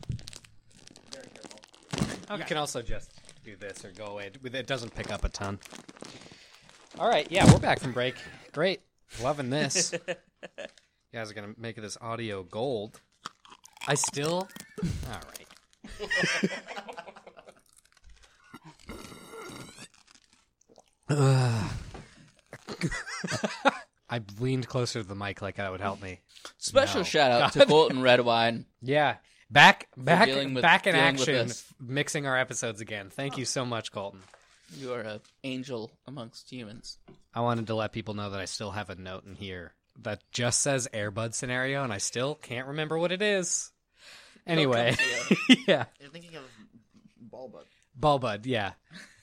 [SPEAKER 4] Okay.
[SPEAKER 3] You can also just do this or go away. It doesn't pick up a ton. All right, yeah, we're back from break. Great, loving this. you guys are gonna make this audio gold. I still. All right. Ugh. I leaned closer to the mic like that would help me.
[SPEAKER 1] Special
[SPEAKER 3] No.
[SPEAKER 1] shout out to Golden Red Wine.
[SPEAKER 3] Yeah. Back back
[SPEAKER 1] dealing with-
[SPEAKER 3] back in
[SPEAKER 1] dealing with
[SPEAKER 3] action
[SPEAKER 1] us.
[SPEAKER 3] mixing our episodes again. Thank you so much, Colton.
[SPEAKER 1] You are a angel amongst humans.
[SPEAKER 3] I wanted to let people know that I still have a note in here that just says Airbud scenario, and I still can't remember what it is. Anyway, yeah,
[SPEAKER 2] You're thinking of ball bug,
[SPEAKER 3] ball bud, yeah,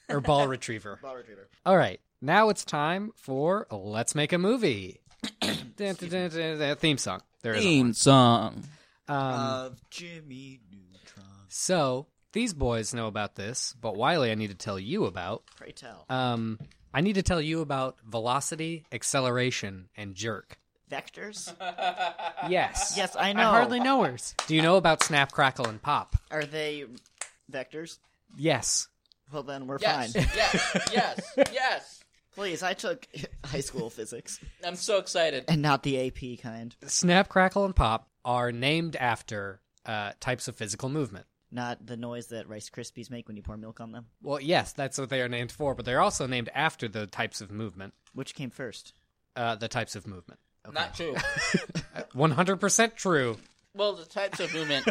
[SPEAKER 3] or ball retriever.
[SPEAKER 2] ball retriever.
[SPEAKER 3] All right, now it's time for let's make a movie. Dun, dun, dun, dun, dun, theme song. There is
[SPEAKER 1] Theme song.
[SPEAKER 3] One. Um,
[SPEAKER 2] of Jimmy Neutron.
[SPEAKER 3] so these boys know about this, but Wiley, I need to tell you about.
[SPEAKER 2] Pray tell.
[SPEAKER 3] Um, I need to tell you about velocity, acceleration, and jerk.
[SPEAKER 2] Vectors?
[SPEAKER 3] Yes.
[SPEAKER 2] Yes, I
[SPEAKER 4] I
[SPEAKER 2] know.
[SPEAKER 4] hardly know hers.
[SPEAKER 3] Do you know about snap, crackle, and pop?
[SPEAKER 2] Are they vectors?
[SPEAKER 3] Yes.
[SPEAKER 2] Well, then we're
[SPEAKER 1] Yes,
[SPEAKER 2] fine.
[SPEAKER 1] yes, yes, yes.
[SPEAKER 2] Please, I took high school physics
[SPEAKER 1] I'm so excited.
[SPEAKER 2] and not the AP kind.
[SPEAKER 3] Snap, crackle, and pop are named after uh, types of physical movement.
[SPEAKER 2] Not the noise that Rice Krispies make when you pour milk on them.
[SPEAKER 3] Well, yes, that's what they are named for, but they're also named after the types of movement.
[SPEAKER 2] Which came first?
[SPEAKER 3] Uh, the types of movement.
[SPEAKER 1] Not true.
[SPEAKER 3] 100% true.
[SPEAKER 1] Well, the types of movement,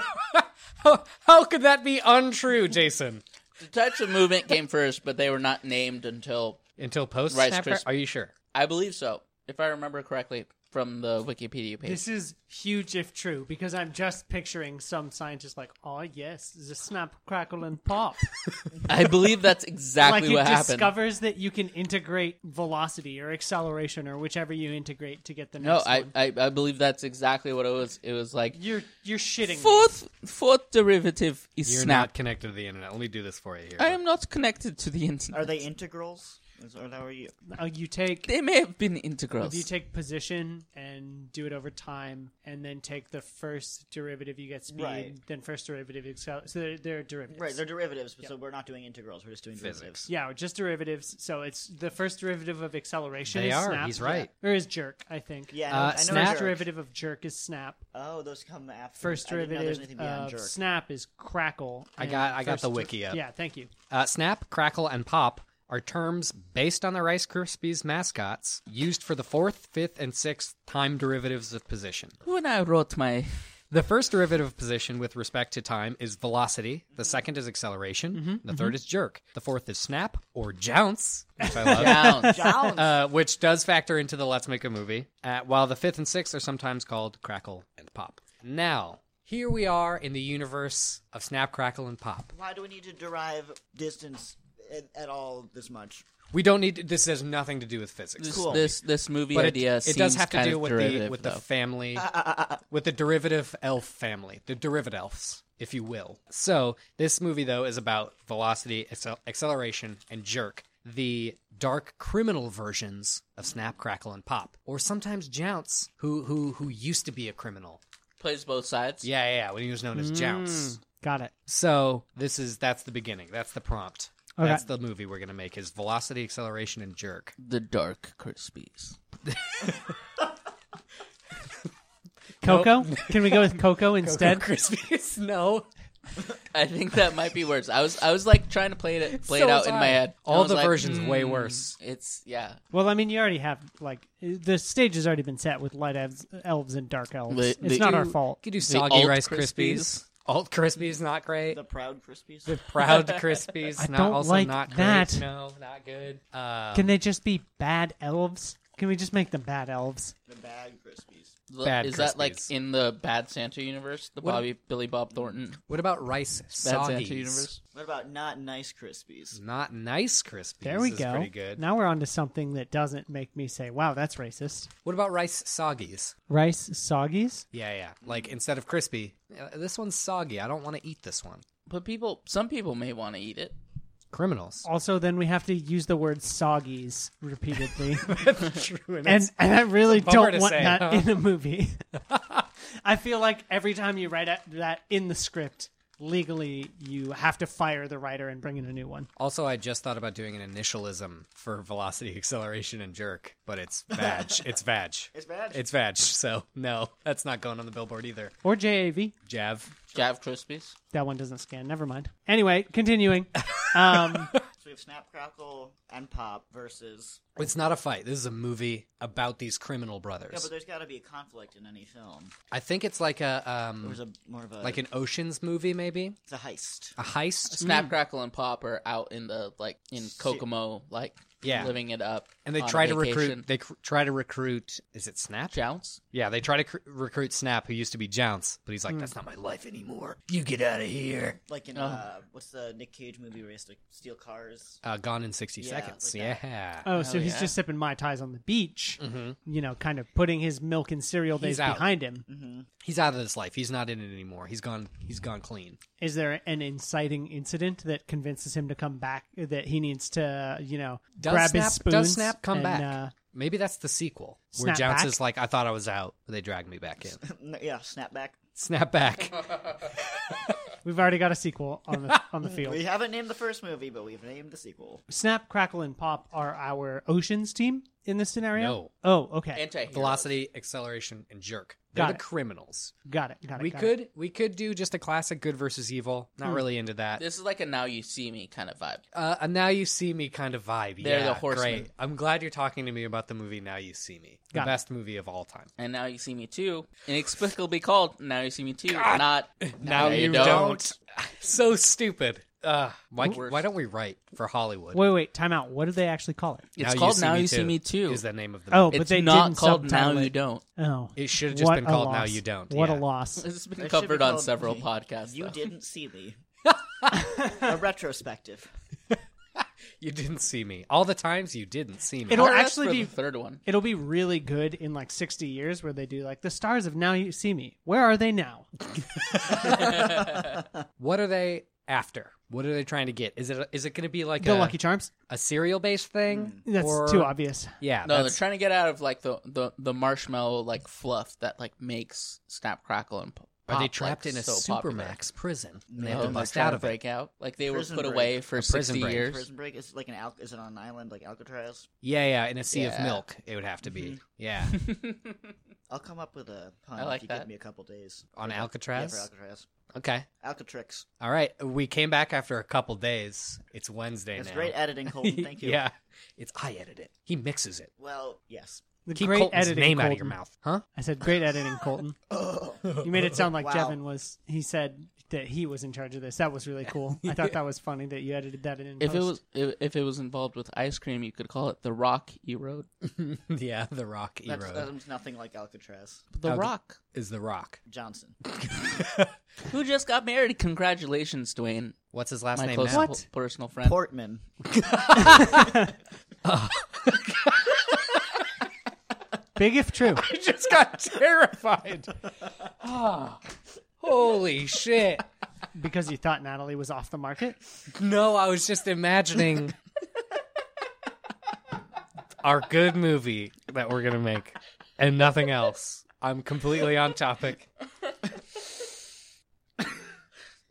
[SPEAKER 3] How, how could that be untrue, Jason?
[SPEAKER 1] the types of movement came first, but they were not named until
[SPEAKER 3] Until post
[SPEAKER 1] Rice
[SPEAKER 3] snap,
[SPEAKER 1] Krispies.
[SPEAKER 3] Are you sure?
[SPEAKER 1] I believe so, if I remember correctly from the Wikipedia page.
[SPEAKER 4] This is huge if true because I'm just picturing some scientist like, oh yes, the snap, crackle, and pop.
[SPEAKER 1] I believe that's exactly
[SPEAKER 4] like it
[SPEAKER 1] what happened.
[SPEAKER 4] discovers that you can integrate velocity or acceleration or whichever you integrate to get the
[SPEAKER 1] no,
[SPEAKER 4] next
[SPEAKER 1] I,
[SPEAKER 4] one.
[SPEAKER 1] I I believe that's exactly what it was. It was like
[SPEAKER 4] You're you're shitting. me.
[SPEAKER 1] fourth fourth derivative is
[SPEAKER 3] You're not
[SPEAKER 1] snap.
[SPEAKER 3] connected to the internet. Let me do this for you here.
[SPEAKER 1] I am not connected to the internet.
[SPEAKER 2] Are they integrals? Is- Or are you?
[SPEAKER 4] Uh, you take
[SPEAKER 1] They may have been integrals.
[SPEAKER 4] you take position and do it over time, and then take the first derivative you get speed,
[SPEAKER 2] Right.
[SPEAKER 4] then first derivative accel- so they're, they're derivatives.
[SPEAKER 2] Right, they're derivatives, but so we're not doing integrals. We're just doing
[SPEAKER 3] Physics.
[SPEAKER 4] yeah, or just derivatives. So it's the first derivative of acceleration.
[SPEAKER 3] They
[SPEAKER 4] is
[SPEAKER 3] are.
[SPEAKER 4] Snap.
[SPEAKER 3] He's right.
[SPEAKER 4] Or is jerk? I think.
[SPEAKER 2] derivatives. Yeah,
[SPEAKER 3] Uh,
[SPEAKER 2] I know, I know
[SPEAKER 3] snap-
[SPEAKER 4] First
[SPEAKER 2] jerk.
[SPEAKER 4] derivative of jerk is snap.
[SPEAKER 2] Oh, those come after.
[SPEAKER 4] First
[SPEAKER 2] I didn't know there was
[SPEAKER 4] derivative
[SPEAKER 2] anything beyond
[SPEAKER 4] of
[SPEAKER 2] jerk.
[SPEAKER 4] snap is crackle.
[SPEAKER 3] I
[SPEAKER 4] and
[SPEAKER 3] got- I got
[SPEAKER 4] first
[SPEAKER 3] the
[SPEAKER 4] der-
[SPEAKER 3] wiki up.
[SPEAKER 4] Yeah, thank you.
[SPEAKER 3] Uh, Snap, Crackle, and Pop are terms based on the Rice Krispies mascots used for the fourth, fifth, and sixth time derivatives of position.
[SPEAKER 1] When I wrote my
[SPEAKER 3] The first derivative position with respect to time is velocity. The second is acceleration. The 3rd is jerk. The fourth is snap or jounce, which I love.
[SPEAKER 1] Down.
[SPEAKER 2] Jounce.
[SPEAKER 3] Uh, which does factor into the let's make a movie, uh, while the fifth and sixth are sometimes called crackle and pop. Now, here we are in the universe of snap, crackle, and pop.
[SPEAKER 2] Why do we need to derive distance at, at all this much?
[SPEAKER 3] We don't need this has nothing to do with physics.
[SPEAKER 1] This,
[SPEAKER 2] Cool.
[SPEAKER 1] this this movie
[SPEAKER 3] But it,
[SPEAKER 1] idea
[SPEAKER 3] it does
[SPEAKER 1] seems
[SPEAKER 3] have to
[SPEAKER 1] kind
[SPEAKER 3] do
[SPEAKER 1] of
[SPEAKER 3] with the
[SPEAKER 1] derivative,
[SPEAKER 3] with the
[SPEAKER 1] though.
[SPEAKER 3] family, with the derivative elf family, the derivative elves, if you will. So this movie though is about velocity, accel- acceleration, and jerk. The dark criminal versions of Snap, Crackle, and Pop, or sometimes Jounce, who who who used to be a criminal
[SPEAKER 1] plays both sides.
[SPEAKER 3] Yeah, yeah, yeah, when he was known as
[SPEAKER 1] Mm.
[SPEAKER 3] Jounce.
[SPEAKER 4] Got it.
[SPEAKER 3] So this is that's the beginning. That's the prompt.
[SPEAKER 4] Okay.
[SPEAKER 3] That's the movie we're gonna make is velocity, acceleration, and jerk.
[SPEAKER 1] The Dark Crispies.
[SPEAKER 4] Coco? Can we go with Coco instead?
[SPEAKER 3] Crispies. No,
[SPEAKER 1] I think that might be worse. I was I was like trying to play it play
[SPEAKER 3] So
[SPEAKER 1] it out
[SPEAKER 3] was
[SPEAKER 1] in
[SPEAKER 3] I.
[SPEAKER 1] my head.
[SPEAKER 3] All
[SPEAKER 1] I was
[SPEAKER 3] the
[SPEAKER 1] like,
[SPEAKER 3] versions way
[SPEAKER 1] "Mm,
[SPEAKER 3] worse."
[SPEAKER 1] It's yeah.
[SPEAKER 4] Well, I mean, you already have like the stage has already been set with light elves, elves and dark elves.
[SPEAKER 1] The-
[SPEAKER 4] it's
[SPEAKER 1] the-
[SPEAKER 4] not our
[SPEAKER 1] you-
[SPEAKER 3] you
[SPEAKER 4] fault.
[SPEAKER 3] could do
[SPEAKER 1] The
[SPEAKER 3] soggy
[SPEAKER 1] Alt
[SPEAKER 3] rice crispies.
[SPEAKER 1] Krispies.
[SPEAKER 3] Alt crispies not great.
[SPEAKER 2] The proud crispies.
[SPEAKER 3] The proud crispies
[SPEAKER 4] I
[SPEAKER 3] not
[SPEAKER 4] don't
[SPEAKER 3] also
[SPEAKER 4] like
[SPEAKER 3] not
[SPEAKER 4] that.
[SPEAKER 3] great. No, not good. Uh,
[SPEAKER 4] Can they just be bad elves? Can we just make them bad elves?
[SPEAKER 2] The bad crispies.
[SPEAKER 1] L-
[SPEAKER 3] Bad
[SPEAKER 1] Is that like
[SPEAKER 3] Krispies.
[SPEAKER 1] in the Bad Santa universe? The
[SPEAKER 3] What-
[SPEAKER 1] Bobby Billy Bob Thornton
[SPEAKER 3] what about rice
[SPEAKER 1] Bad
[SPEAKER 3] soggies?
[SPEAKER 1] Santa universe?
[SPEAKER 2] What about not nice crispies?
[SPEAKER 3] Not nice crispies.
[SPEAKER 4] There we
[SPEAKER 3] is
[SPEAKER 4] go.
[SPEAKER 3] Pretty good.
[SPEAKER 4] Now we're on to something that doesn't make me say, "Wow, that's racist."
[SPEAKER 3] What about rice soggies?
[SPEAKER 4] Rice soggies?
[SPEAKER 3] Yeah, yeah. Like instead of crispy, uh, this one's soggy. I don't want to eat this one.
[SPEAKER 1] But people, some people may want to eat it.
[SPEAKER 3] Criminals.
[SPEAKER 4] Also, then we have to use the word soggies repeatedly,
[SPEAKER 3] That's true. And,
[SPEAKER 4] and and I really
[SPEAKER 3] a bummer
[SPEAKER 4] don't
[SPEAKER 3] to
[SPEAKER 4] want
[SPEAKER 3] say,
[SPEAKER 4] that
[SPEAKER 3] huh?
[SPEAKER 4] in a movie. I feel like every time you write a- that in the script, legally you have to fire the writer and bring in a new one.
[SPEAKER 3] also, I just thought about doing an initialism for velocity, acceleration, and jerk, but it's vag. it's vag.
[SPEAKER 2] It's bad.
[SPEAKER 3] It's vag. So no, that's not going on the billboard either.
[SPEAKER 4] Or JAV.
[SPEAKER 3] Jav.
[SPEAKER 1] Jav Krispies.
[SPEAKER 4] That one doesn't scan. Never mind. Anyway, continuing. Um,
[SPEAKER 2] So we have Snap, Crackle, and Pop versus.
[SPEAKER 3] It's not a fight. This is a movie about these criminal
[SPEAKER 2] Yeah,
[SPEAKER 3] brothers.
[SPEAKER 2] but there's got to be a conflict in any film.
[SPEAKER 3] I think it's like a um,
[SPEAKER 2] There's a more of a
[SPEAKER 3] like an oceans movie, maybe
[SPEAKER 2] it's a heist.
[SPEAKER 3] a heist.
[SPEAKER 1] Snap, Crackle, and Pop are out in the like in Kokomo, like
[SPEAKER 3] Yeah.
[SPEAKER 1] living it up.
[SPEAKER 3] And they
[SPEAKER 1] on
[SPEAKER 3] try to
[SPEAKER 1] vacation.
[SPEAKER 3] recruit. They cr- try to recruit. Is it Snap?
[SPEAKER 1] Jounce.
[SPEAKER 3] Yeah, they try to cr- recruit Snap, who used to be Jounce,
[SPEAKER 2] Hmm.
[SPEAKER 3] but he's like, "That's not my life anymore. You get out of here."
[SPEAKER 2] Like
[SPEAKER 1] Oh.
[SPEAKER 2] in uh, what's the Nick Cage movie where he has to steal cars?
[SPEAKER 3] Uh, gone in sixty
[SPEAKER 2] Yeah,
[SPEAKER 3] seconds.
[SPEAKER 2] like that.
[SPEAKER 3] yeah, Mm-hmm.
[SPEAKER 4] oh, so
[SPEAKER 1] Hell
[SPEAKER 4] he's
[SPEAKER 1] yeah.
[SPEAKER 4] just sipping Mai Tais on the beach, you know, kind of putting his milk and cereal days
[SPEAKER 3] He's out. Mm-hmm.
[SPEAKER 4] behind him.
[SPEAKER 3] he's out of this life. He's not in it anymore. He's gone. He's gone clean.
[SPEAKER 4] Is there an inciting incident that convinces him to come back, that he needs to, you know,
[SPEAKER 3] Does
[SPEAKER 4] grab
[SPEAKER 3] Snap?
[SPEAKER 4] his spoons?
[SPEAKER 3] does Snap come
[SPEAKER 4] and,
[SPEAKER 3] back?
[SPEAKER 4] uh,
[SPEAKER 3] Maybe that's the sequel where
[SPEAKER 4] Snap
[SPEAKER 3] Jounce
[SPEAKER 4] back?
[SPEAKER 3] is like, "I thought I was out, but they dragged me back in."
[SPEAKER 2] No, yeah, Snapback.
[SPEAKER 3] Snap back.
[SPEAKER 4] we've already got a sequel on the, on the field.
[SPEAKER 2] We haven't named the first movie, but we've named the sequel.
[SPEAKER 4] Snap, Crackle, and Pop are our Oceans team in this scenario?
[SPEAKER 3] No.
[SPEAKER 4] Oh, okay.
[SPEAKER 1] Anti
[SPEAKER 3] Velocity, acceleration, and jerk. They're
[SPEAKER 4] Got
[SPEAKER 3] the
[SPEAKER 4] it.
[SPEAKER 3] criminals.
[SPEAKER 4] got it, got it. Hmm.
[SPEAKER 3] We
[SPEAKER 4] got
[SPEAKER 3] could we could do just a classic good versus evil. Not really into that.
[SPEAKER 1] This is like a now you see me kind of vibe.
[SPEAKER 3] uh, a now you see me kind of vibe.
[SPEAKER 1] They're
[SPEAKER 3] yeah,
[SPEAKER 1] the horsemen.
[SPEAKER 3] Great. I'm glad you're talking to me about the movie Now You See Me, the
[SPEAKER 4] Got it.
[SPEAKER 3] best movie of all time.
[SPEAKER 1] And now you see me too. Inexplicably called now you see me too. Not
[SPEAKER 3] Now
[SPEAKER 1] you
[SPEAKER 3] you,
[SPEAKER 1] don't.
[SPEAKER 3] don't. so stupid. Uh, why, why don't we write for Hollywood?
[SPEAKER 4] it. Wait, wait, time out. What do they actually call it?
[SPEAKER 1] it's called now you see me too.
[SPEAKER 3] Is the name of the
[SPEAKER 4] Oh,
[SPEAKER 3] movie.
[SPEAKER 4] but
[SPEAKER 1] it's
[SPEAKER 4] they
[SPEAKER 1] not
[SPEAKER 4] didn't
[SPEAKER 1] called now
[SPEAKER 4] subtitle
[SPEAKER 1] you
[SPEAKER 4] it.
[SPEAKER 1] don't.
[SPEAKER 4] Oh,
[SPEAKER 3] It should have just
[SPEAKER 4] What
[SPEAKER 3] been
[SPEAKER 4] a
[SPEAKER 3] called
[SPEAKER 4] loss.
[SPEAKER 3] Now You Don't,
[SPEAKER 4] What
[SPEAKER 3] yeah.
[SPEAKER 4] a loss.
[SPEAKER 1] It's been
[SPEAKER 2] It should be
[SPEAKER 1] covered on
[SPEAKER 2] called
[SPEAKER 1] several podcasts.
[SPEAKER 2] You
[SPEAKER 1] though.
[SPEAKER 2] didn't see me. a retrospective.
[SPEAKER 3] You didn't see me. All the times you didn't see me.
[SPEAKER 4] It'll
[SPEAKER 1] Or that's
[SPEAKER 4] actually
[SPEAKER 1] for
[SPEAKER 4] be-
[SPEAKER 1] the third one.
[SPEAKER 4] It'll be really good in like 60 years where they do like the stars of Now You See Me. Where are they now?
[SPEAKER 3] what are they after? What are they trying to get? Is it is it going to be like
[SPEAKER 4] The
[SPEAKER 3] a,
[SPEAKER 4] Lucky Charms?
[SPEAKER 3] a cereal based thing?
[SPEAKER 4] That's
[SPEAKER 3] Or-
[SPEAKER 4] too obvious.
[SPEAKER 3] Yeah.
[SPEAKER 1] No, they're
[SPEAKER 3] that's-
[SPEAKER 1] trying to get out of like the, the, the marshmallow like fluff that like makes Snap Crackle and Pop.
[SPEAKER 3] are they
[SPEAKER 1] like,
[SPEAKER 3] trapped in a
[SPEAKER 1] so popular.
[SPEAKER 3] supermax prison? And they
[SPEAKER 1] No,
[SPEAKER 3] have to
[SPEAKER 1] they're
[SPEAKER 3] bust
[SPEAKER 1] trying
[SPEAKER 3] out
[SPEAKER 1] to
[SPEAKER 3] of it.
[SPEAKER 1] break out. Like they
[SPEAKER 2] Prison
[SPEAKER 1] were put
[SPEAKER 2] break.
[SPEAKER 1] away for
[SPEAKER 3] prison
[SPEAKER 1] sixty
[SPEAKER 3] break.
[SPEAKER 1] years.
[SPEAKER 2] Prison Break is it like an al- is it on an island like Alcatraz?
[SPEAKER 3] Yeah, yeah. In a sea of
[SPEAKER 1] Yeah. Mm-hmm.
[SPEAKER 3] milk, it would have to be. Yeah,
[SPEAKER 2] I'll come up with a pun
[SPEAKER 1] I like
[SPEAKER 2] if you
[SPEAKER 1] that.
[SPEAKER 2] give me a couple days.
[SPEAKER 3] on
[SPEAKER 2] Yeah,
[SPEAKER 3] Alcatraz.
[SPEAKER 2] for Alcatraz.
[SPEAKER 3] Okay.
[SPEAKER 2] Alcatrix.
[SPEAKER 3] All right, we came back after a couple days. It's Wednesday
[SPEAKER 2] That's
[SPEAKER 3] now.
[SPEAKER 2] great editing, Colton. Thank you.
[SPEAKER 3] yeah, it's I edit it. He mixes it.
[SPEAKER 2] Well, yes.
[SPEAKER 4] The
[SPEAKER 3] Keep
[SPEAKER 4] great
[SPEAKER 3] Colton's
[SPEAKER 4] editing,
[SPEAKER 3] name
[SPEAKER 4] Colton.
[SPEAKER 3] out of your mouth, huh?
[SPEAKER 4] I said, "Great editing, Colton." you made it sound like
[SPEAKER 2] Wow.
[SPEAKER 4] Jevin was. He said that he was in charge of this. That was really cool. I thought that was funny that you edited that in.
[SPEAKER 1] If it
[SPEAKER 4] post.
[SPEAKER 1] was if, if it was involved with ice cream, you could call it the Rock Erode.
[SPEAKER 3] yeah, the Rock
[SPEAKER 2] That's,
[SPEAKER 3] erode
[SPEAKER 2] that's nothing like Alcatraz.
[SPEAKER 1] The
[SPEAKER 3] How the-
[SPEAKER 1] Rock,
[SPEAKER 3] is the Rock.
[SPEAKER 2] Johnson.
[SPEAKER 1] who just got married. Congratulations, Dwayne,
[SPEAKER 3] What's his last
[SPEAKER 1] my
[SPEAKER 3] name
[SPEAKER 1] close
[SPEAKER 3] now?
[SPEAKER 4] What?
[SPEAKER 1] po- personal friend.
[SPEAKER 2] Portman.
[SPEAKER 4] big if true,
[SPEAKER 3] I just got terrified. Ah, holy shit!
[SPEAKER 4] because you thought Natalie was off the market.
[SPEAKER 3] No, I was just imagining our good movie that we're gonna make, and nothing else. I'm completely on topic.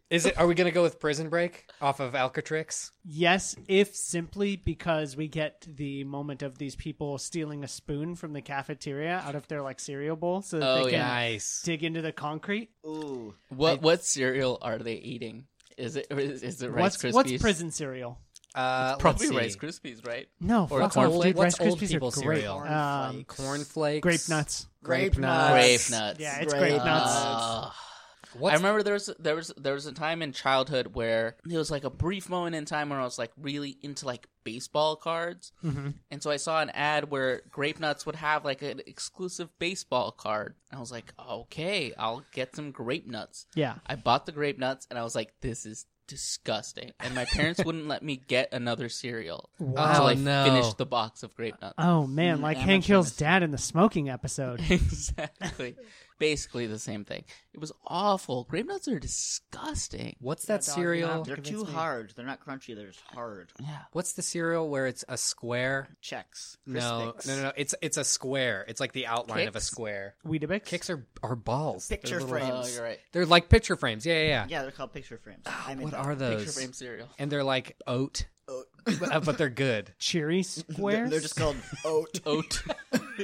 [SPEAKER 3] Is it? Are we gonna go with Prison Break off of Alcatrix?
[SPEAKER 4] Yes, if simply because we get the moment of these people stealing a spoon from the cafeteria out of their like cereal bowl, so that
[SPEAKER 1] Oh,
[SPEAKER 4] they can
[SPEAKER 1] yeah.
[SPEAKER 3] Nice.
[SPEAKER 4] dig into the concrete.
[SPEAKER 2] Ooh.
[SPEAKER 1] What what cereal are they eating? Is it is, is it Rice
[SPEAKER 4] what's
[SPEAKER 1] Krispies?
[SPEAKER 4] what's prison cereal?
[SPEAKER 3] Uh,
[SPEAKER 1] Probably
[SPEAKER 3] let's
[SPEAKER 1] Rice
[SPEAKER 3] see.
[SPEAKER 1] Krispies, right?
[SPEAKER 4] No,
[SPEAKER 1] Or
[SPEAKER 4] fuck
[SPEAKER 1] corn
[SPEAKER 4] off,
[SPEAKER 1] flakes?
[SPEAKER 4] dude.
[SPEAKER 3] What's
[SPEAKER 4] Rice
[SPEAKER 3] old
[SPEAKER 4] Krispies
[SPEAKER 3] people
[SPEAKER 4] are great.
[SPEAKER 3] cereal?
[SPEAKER 4] Um,
[SPEAKER 3] Cornflakes.
[SPEAKER 4] Grape nuts.
[SPEAKER 3] Grape
[SPEAKER 1] Uh, Grape
[SPEAKER 3] nuts. Uh,
[SPEAKER 1] nuts.
[SPEAKER 4] Yeah, it's
[SPEAKER 2] Grape
[SPEAKER 4] grape,
[SPEAKER 2] nuts.
[SPEAKER 4] nuts.
[SPEAKER 1] Ah. I
[SPEAKER 3] What's-
[SPEAKER 1] remember there was there was there was a time in childhood where there was like a brief moment in time where I was like really into like baseball cards,
[SPEAKER 4] Mm-hmm.
[SPEAKER 1] and so I saw an ad where Grape Nuts would have like an exclusive baseball card. And I was like, okay, I'll get some Grape Nuts.
[SPEAKER 4] Yeah.
[SPEAKER 1] I bought the Grape Nuts, and I was like, this is disgusting. And my parents wouldn't let me get another cereal until
[SPEAKER 3] Oh,
[SPEAKER 1] I
[SPEAKER 3] no. Uh,
[SPEAKER 1] finished the box of Grape Nuts.
[SPEAKER 4] Oh man, like
[SPEAKER 3] Mm,
[SPEAKER 4] Hank
[SPEAKER 2] amateur
[SPEAKER 4] Hill's
[SPEAKER 2] mistake.
[SPEAKER 4] dad in the smoking episode.
[SPEAKER 1] exactly. Basically the same thing. It was awful. Grape nuts are disgusting.
[SPEAKER 3] What's that
[SPEAKER 4] dog,
[SPEAKER 3] cereal?
[SPEAKER 4] yeah.
[SPEAKER 2] They're
[SPEAKER 4] Convince
[SPEAKER 2] too
[SPEAKER 4] me.
[SPEAKER 2] hard. They're not crunchy. They're just hard.
[SPEAKER 1] Yeah.
[SPEAKER 3] What's the cereal where it's a square?
[SPEAKER 2] Checks.
[SPEAKER 3] No,
[SPEAKER 2] Crispix.
[SPEAKER 3] no, no, no. It's it's a square. It's like the outline of a
[SPEAKER 1] Kicks?
[SPEAKER 3] square.
[SPEAKER 4] Weetabix.
[SPEAKER 3] Kicks are are balls. They're
[SPEAKER 2] Picture
[SPEAKER 3] little-
[SPEAKER 1] Oh,
[SPEAKER 2] frames.
[SPEAKER 1] you're right.
[SPEAKER 3] They're like picture frames. Yeah, yeah, yeah.
[SPEAKER 2] Yeah, they're called picture frames. I mean,
[SPEAKER 3] Ah, What are
[SPEAKER 1] Picture
[SPEAKER 3] those?
[SPEAKER 1] frame cereal.
[SPEAKER 3] And they're like oat, Uh, but they're good.
[SPEAKER 4] Cheery
[SPEAKER 2] They're,
[SPEAKER 4] squares.
[SPEAKER 2] they're just called oat.
[SPEAKER 1] Oat.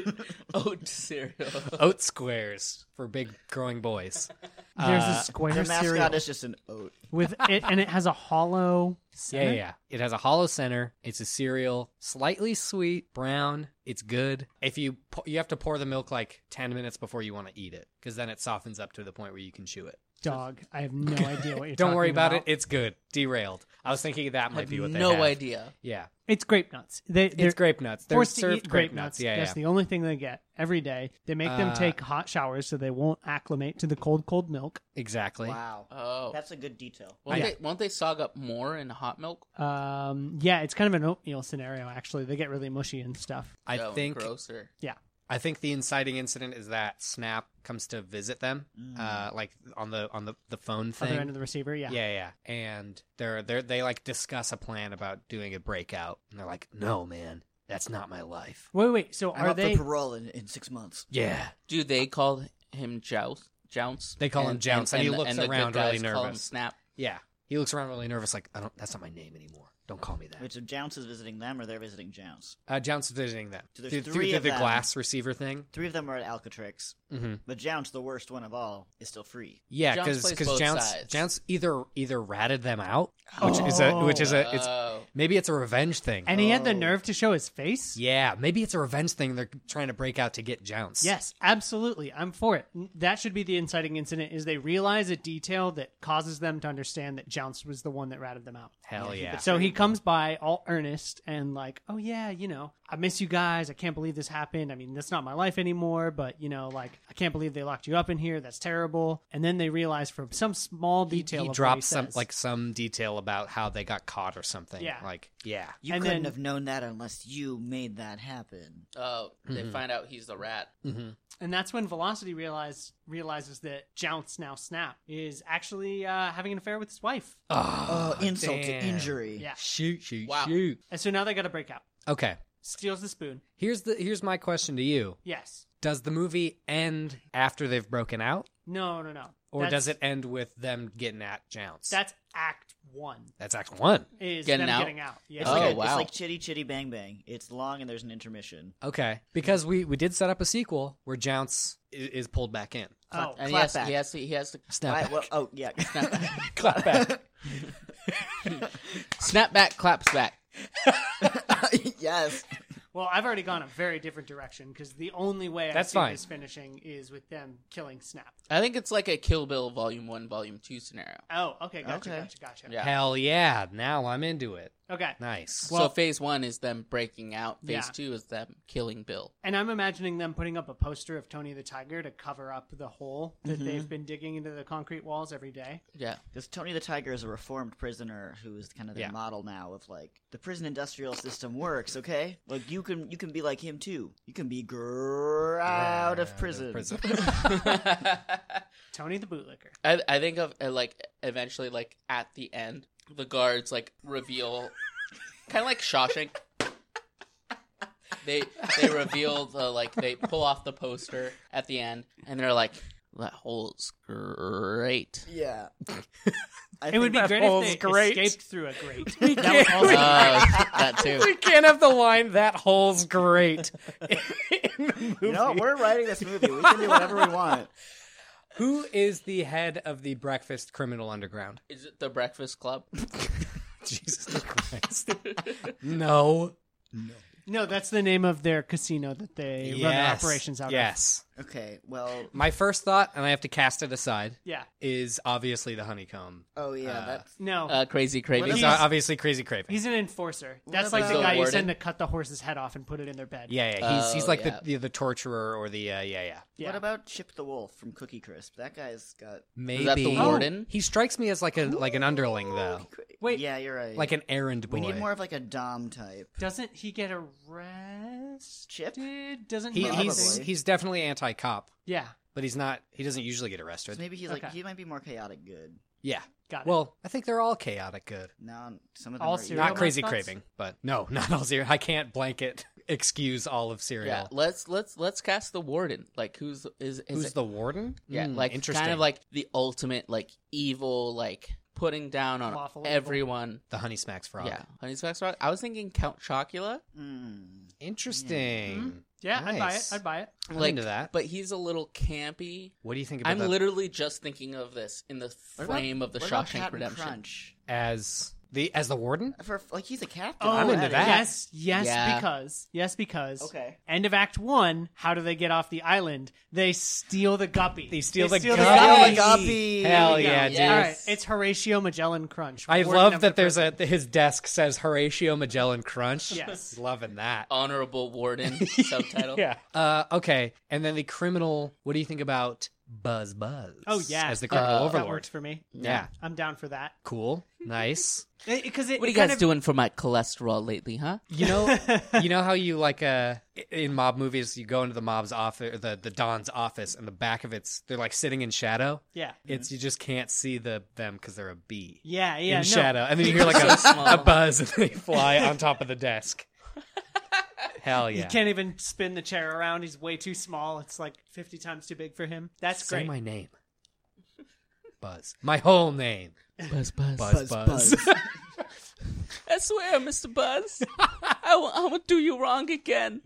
[SPEAKER 1] Oat cereal.
[SPEAKER 3] Oat squares for big growing boys.
[SPEAKER 4] There's
[SPEAKER 3] uh,
[SPEAKER 4] a square
[SPEAKER 2] Their
[SPEAKER 4] cereal
[SPEAKER 2] mascot is just an oat.
[SPEAKER 4] with it, and it has a hollow.
[SPEAKER 3] Yeah, yeah,
[SPEAKER 4] center.
[SPEAKER 3] yeah. It has a hollow center. It's a cereal, slightly sweet, brown. It's good. If you pou- you have to pour the milk like ten minutes before you want to eat it, because then it softens up to the point where you can chew it.
[SPEAKER 4] Dog. I have no idea what you're.
[SPEAKER 3] Don't
[SPEAKER 4] talking
[SPEAKER 3] worry about,
[SPEAKER 4] about
[SPEAKER 3] it. It's good. Derailed. I was thinking that
[SPEAKER 1] I
[SPEAKER 3] might
[SPEAKER 1] have
[SPEAKER 3] be what they
[SPEAKER 1] no
[SPEAKER 3] have.
[SPEAKER 1] idea.
[SPEAKER 3] Yeah,
[SPEAKER 4] It's grape nuts. They, they're
[SPEAKER 3] it's grape nuts. They're
[SPEAKER 4] forced to
[SPEAKER 3] served
[SPEAKER 4] eat grape nuts.
[SPEAKER 3] Yeah,
[SPEAKER 4] That's
[SPEAKER 3] yeah.
[SPEAKER 4] the only thing they get every day. They make
[SPEAKER 3] Uh,
[SPEAKER 4] them take hot showers so they won't acclimate to the cold, cold milk.
[SPEAKER 3] exactly.
[SPEAKER 2] Wow.
[SPEAKER 1] Oh.
[SPEAKER 2] That's a good detail.
[SPEAKER 3] Uh,
[SPEAKER 1] won't,
[SPEAKER 4] Yeah.
[SPEAKER 1] they, won't they sog up more in hot milk?
[SPEAKER 4] Um, yeah, it's kind of an oatmeal scenario. Actually, they get really mushy and stuff.
[SPEAKER 3] I
[SPEAKER 1] Oh,
[SPEAKER 3] think
[SPEAKER 1] grosser.
[SPEAKER 4] Yeah.
[SPEAKER 3] I think the inciting incident is that Snap comes to visit them,
[SPEAKER 2] Mm.
[SPEAKER 3] uh, like on the on the, the phone thing.
[SPEAKER 4] Mm. Other end of the receiver. Yeah.
[SPEAKER 3] yeah, yeah. And they're they're they like discuss a plan about doing a breakout, and they're like, "No, man, that's not my life."
[SPEAKER 4] Wait, wait. So
[SPEAKER 2] I'm
[SPEAKER 4] are
[SPEAKER 2] up
[SPEAKER 4] they?
[SPEAKER 2] for parole in, in six months.
[SPEAKER 3] Yeah,
[SPEAKER 1] Do they call him Joust? Jounce?
[SPEAKER 3] They call him Jounce, and he
[SPEAKER 1] the-
[SPEAKER 3] looks
[SPEAKER 1] the good
[SPEAKER 3] around really
[SPEAKER 1] guys call him
[SPEAKER 3] nervous.
[SPEAKER 1] Snap.
[SPEAKER 3] yeah. He looks around really nervous, like, "I don't. That's not my name anymore. Don't call me that."
[SPEAKER 2] Wait, so Jounce is visiting them, or they're visiting Jounce?
[SPEAKER 3] Uh, Jounce is visiting them
[SPEAKER 2] So there's
[SPEAKER 3] through,
[SPEAKER 2] three
[SPEAKER 3] through the,
[SPEAKER 2] of
[SPEAKER 3] the
[SPEAKER 2] them.
[SPEAKER 3] glass receiver thing.
[SPEAKER 2] Three of them are at Alcatrix,
[SPEAKER 3] Mm-hmm.
[SPEAKER 2] but Jounce, the worst one of all, is still free.
[SPEAKER 3] Yeah,
[SPEAKER 1] Jounce
[SPEAKER 3] because
[SPEAKER 1] plays both
[SPEAKER 3] Jounce
[SPEAKER 1] sides.
[SPEAKER 3] Jounce either either ratted them out, which is a which is a it's
[SPEAKER 1] Oh.
[SPEAKER 3] maybe it's a revenge thing.
[SPEAKER 4] And he had the nerve to show his face?
[SPEAKER 3] yeah, maybe it's a revenge thing. They're trying to break out to get Jounce.
[SPEAKER 4] Yes, absolutely. I'm for it. N- That should be the inciting incident is they realize a detail that causes them to understand that Jounce was the one that ratted them out.
[SPEAKER 3] hell yeah.
[SPEAKER 4] So he comes by all earnest and like, "Oh yeah, you know, I miss you guys. I can't believe this happened. I mean, that's not my life anymore, but you know, like I can't believe they locked you up in here. That's terrible." And then they realize from some small detail
[SPEAKER 3] he
[SPEAKER 4] of what
[SPEAKER 3] drops some
[SPEAKER 4] says.
[SPEAKER 3] like some detail about how they got caught or something.
[SPEAKER 4] Yeah.
[SPEAKER 3] like yeah,
[SPEAKER 2] You
[SPEAKER 4] And
[SPEAKER 2] couldn't
[SPEAKER 4] then-
[SPEAKER 2] have known that unless you made that happen.
[SPEAKER 1] Oh, they
[SPEAKER 3] Mm-hmm.
[SPEAKER 1] find out he's the rat.
[SPEAKER 4] And that's when Velocity realize, realizes that Jounce now Snap is actually uh, having an affair with his wife.
[SPEAKER 2] Oh, insult
[SPEAKER 3] Ah, damn.
[SPEAKER 2] to injury.
[SPEAKER 4] Yeah.
[SPEAKER 3] shoot, shoot,
[SPEAKER 1] Wow.
[SPEAKER 3] shoot.
[SPEAKER 4] And so now they got to break out.
[SPEAKER 3] Okay,
[SPEAKER 4] Steals the spoon.
[SPEAKER 3] here's the here's my question to you:
[SPEAKER 4] Yes.
[SPEAKER 3] Does the movie end after they've broken out,
[SPEAKER 4] No, no, no.
[SPEAKER 3] or
[SPEAKER 4] That's-
[SPEAKER 3] does it end with them getting at Jounce?
[SPEAKER 4] That's Act One.
[SPEAKER 3] that's act one.
[SPEAKER 4] Is
[SPEAKER 1] Getting
[SPEAKER 4] them
[SPEAKER 1] out?
[SPEAKER 4] getting out? Yeah.
[SPEAKER 2] It's like,
[SPEAKER 1] Oh,
[SPEAKER 2] a- it's
[SPEAKER 1] wow.
[SPEAKER 2] like Chitty Chitty Bang Bang. It's long and there's an intermission.
[SPEAKER 3] Okay, because we we did set up a sequel where Jounce is, is pulled back in.
[SPEAKER 4] Oh,
[SPEAKER 1] And he
[SPEAKER 2] Clap
[SPEAKER 1] has,
[SPEAKER 2] back.
[SPEAKER 1] he has to, he has to
[SPEAKER 3] Snap
[SPEAKER 2] Right,
[SPEAKER 3] back.
[SPEAKER 2] well, oh, yeah.
[SPEAKER 3] Clap back.
[SPEAKER 1] snap back, claps back.
[SPEAKER 2] yes.
[SPEAKER 4] Well, I've already gone a very different direction because the only way
[SPEAKER 3] That's
[SPEAKER 4] I see
[SPEAKER 3] fine.
[SPEAKER 4] this finishing is with them killing Snap.
[SPEAKER 1] I think it's like a Kill Bill Volume One, Volume Two scenario.
[SPEAKER 4] Oh, okay, gotcha,
[SPEAKER 2] Okay.
[SPEAKER 4] gotcha, gotcha.
[SPEAKER 1] Yeah.
[SPEAKER 3] Hell yeah! Now I'm into it.
[SPEAKER 4] Okay,
[SPEAKER 3] Nice.
[SPEAKER 1] so phase one is them breaking out. Phase
[SPEAKER 4] Yeah.
[SPEAKER 1] two is them killing Bill.
[SPEAKER 4] and I'm imagining them putting up a poster of Tony the Tiger to cover up the hole that they've been digging into the concrete walls every day.
[SPEAKER 1] Yeah.
[SPEAKER 2] Because Tony the Tiger is a reformed prisoner who is kind of the
[SPEAKER 3] Yeah.
[SPEAKER 2] model now of like the prison industrial system works. Okay, like you can you can be like him too. You can be gr- out of prison.
[SPEAKER 1] I,
[SPEAKER 4] Tony the bootlicker.
[SPEAKER 1] I think of uh, like eventually, like at the end, the guards like reveal, kind of like Shawshank. They they reveal the like they pull off the poster at the end, and they're like, "That hole's great."
[SPEAKER 2] Yeah, I
[SPEAKER 4] It would be
[SPEAKER 2] think-
[SPEAKER 4] great
[SPEAKER 3] hole's
[SPEAKER 4] if they
[SPEAKER 3] great.
[SPEAKER 4] escaped through a grate. that would also
[SPEAKER 1] Uh, that too.
[SPEAKER 3] we can't have the line "That hole's great." in the
[SPEAKER 2] You know,
[SPEAKER 3] movie.
[SPEAKER 2] we're writing this movie. We can do whatever we want.
[SPEAKER 3] Who is the head of the Breakfast Criminal Underground?
[SPEAKER 1] Is it the Breakfast Club?
[SPEAKER 3] Jesus Christ! no.
[SPEAKER 4] No, that's the name of their casino that they run their
[SPEAKER 3] Yes.
[SPEAKER 4] operations out of.
[SPEAKER 3] Yes.
[SPEAKER 2] Okay, well,
[SPEAKER 3] My first thought, and I have to cast it aside,
[SPEAKER 4] Yeah.
[SPEAKER 3] is obviously the honeycomb.
[SPEAKER 2] oh yeah,
[SPEAKER 3] Uh,
[SPEAKER 2] that's
[SPEAKER 4] No.
[SPEAKER 1] Uh, crazy craving.
[SPEAKER 3] It's
[SPEAKER 4] He's-
[SPEAKER 3] obviously crazy craving.
[SPEAKER 4] he's an enforcer.
[SPEAKER 2] What
[SPEAKER 4] That's like the
[SPEAKER 2] about-
[SPEAKER 4] guy you
[SPEAKER 1] Warden?
[SPEAKER 4] send to cut the horse's head off and put it in their bed.
[SPEAKER 3] yeah, yeah. He's he's
[SPEAKER 1] Oh,
[SPEAKER 3] like
[SPEAKER 1] yeah.
[SPEAKER 3] the, the the torturer or the uh, yeah yeah.
[SPEAKER 4] Yeah.
[SPEAKER 2] what about Chip the Wolf from Cookie Crisp? That guy's got
[SPEAKER 3] Maybe Oh,
[SPEAKER 1] that the warden?
[SPEAKER 3] He strikes me as like a like an underling though,
[SPEAKER 4] Wait.
[SPEAKER 2] Yeah, you're right.
[SPEAKER 3] like an errand boy.
[SPEAKER 2] we need more of like a dom type.
[SPEAKER 4] Doesn't he get arrested?
[SPEAKER 2] Chip?
[SPEAKER 4] Doesn't
[SPEAKER 3] He,
[SPEAKER 4] he?
[SPEAKER 3] he's
[SPEAKER 2] Probably.
[SPEAKER 3] he's definitely anti cop,
[SPEAKER 4] yeah.
[SPEAKER 3] but he's not. He doesn't usually get
[SPEAKER 2] So
[SPEAKER 3] arrested.
[SPEAKER 2] maybe he's like
[SPEAKER 4] Okay.
[SPEAKER 2] he might be more chaotic good.
[SPEAKER 3] Yeah.
[SPEAKER 4] Got it.
[SPEAKER 3] Well, I think they're all chaotic good.
[SPEAKER 2] Now some of them
[SPEAKER 4] All
[SPEAKER 2] are
[SPEAKER 4] serial
[SPEAKER 3] Not
[SPEAKER 4] Cereal
[SPEAKER 3] crazy
[SPEAKER 4] mascots?
[SPEAKER 3] craving, but no, not all cereal. I can't blanket excuse all of cereal.
[SPEAKER 1] Yeah, let's let's let's cast the warden. Like who's is, is
[SPEAKER 3] Who's
[SPEAKER 1] it-
[SPEAKER 3] the warden?
[SPEAKER 1] yeah
[SPEAKER 3] Mm,
[SPEAKER 1] like
[SPEAKER 3] interesting.
[SPEAKER 1] kind of like the ultimate like evil like putting down on
[SPEAKER 4] Lawful evil.
[SPEAKER 1] everyone.
[SPEAKER 3] the Honey Smacks frog.
[SPEAKER 1] Yeah, Honey Smacks Rock. I was thinking Count Chocula,
[SPEAKER 2] Mm.
[SPEAKER 3] Interesting.
[SPEAKER 2] Mm-hmm.
[SPEAKER 4] Yeah, I'd buy it.
[SPEAKER 3] Nice.
[SPEAKER 4] I'd buy it.
[SPEAKER 3] I'm
[SPEAKER 1] Like,
[SPEAKER 3] into that.
[SPEAKER 1] but he's a little campy.
[SPEAKER 3] What do you think about
[SPEAKER 1] I'm
[SPEAKER 3] that
[SPEAKER 1] literally just thinking of this in the
[SPEAKER 2] What about-
[SPEAKER 1] frame of the
[SPEAKER 2] what about
[SPEAKER 1] Shawshank
[SPEAKER 2] Cap'n
[SPEAKER 1] Redemption.
[SPEAKER 2] Crunch?
[SPEAKER 3] as the as the warden?
[SPEAKER 2] For like he's a captain.
[SPEAKER 4] Oh,
[SPEAKER 3] I'm into
[SPEAKER 2] already.
[SPEAKER 3] that.
[SPEAKER 4] Yes, yes,
[SPEAKER 1] Yeah.
[SPEAKER 4] because yes, because
[SPEAKER 2] Okay.
[SPEAKER 4] End of Act One. How do they get off the island? They steal the guppy.
[SPEAKER 3] They steal the
[SPEAKER 2] guppy.
[SPEAKER 3] guppy.
[SPEAKER 2] guppy.
[SPEAKER 3] Hell
[SPEAKER 4] There you go.
[SPEAKER 3] yeah, dude.
[SPEAKER 1] Yeah.
[SPEAKER 4] All right, it's Horatio Magellan Crunch.
[SPEAKER 3] I
[SPEAKER 4] Warden
[SPEAKER 3] love
[SPEAKER 4] of
[SPEAKER 3] that
[SPEAKER 4] the
[SPEAKER 3] there's
[SPEAKER 4] prison.
[SPEAKER 3] a his desk says Horatio Magellan Crunch.
[SPEAKER 4] Yes.
[SPEAKER 3] Loving that.
[SPEAKER 1] Honorable Warden subtitle.
[SPEAKER 3] Yeah. Uh, okay. And then the criminal. What do you think about Buzz Buzz?
[SPEAKER 4] Oh, yeah.
[SPEAKER 3] As the criminal
[SPEAKER 1] Uh,
[SPEAKER 4] that
[SPEAKER 3] overlord.
[SPEAKER 4] works for me.
[SPEAKER 3] Yeah.
[SPEAKER 4] I'm down for that.
[SPEAKER 3] Cool. Nice.
[SPEAKER 4] Because it,
[SPEAKER 1] What are
[SPEAKER 4] it
[SPEAKER 1] you guys
[SPEAKER 4] kind of-
[SPEAKER 1] doing for my cholesterol lately, huh?
[SPEAKER 3] You know, you know how you like uh in mob movies, you go into the mob's office, the the Don's office, and the back of it's they're like sitting in shadow.
[SPEAKER 4] Yeah,
[SPEAKER 3] It's you just can't see the them because they're a bee
[SPEAKER 4] yeah, yeah.
[SPEAKER 3] in
[SPEAKER 4] no.
[SPEAKER 3] shadow, and then you hear like a,
[SPEAKER 1] So small.
[SPEAKER 3] a buzz, and they fly on top of the desk. Hell yeah!
[SPEAKER 4] He can't even spin the chair around. He's way too small. It's like 50 times too big for him. That's
[SPEAKER 3] Say
[SPEAKER 4] great.
[SPEAKER 3] my name, Buzz. My whole name,
[SPEAKER 1] Buzz, buzz,
[SPEAKER 3] Buzz. Buzz.
[SPEAKER 1] I swear, Mr. Buzz, I will, I will do you wrong again.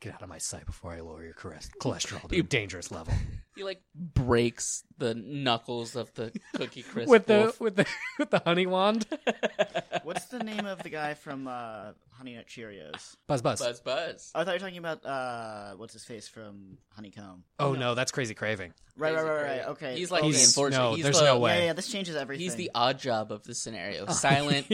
[SPEAKER 3] Get out of my sight before I lower your chores- cholesterol to a dangerous level.
[SPEAKER 1] He like breaks the knuckles of the cookie crisp
[SPEAKER 3] With the
[SPEAKER 1] wolf.
[SPEAKER 3] with the with the honey wand,
[SPEAKER 2] What's the name of the guy from uh, Honey Nut Cheerios?
[SPEAKER 3] Buzz Buzz.
[SPEAKER 1] buzz buzz.
[SPEAKER 2] Oh, I thought you were talking about uh, what's his face from Honeycomb.
[SPEAKER 3] Oh no, that's crazy craving.
[SPEAKER 2] Right, right,
[SPEAKER 1] Crazy
[SPEAKER 2] right, right.
[SPEAKER 1] Crazy.
[SPEAKER 2] Okay,
[SPEAKER 1] He's like
[SPEAKER 3] He's-
[SPEAKER 1] the unfortunate.
[SPEAKER 3] no,
[SPEAKER 1] he's
[SPEAKER 3] there's
[SPEAKER 1] the,
[SPEAKER 3] no way.
[SPEAKER 2] yeah, yeah. This changes everything.
[SPEAKER 1] He's the odd job of the scenario. Silent,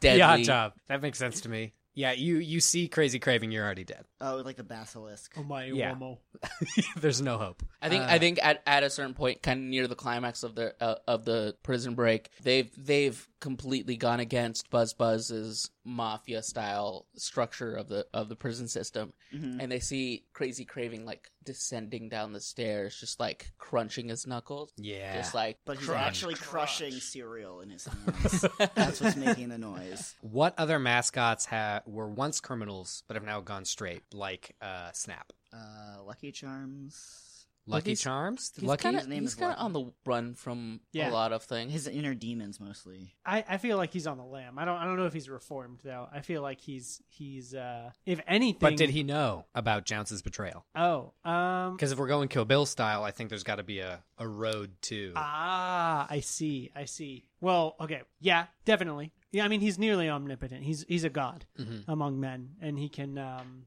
[SPEAKER 1] deadly.
[SPEAKER 3] Yeah, job. That makes sense to me. Yeah, you you see crazy craving, you're already dead.
[SPEAKER 2] oh, like the basilisk.
[SPEAKER 4] Oh my
[SPEAKER 3] Yeah.
[SPEAKER 4] Uomo.
[SPEAKER 3] There's no hope. Uh,
[SPEAKER 1] I think. I think at, at a certain point, kind of near the climax of the uh, of the prison break, they've they've completely gone against Buzz Buzz's mafia style structure of the of the prison system,
[SPEAKER 2] Mhm.
[SPEAKER 1] and they see Crazy Craving like descending down the stairs, just like crunching his knuckles,
[SPEAKER 3] Yeah.
[SPEAKER 1] just like
[SPEAKER 2] But he's
[SPEAKER 1] crunch,
[SPEAKER 2] actually
[SPEAKER 1] crunch.
[SPEAKER 2] crushing cereal in his hands. That's what's making the noise.
[SPEAKER 3] what other mascots ha- were once criminals but have now gone straight, like uh, Snap?
[SPEAKER 2] Uh, Lucky Charms.
[SPEAKER 3] Lucky
[SPEAKER 1] he's-
[SPEAKER 3] Charms?
[SPEAKER 1] He's
[SPEAKER 3] Lucky?
[SPEAKER 1] kinda,
[SPEAKER 2] His name
[SPEAKER 1] he's
[SPEAKER 2] is
[SPEAKER 1] kind of
[SPEAKER 2] Lucky.
[SPEAKER 1] on the run from
[SPEAKER 4] Yeah.
[SPEAKER 1] a lot of things.
[SPEAKER 2] His inner demons mostly.
[SPEAKER 4] I, I feel like he's on the lam. I don't I don't know if he's reformed though. I feel like he's he's uh if anything
[SPEAKER 3] But did he know about Jounce's betrayal?
[SPEAKER 4] Oh, um
[SPEAKER 3] Because if we're going Kill Bill style, I think there's got to be a, a road to.
[SPEAKER 4] Ah, I see. I see. Well, okay. Yeah, definitely. Yeah, I mean he's nearly omnipotent. He's he's a god
[SPEAKER 3] Mhm.
[SPEAKER 4] among men and he can um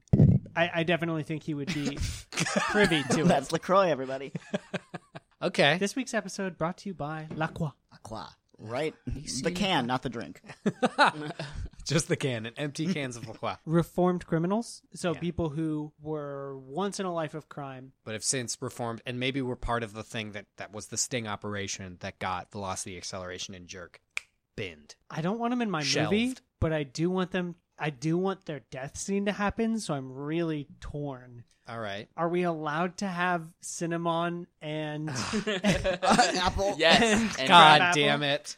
[SPEAKER 4] I, I definitely think he would be privy to it.
[SPEAKER 2] That's Lacroix, everybody.
[SPEAKER 3] Okay.
[SPEAKER 4] This week's episode brought to you by Lacroix.
[SPEAKER 2] Aqua, right? The can, not the drink.
[SPEAKER 3] Just the can and empty cans of LaCroix.
[SPEAKER 4] Reformed criminals. So
[SPEAKER 3] Yeah.
[SPEAKER 4] people who were once in a life of crime.
[SPEAKER 3] But have since reformed, and maybe were part of the thing that, that was the sting operation that got velocity, acceleration, and jerk binned.
[SPEAKER 4] I don't want them in my movie,
[SPEAKER 3] Shelved.
[SPEAKER 4] but I do want them I do want their death scene to happen, so I'm really torn.
[SPEAKER 3] All right.
[SPEAKER 4] Are we allowed to have Cinnamon and
[SPEAKER 2] Apple.
[SPEAKER 1] Yes, and
[SPEAKER 3] God
[SPEAKER 4] Crab
[SPEAKER 3] damn it.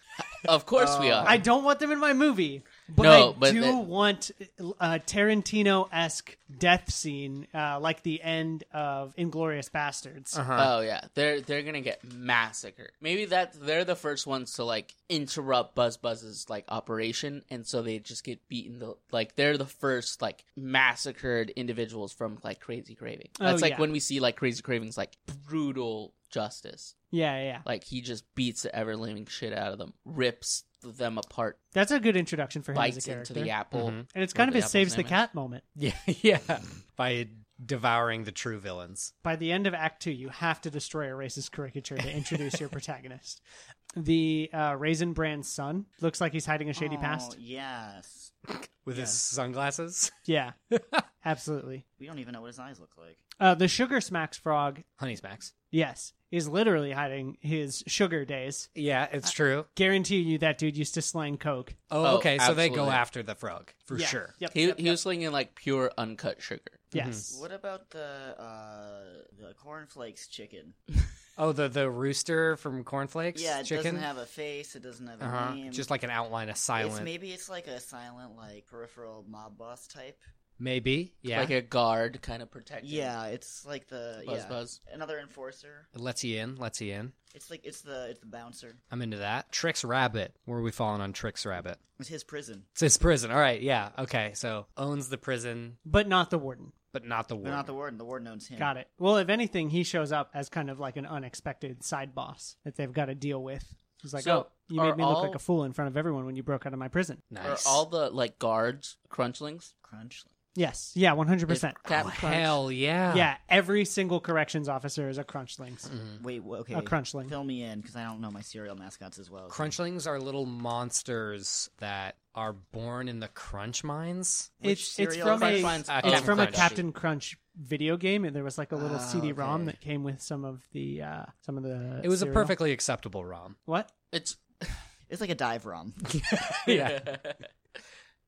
[SPEAKER 1] of course we are.
[SPEAKER 4] I don't want them in my movie, but
[SPEAKER 1] No,
[SPEAKER 4] I
[SPEAKER 1] but
[SPEAKER 4] do
[SPEAKER 1] that-
[SPEAKER 4] want uh, a Tarantino esque death scene, uh, like the end of Inglorious Bastards.
[SPEAKER 3] Uh-huh.
[SPEAKER 1] Oh yeah, they're they're gonna get massacred. Maybe that they're the first ones to like interrupt Buzz Buzz's like operation, and so they just get beaten. The, like they're the first like massacred individuals from like Crazy Craving.
[SPEAKER 4] Oh,
[SPEAKER 1] That's like
[SPEAKER 4] yeah.
[SPEAKER 1] when we see like Crazy Craving's like brutal justice.
[SPEAKER 4] Yeah, yeah, yeah.
[SPEAKER 1] Like he just beats the ever living shit out of them, rips them apart,
[SPEAKER 4] That's a good introduction for him as a
[SPEAKER 1] bites into
[SPEAKER 4] character.
[SPEAKER 1] the apple.
[SPEAKER 3] Mhm.
[SPEAKER 4] and it's kind of
[SPEAKER 1] whatever
[SPEAKER 4] his
[SPEAKER 1] the
[SPEAKER 4] saves
[SPEAKER 1] apple's
[SPEAKER 4] the
[SPEAKER 1] name
[SPEAKER 4] cat moment.
[SPEAKER 3] Yeah. Yeah. By devouring the true villains.
[SPEAKER 4] By the end of Act Two, you have to destroy a racist caricature to introduce your protagonist. The uh, Raisin Brand's son looks like he's hiding a shady
[SPEAKER 2] Oh,
[SPEAKER 4] past.
[SPEAKER 2] Yes.
[SPEAKER 3] With his sunglasses.
[SPEAKER 4] Yeah, absolutely.
[SPEAKER 2] We don't even know what his eyes look like.
[SPEAKER 4] Uh, the Sugar Smacks frog,
[SPEAKER 3] Honey smacks.
[SPEAKER 4] yes, is literally hiding his sugar days.
[SPEAKER 3] Yeah, it's true.
[SPEAKER 4] guarantee you that dude used to slang coke
[SPEAKER 3] Oh,
[SPEAKER 1] Uh, Oh,
[SPEAKER 3] okay. So they go
[SPEAKER 1] absolutely.
[SPEAKER 3] after the frog for
[SPEAKER 4] Yeah.
[SPEAKER 3] sure.
[SPEAKER 4] Yep.
[SPEAKER 1] He,
[SPEAKER 4] yep,
[SPEAKER 1] he
[SPEAKER 4] yep.
[SPEAKER 1] was Mhm. slinging like pure uncut sugar.
[SPEAKER 4] Yes.
[SPEAKER 2] What about the uh, the cornflakes chicken?
[SPEAKER 3] Oh, the the rooster from Cornflakes.
[SPEAKER 2] Yeah, it
[SPEAKER 3] chicken.
[SPEAKER 2] doesn't have a face. It doesn't have a
[SPEAKER 3] uh-huh.
[SPEAKER 2] name.
[SPEAKER 3] Just like an outline, a
[SPEAKER 2] It's
[SPEAKER 3] silent.
[SPEAKER 2] maybe it's like a silent, like peripheral mob boss type.
[SPEAKER 3] maybe. Yeah.
[SPEAKER 1] Like a guard kind of protecting.
[SPEAKER 2] Yeah, it's like the
[SPEAKER 1] Buzz
[SPEAKER 2] yeah.
[SPEAKER 1] Buzz.
[SPEAKER 2] another enforcer.
[SPEAKER 3] It lets you in. Lets you in.
[SPEAKER 2] It's like it's the it's the bouncer.
[SPEAKER 3] I'm into that. Tricks Rabbit. Where are we falling on Tricks Rabbit?
[SPEAKER 2] It's his prison.
[SPEAKER 3] It's his prison. All right. Yeah. Okay. So owns the prison,
[SPEAKER 4] but not the warden
[SPEAKER 3] but not the war.
[SPEAKER 2] They're not the warden. The warden owns him.
[SPEAKER 4] got it well if anything he shows up as kind of like an unexpected side boss that they've got to deal with he's like
[SPEAKER 1] So,
[SPEAKER 4] oh you
[SPEAKER 1] are
[SPEAKER 4] made me look like
[SPEAKER 1] all-
[SPEAKER 4] a fool in front of everyone when you broke out of my prison
[SPEAKER 3] Nice.
[SPEAKER 1] Are all the like guards crunchlings?
[SPEAKER 2] Crunch.
[SPEAKER 4] yes yeah 100%
[SPEAKER 1] Is Cat
[SPEAKER 3] oh,
[SPEAKER 1] Crunch-
[SPEAKER 3] hell yeah.
[SPEAKER 4] yeah every single corrections officer is a crunchlings
[SPEAKER 1] Mm-hmm.
[SPEAKER 3] Mm-hmm.
[SPEAKER 2] Wait, wha- okay.
[SPEAKER 4] a crunchling
[SPEAKER 2] Fill me in because I don't know my cereal mascots as well.
[SPEAKER 3] Crunchlings are little monsters that are born in the crunch mines.
[SPEAKER 4] it's
[SPEAKER 2] Which
[SPEAKER 4] it's
[SPEAKER 2] cereal
[SPEAKER 4] from a
[SPEAKER 1] Crunch-
[SPEAKER 3] Uh,
[SPEAKER 4] it's
[SPEAKER 3] Captain
[SPEAKER 4] from
[SPEAKER 3] Crunch.
[SPEAKER 4] a Captain Crunch video game, and there was like a little
[SPEAKER 2] Ah,
[SPEAKER 4] CD-ROM
[SPEAKER 2] okay.
[SPEAKER 4] that came with some of the uh, some of the.
[SPEAKER 3] It was
[SPEAKER 4] cereal.
[SPEAKER 3] a perfectly acceptable ROM.
[SPEAKER 4] what?
[SPEAKER 1] It's
[SPEAKER 2] It's like a dive rom.
[SPEAKER 3] yeah.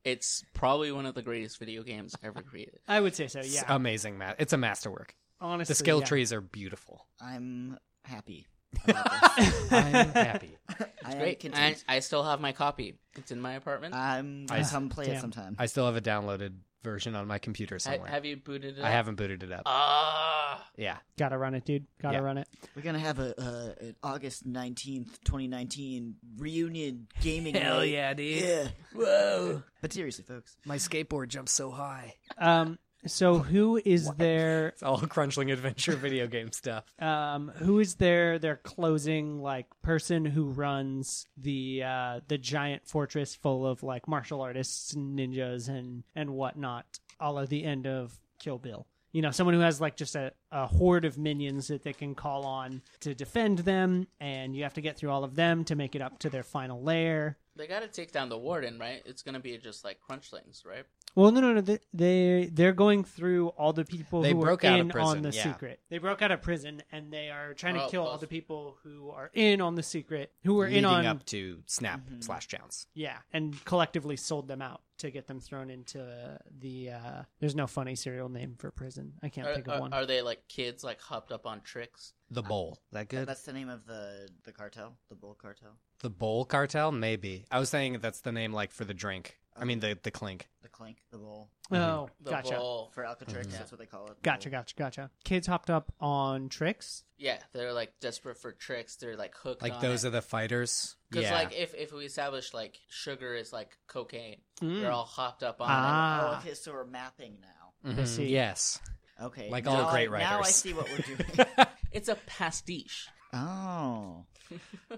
[SPEAKER 1] it's probably one of the greatest video games ever created.
[SPEAKER 4] I would say so.
[SPEAKER 3] It's
[SPEAKER 4] Oh, Yeah,
[SPEAKER 3] amazing, Matt. It's a masterwork.
[SPEAKER 4] honestly,
[SPEAKER 3] The skill
[SPEAKER 4] yeah.
[SPEAKER 3] trees are beautiful.
[SPEAKER 2] I'm happy. About this.
[SPEAKER 3] I'm happy.
[SPEAKER 2] I am
[SPEAKER 1] Great. I,
[SPEAKER 2] content.
[SPEAKER 1] I still have my copy. It's in my apartment.
[SPEAKER 2] I'm
[SPEAKER 3] I-
[SPEAKER 2] gonna come play
[SPEAKER 4] Damn.
[SPEAKER 2] it sometime.
[SPEAKER 3] I still have a downloaded version on my computer
[SPEAKER 1] Ha-
[SPEAKER 3] somewhere.
[SPEAKER 1] have you booted it?
[SPEAKER 3] I
[SPEAKER 1] up?
[SPEAKER 3] haven't booted it up.
[SPEAKER 1] Ah.
[SPEAKER 3] yeah.
[SPEAKER 4] Gotta run it, dude. Gotta
[SPEAKER 3] Yeah.
[SPEAKER 4] run it.
[SPEAKER 2] We're gonna have a uh, an August nineteenth, twenty nineteen reunion gaming. night.
[SPEAKER 3] dude.
[SPEAKER 2] Yeah.
[SPEAKER 3] Whoa.
[SPEAKER 2] But seriously, folks,
[SPEAKER 3] My skateboard jumps so high.
[SPEAKER 4] Um, so who is their
[SPEAKER 3] It's all crunchling adventure video game stuff.
[SPEAKER 4] um who is their their closing like person who runs the uh the giant fortress full of like martial artists, ninjas, and and whatnot, all at the end of Kill Bill. You know, someone who has like just a, a horde of minions that they can call on to defend them, and you have to get through all of them to make it up to their final lair.
[SPEAKER 1] They got to take down the warden, right? It's gonna be just like Crunchlings, right?
[SPEAKER 4] Well, no, no, no. They, they they're going through all the people
[SPEAKER 3] They
[SPEAKER 4] who
[SPEAKER 3] broke
[SPEAKER 4] are
[SPEAKER 3] out of
[SPEAKER 4] in
[SPEAKER 3] prison,
[SPEAKER 4] on the
[SPEAKER 3] yeah.
[SPEAKER 4] secret. They broke out of prison and they are trying to
[SPEAKER 1] Oh,
[SPEAKER 4] kill all
[SPEAKER 1] close.
[SPEAKER 4] the people who are in on the secret, who were in
[SPEAKER 3] Leading
[SPEAKER 4] on Mm-hmm.
[SPEAKER 3] up to Snap slash Jounce.
[SPEAKER 4] yeah, and collectively sold them out to get them thrown into the. Uh, there's no funny serial name for prison. I can't
[SPEAKER 1] Are,
[SPEAKER 4] think of
[SPEAKER 1] are-
[SPEAKER 4] one.
[SPEAKER 1] are they like kids, like hopped up on tricks?
[SPEAKER 3] The Bowl. Is that good?
[SPEAKER 2] That's the name of the the cartel, the bull cartel,
[SPEAKER 3] The Bowl Cartel? Maybe. I was saying that's the name like for the drink. I mean the the clink.
[SPEAKER 2] the clink, the bull
[SPEAKER 4] Oh,
[SPEAKER 1] The
[SPEAKER 4] gotcha.
[SPEAKER 1] ball.
[SPEAKER 2] for Alcatraz.
[SPEAKER 3] Mm-hmm.
[SPEAKER 2] That's what they call it. the
[SPEAKER 4] Gotcha,
[SPEAKER 2] bull.
[SPEAKER 4] gotcha, gotcha. Kids hopped up on tricks.
[SPEAKER 1] Yeah, they're like desperate for tricks. They're like hooked.
[SPEAKER 3] Like those are the fighters.
[SPEAKER 1] because
[SPEAKER 3] Yeah.
[SPEAKER 1] like if if we establish like sugar is like cocaine,
[SPEAKER 4] Mm.
[SPEAKER 3] Hmm.
[SPEAKER 1] they're all hopped up on. it.
[SPEAKER 4] Ah.
[SPEAKER 2] Oh, okay, so we're mapping now.
[SPEAKER 3] Mhm.
[SPEAKER 4] see.
[SPEAKER 3] Yes.
[SPEAKER 2] Okay,
[SPEAKER 3] Like all
[SPEAKER 2] now
[SPEAKER 3] great
[SPEAKER 2] I, Now I
[SPEAKER 3] writers.
[SPEAKER 2] see what we're doing.
[SPEAKER 1] It's a pastiche.
[SPEAKER 2] oh,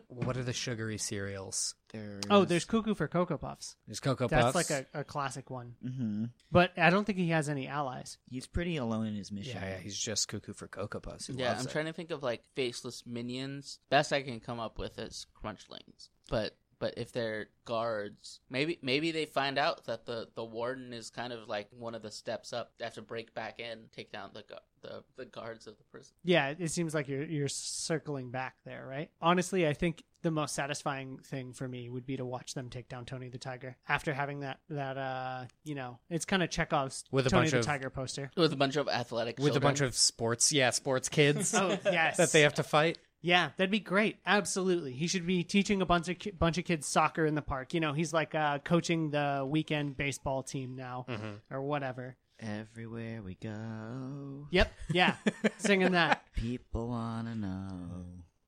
[SPEAKER 3] What are the sugary cereals?
[SPEAKER 2] there's
[SPEAKER 4] Oh, there's Cuckoo for Cocoa Puffs.
[SPEAKER 3] There's Cocoa
[SPEAKER 4] That's
[SPEAKER 3] Puffs.
[SPEAKER 4] like a, a classic one.
[SPEAKER 2] hmm
[SPEAKER 4] But I don't think he has any allies.
[SPEAKER 2] He's pretty alone in his mission.
[SPEAKER 3] Yeah, yeah, he's just cuckoo for Cocoa Puffs. He
[SPEAKER 1] Yeah,
[SPEAKER 3] loves
[SPEAKER 1] I'm
[SPEAKER 3] it.
[SPEAKER 1] trying to think of like faceless minions. Best I can come up with is Crunchlings, but but if they're guards, maybe maybe they find out that the the warden is kind of like one of the steps up. They have to break back in, take down the gu- the the guards of the prison.
[SPEAKER 4] Yeah, it- it seems like you're you're circling back there, right? Honestly, I think the most satisfying thing for me would be to watch them take down Tony the Tiger after having that that uh you know it's kind of Chekhov's
[SPEAKER 3] With a
[SPEAKER 4] Tony
[SPEAKER 3] bunch
[SPEAKER 4] the
[SPEAKER 3] of-
[SPEAKER 4] Tiger poster.
[SPEAKER 1] With a bunch of athletic,
[SPEAKER 3] With a
[SPEAKER 1] children.
[SPEAKER 3] bunch of sports, yeah, sports kids
[SPEAKER 4] Oh yes,
[SPEAKER 3] that they have to fight.
[SPEAKER 4] Yeah, that'd be great. Absolutely, he should be teaching a bunch of ki- bunch of kids soccer in the park. You know, he's like uh, coaching the weekend baseball team now or whatever.
[SPEAKER 2] Everywhere we go,
[SPEAKER 4] Yep, yeah,
[SPEAKER 1] Mm-hmm.
[SPEAKER 4] singing that,
[SPEAKER 2] people wanna know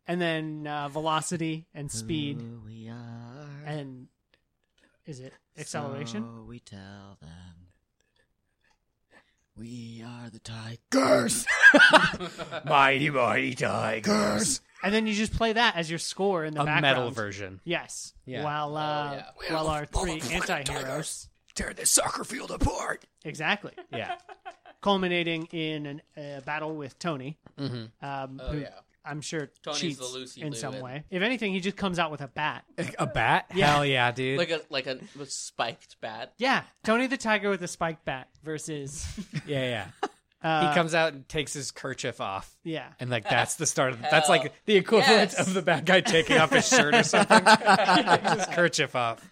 [SPEAKER 4] and then uh, velocity and speed
[SPEAKER 3] Mm.
[SPEAKER 2] who we are.
[SPEAKER 4] and is it acceleration?
[SPEAKER 2] So we tell them we are the tigers.
[SPEAKER 3] Mighty, mighty tigers.
[SPEAKER 4] And then you just play that as your score in the
[SPEAKER 3] A
[SPEAKER 4] background.
[SPEAKER 3] metal version.
[SPEAKER 4] Yes.
[SPEAKER 3] Yeah.
[SPEAKER 4] While uh,
[SPEAKER 1] Oh, yeah.
[SPEAKER 4] while our three anti-heroes.
[SPEAKER 3] Tear this soccer field apart.
[SPEAKER 4] Exactly.
[SPEAKER 3] Yeah.
[SPEAKER 4] Culminating in a uh, battle with Tony,
[SPEAKER 3] Mhm.
[SPEAKER 4] um,
[SPEAKER 1] Oh
[SPEAKER 4] who
[SPEAKER 1] yeah,
[SPEAKER 4] I'm sure
[SPEAKER 1] Tony's
[SPEAKER 4] cheats
[SPEAKER 1] the Lucy
[SPEAKER 4] in
[SPEAKER 1] Liu
[SPEAKER 4] some
[SPEAKER 1] in-
[SPEAKER 4] way. If anything, he just comes out with a bat.
[SPEAKER 3] A bat? Hell yeah, dude.
[SPEAKER 1] like a like a, a spiked bat.
[SPEAKER 4] Yeah, Tony the Tiger with a spiked bat versus
[SPEAKER 3] yeah, yeah.
[SPEAKER 4] uh,
[SPEAKER 3] he comes out and takes his kerchief off.
[SPEAKER 4] yeah.
[SPEAKER 3] And like that's the start of that's like
[SPEAKER 1] Hell.
[SPEAKER 3] the equivalent
[SPEAKER 1] Yes.
[SPEAKER 3] of the bad guy taking off his shirt or something. Takes his kerchief off.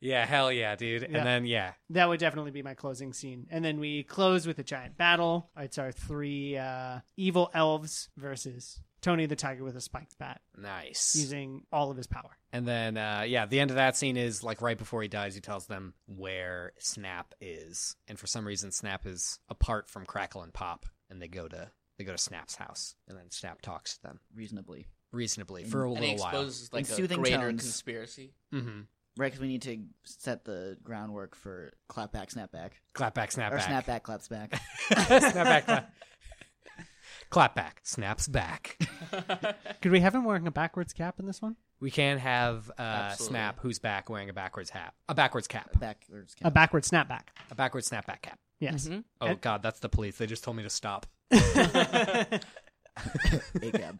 [SPEAKER 3] Yeah, hell yeah, dude.
[SPEAKER 4] Yeah.
[SPEAKER 3] And then yeah.
[SPEAKER 4] That would definitely be my closing scene. And then we close with a giant battle. It's our three uh, evil elves versus Tony the Tiger with a spiked bat
[SPEAKER 3] Nice.
[SPEAKER 4] using all of his power.
[SPEAKER 3] And then uh yeah, the end of that scene is like right before he dies he tells them where Snap is. And for some reason Snap is apart from Crackle and Pop and they go to they go to Snap's house and then Snap talks to them
[SPEAKER 2] Reasonably,
[SPEAKER 3] reasonably for a
[SPEAKER 1] And
[SPEAKER 3] little
[SPEAKER 1] he exposes like
[SPEAKER 2] In
[SPEAKER 1] a
[SPEAKER 2] soothing
[SPEAKER 1] greater
[SPEAKER 2] tones.
[SPEAKER 1] conspiracy.
[SPEAKER 3] while. Mm-hmm.
[SPEAKER 2] right? Because we need to set the groundwork for clapback, snapback,
[SPEAKER 3] Clap back, snap
[SPEAKER 2] or
[SPEAKER 3] back.
[SPEAKER 2] snapback, claps back.
[SPEAKER 3] snap back, clap. clap back, snaps back.
[SPEAKER 4] Could we have him wearing a backwards cap in this one?
[SPEAKER 3] We can have uh,
[SPEAKER 1] Absolutely.
[SPEAKER 3] Snap, who's back wearing a backwards hat, a backwards cap,
[SPEAKER 2] Backwards.
[SPEAKER 4] A backwards snapback.
[SPEAKER 3] a backwards snapback cap.
[SPEAKER 4] Yes.
[SPEAKER 3] Oh
[SPEAKER 4] And-
[SPEAKER 3] God, that's the police. They just told me to stop.
[SPEAKER 2] A cab.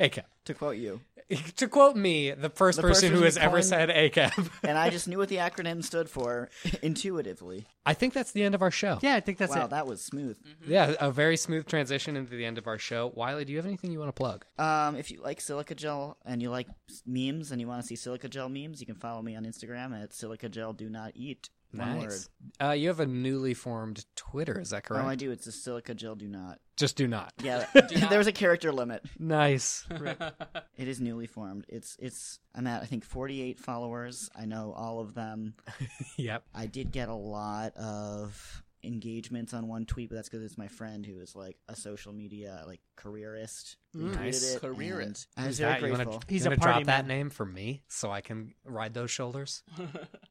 [SPEAKER 3] A cap.
[SPEAKER 2] To quote you,
[SPEAKER 3] To quote me, the first
[SPEAKER 2] The first
[SPEAKER 3] person who
[SPEAKER 2] person
[SPEAKER 3] has
[SPEAKER 2] to
[SPEAKER 3] ever
[SPEAKER 2] call-
[SPEAKER 3] said A cap.
[SPEAKER 2] and I just knew what the acronym stood for intuitively.
[SPEAKER 3] I think that's the end of our show.
[SPEAKER 4] Yeah, I think that's
[SPEAKER 2] wow,
[SPEAKER 4] it.
[SPEAKER 2] that was smooth.
[SPEAKER 3] Yeah, a very smooth transition into the end of our show. Wiley, do you have anything you want to plug?
[SPEAKER 2] Um, if you like silica gel and you like s- memes and you want to see silica gel memes, you can follow me on Instagram at silica gel do not eat. One word.
[SPEAKER 3] Nice. Uh, you have a newly formed Twitter. Is that correct?
[SPEAKER 2] Oh, I do. It's a silica gel do not.
[SPEAKER 3] Just do not.
[SPEAKER 2] Yeah, there was a character limit.
[SPEAKER 3] Nice.
[SPEAKER 2] It is newly formed. It's it's. I'm at I think 48 followers. I know all of them.
[SPEAKER 3] yep.
[SPEAKER 2] I did get a lot of engagements on one tweet, but that's because it's my friend who is like a social media like careerist. who tweeted
[SPEAKER 3] Nice.
[SPEAKER 2] it,
[SPEAKER 1] Careerist.
[SPEAKER 2] and I was
[SPEAKER 3] Who's
[SPEAKER 2] very
[SPEAKER 3] that? You wanna-
[SPEAKER 2] grateful.
[SPEAKER 4] He's
[SPEAKER 3] you
[SPEAKER 4] a
[SPEAKER 3] wanna drop
[SPEAKER 4] party
[SPEAKER 3] that
[SPEAKER 4] man.
[SPEAKER 3] name for me so I can ride those shoulders.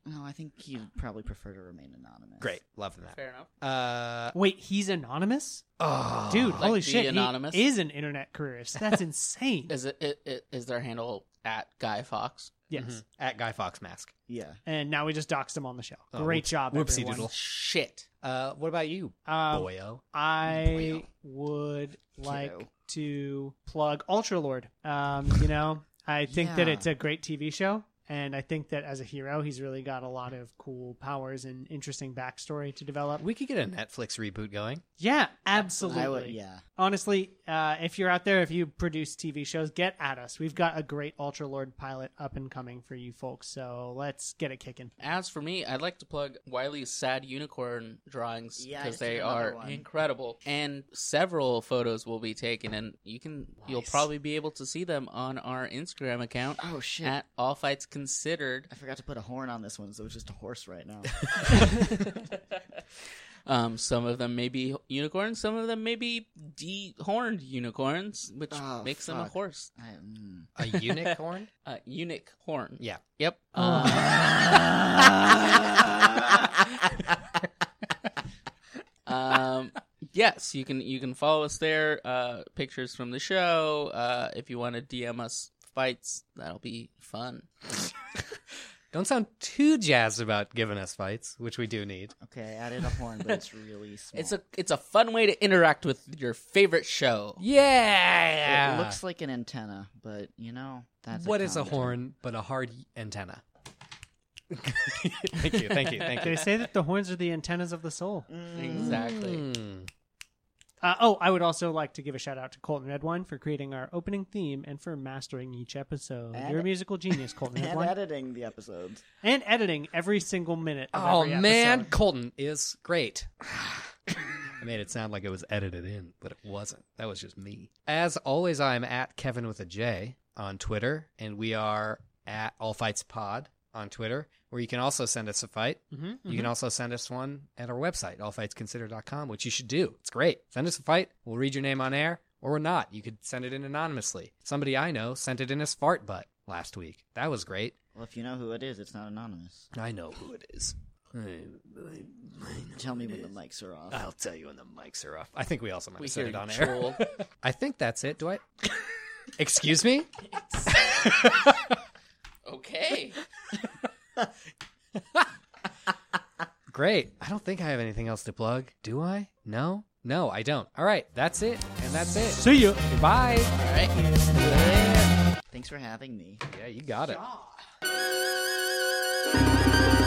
[SPEAKER 2] No, I think he'd probably prefer to remain anonymous.
[SPEAKER 3] Great, loving that.
[SPEAKER 1] Fair enough.
[SPEAKER 3] Uh,
[SPEAKER 4] Wait, he's anonymous?
[SPEAKER 3] oh,
[SPEAKER 4] Dude, holy
[SPEAKER 1] the
[SPEAKER 4] shit.
[SPEAKER 1] anonymous?
[SPEAKER 4] He is an internet careerist. That's insane.
[SPEAKER 1] Is it, it, it is their handle at Guy Fox?
[SPEAKER 4] yes.
[SPEAKER 3] Mm-hmm. at Guy Fox Mask.
[SPEAKER 2] Yeah.
[SPEAKER 4] And now we just doxed him on the show.
[SPEAKER 3] Oh,
[SPEAKER 4] Great
[SPEAKER 3] whoops-
[SPEAKER 4] job,
[SPEAKER 3] whoopsie
[SPEAKER 4] everyone.
[SPEAKER 3] doodle.
[SPEAKER 1] Shit.
[SPEAKER 3] Uh, what about you,
[SPEAKER 4] Um,
[SPEAKER 3] boyo?
[SPEAKER 4] I would like to plug Ultralord. Um, you know, I think that
[SPEAKER 2] Yeah.
[SPEAKER 4] it's a great TV show. And I think that as a hero, he's really got a lot of cool powers and interesting backstory to develop.
[SPEAKER 3] We could get a Netflix reboot going.
[SPEAKER 4] Yeah, absolutely.
[SPEAKER 2] I would, yeah.
[SPEAKER 4] Honestly, uh, if you're out there, if you produce TV shows, get at us. We've got a great Ultra Lord pilot up and coming for you folks. So let's get it kicking.
[SPEAKER 1] As for me, I'd like to plug Wiley's sad unicorn drawings
[SPEAKER 2] Yeah, I
[SPEAKER 1] because
[SPEAKER 2] see
[SPEAKER 1] they
[SPEAKER 2] another
[SPEAKER 1] are
[SPEAKER 2] one.
[SPEAKER 1] incredible, and several photos will be taken, and you can you'll
[SPEAKER 3] Nice.
[SPEAKER 1] probably be able to see them on our Instagram account
[SPEAKER 2] Oh shit!
[SPEAKER 1] at All Fights Considered.
[SPEAKER 2] I forgot to put a horn on this one, so it's just a horse right now.
[SPEAKER 1] Um, some of them may be unicorns, some of them may be dehorned unicorns, which
[SPEAKER 2] Oh,
[SPEAKER 1] makes them a
[SPEAKER 2] fuck.
[SPEAKER 1] horse.
[SPEAKER 2] I, mm.
[SPEAKER 3] A unicorn?
[SPEAKER 1] Uh, eunuch horn.
[SPEAKER 3] yeah.
[SPEAKER 1] Yep. um, yes, you can you can follow us there. Uh, pictures from the show. Uh, if you want to DM us fights, that'll be fun.
[SPEAKER 3] Don't sound too jazzed about giving us fights, which we do need.
[SPEAKER 2] okay, I added a horn, but it's really small.
[SPEAKER 1] It's a it's a fun way to interact with your favorite show.
[SPEAKER 3] Yeah.
[SPEAKER 2] It looks like an antenna, but you know that's
[SPEAKER 3] what is a
[SPEAKER 2] common
[SPEAKER 3] horn but a hard antenna? thank you, thank you, thank
[SPEAKER 4] They
[SPEAKER 3] you.
[SPEAKER 4] say that the horns are the antennas of the soul.
[SPEAKER 1] Exactly.
[SPEAKER 3] Mm.
[SPEAKER 4] Uh, oh, I would also like to give a shout out to Colton Redwine for creating our opening theme and for mastering each episode.
[SPEAKER 2] And-
[SPEAKER 4] You're a musical genius, Colton
[SPEAKER 2] term. And
[SPEAKER 4] Redwine.
[SPEAKER 2] editing the episodes.
[SPEAKER 4] and editing every single minute. Of
[SPEAKER 3] Oh
[SPEAKER 4] every
[SPEAKER 3] man,
[SPEAKER 4] episode.
[SPEAKER 3] Colton is great. I made it sound like it was edited in, but it wasn't. That was just me. As always, I'm at Kevin with a J on Twitter, and we are at All Fights Pod on Twitter, where you can also send us a fight.
[SPEAKER 4] Mhm,
[SPEAKER 3] You can also send us one at our website, allfightsconsider.com, which you should do. It's great. Send us a fight. We'll read your name on air or not. You could send it in anonymously. Somebody I know sent it in as fart butt last week. That was great.
[SPEAKER 2] Well, if you know who it is, it's not anonymous.
[SPEAKER 3] I know who it is.
[SPEAKER 2] Tell me when the mics are off.
[SPEAKER 3] I'll tell you when the mics are off. I think we also might
[SPEAKER 1] We
[SPEAKER 3] have said
[SPEAKER 1] hear
[SPEAKER 3] it on
[SPEAKER 1] you,
[SPEAKER 3] air.
[SPEAKER 1] troll.
[SPEAKER 3] I think that's it. Do I? Excuse me?
[SPEAKER 1] okay.
[SPEAKER 3] Great. I don't think I have anything else to plug. Do I? No? No, I don't. All right. That's it. And that's it.
[SPEAKER 4] mm-hmm. See you.
[SPEAKER 3] Goodbye.
[SPEAKER 1] All right.
[SPEAKER 2] Thanks for having me.
[SPEAKER 3] Yeah, you got it.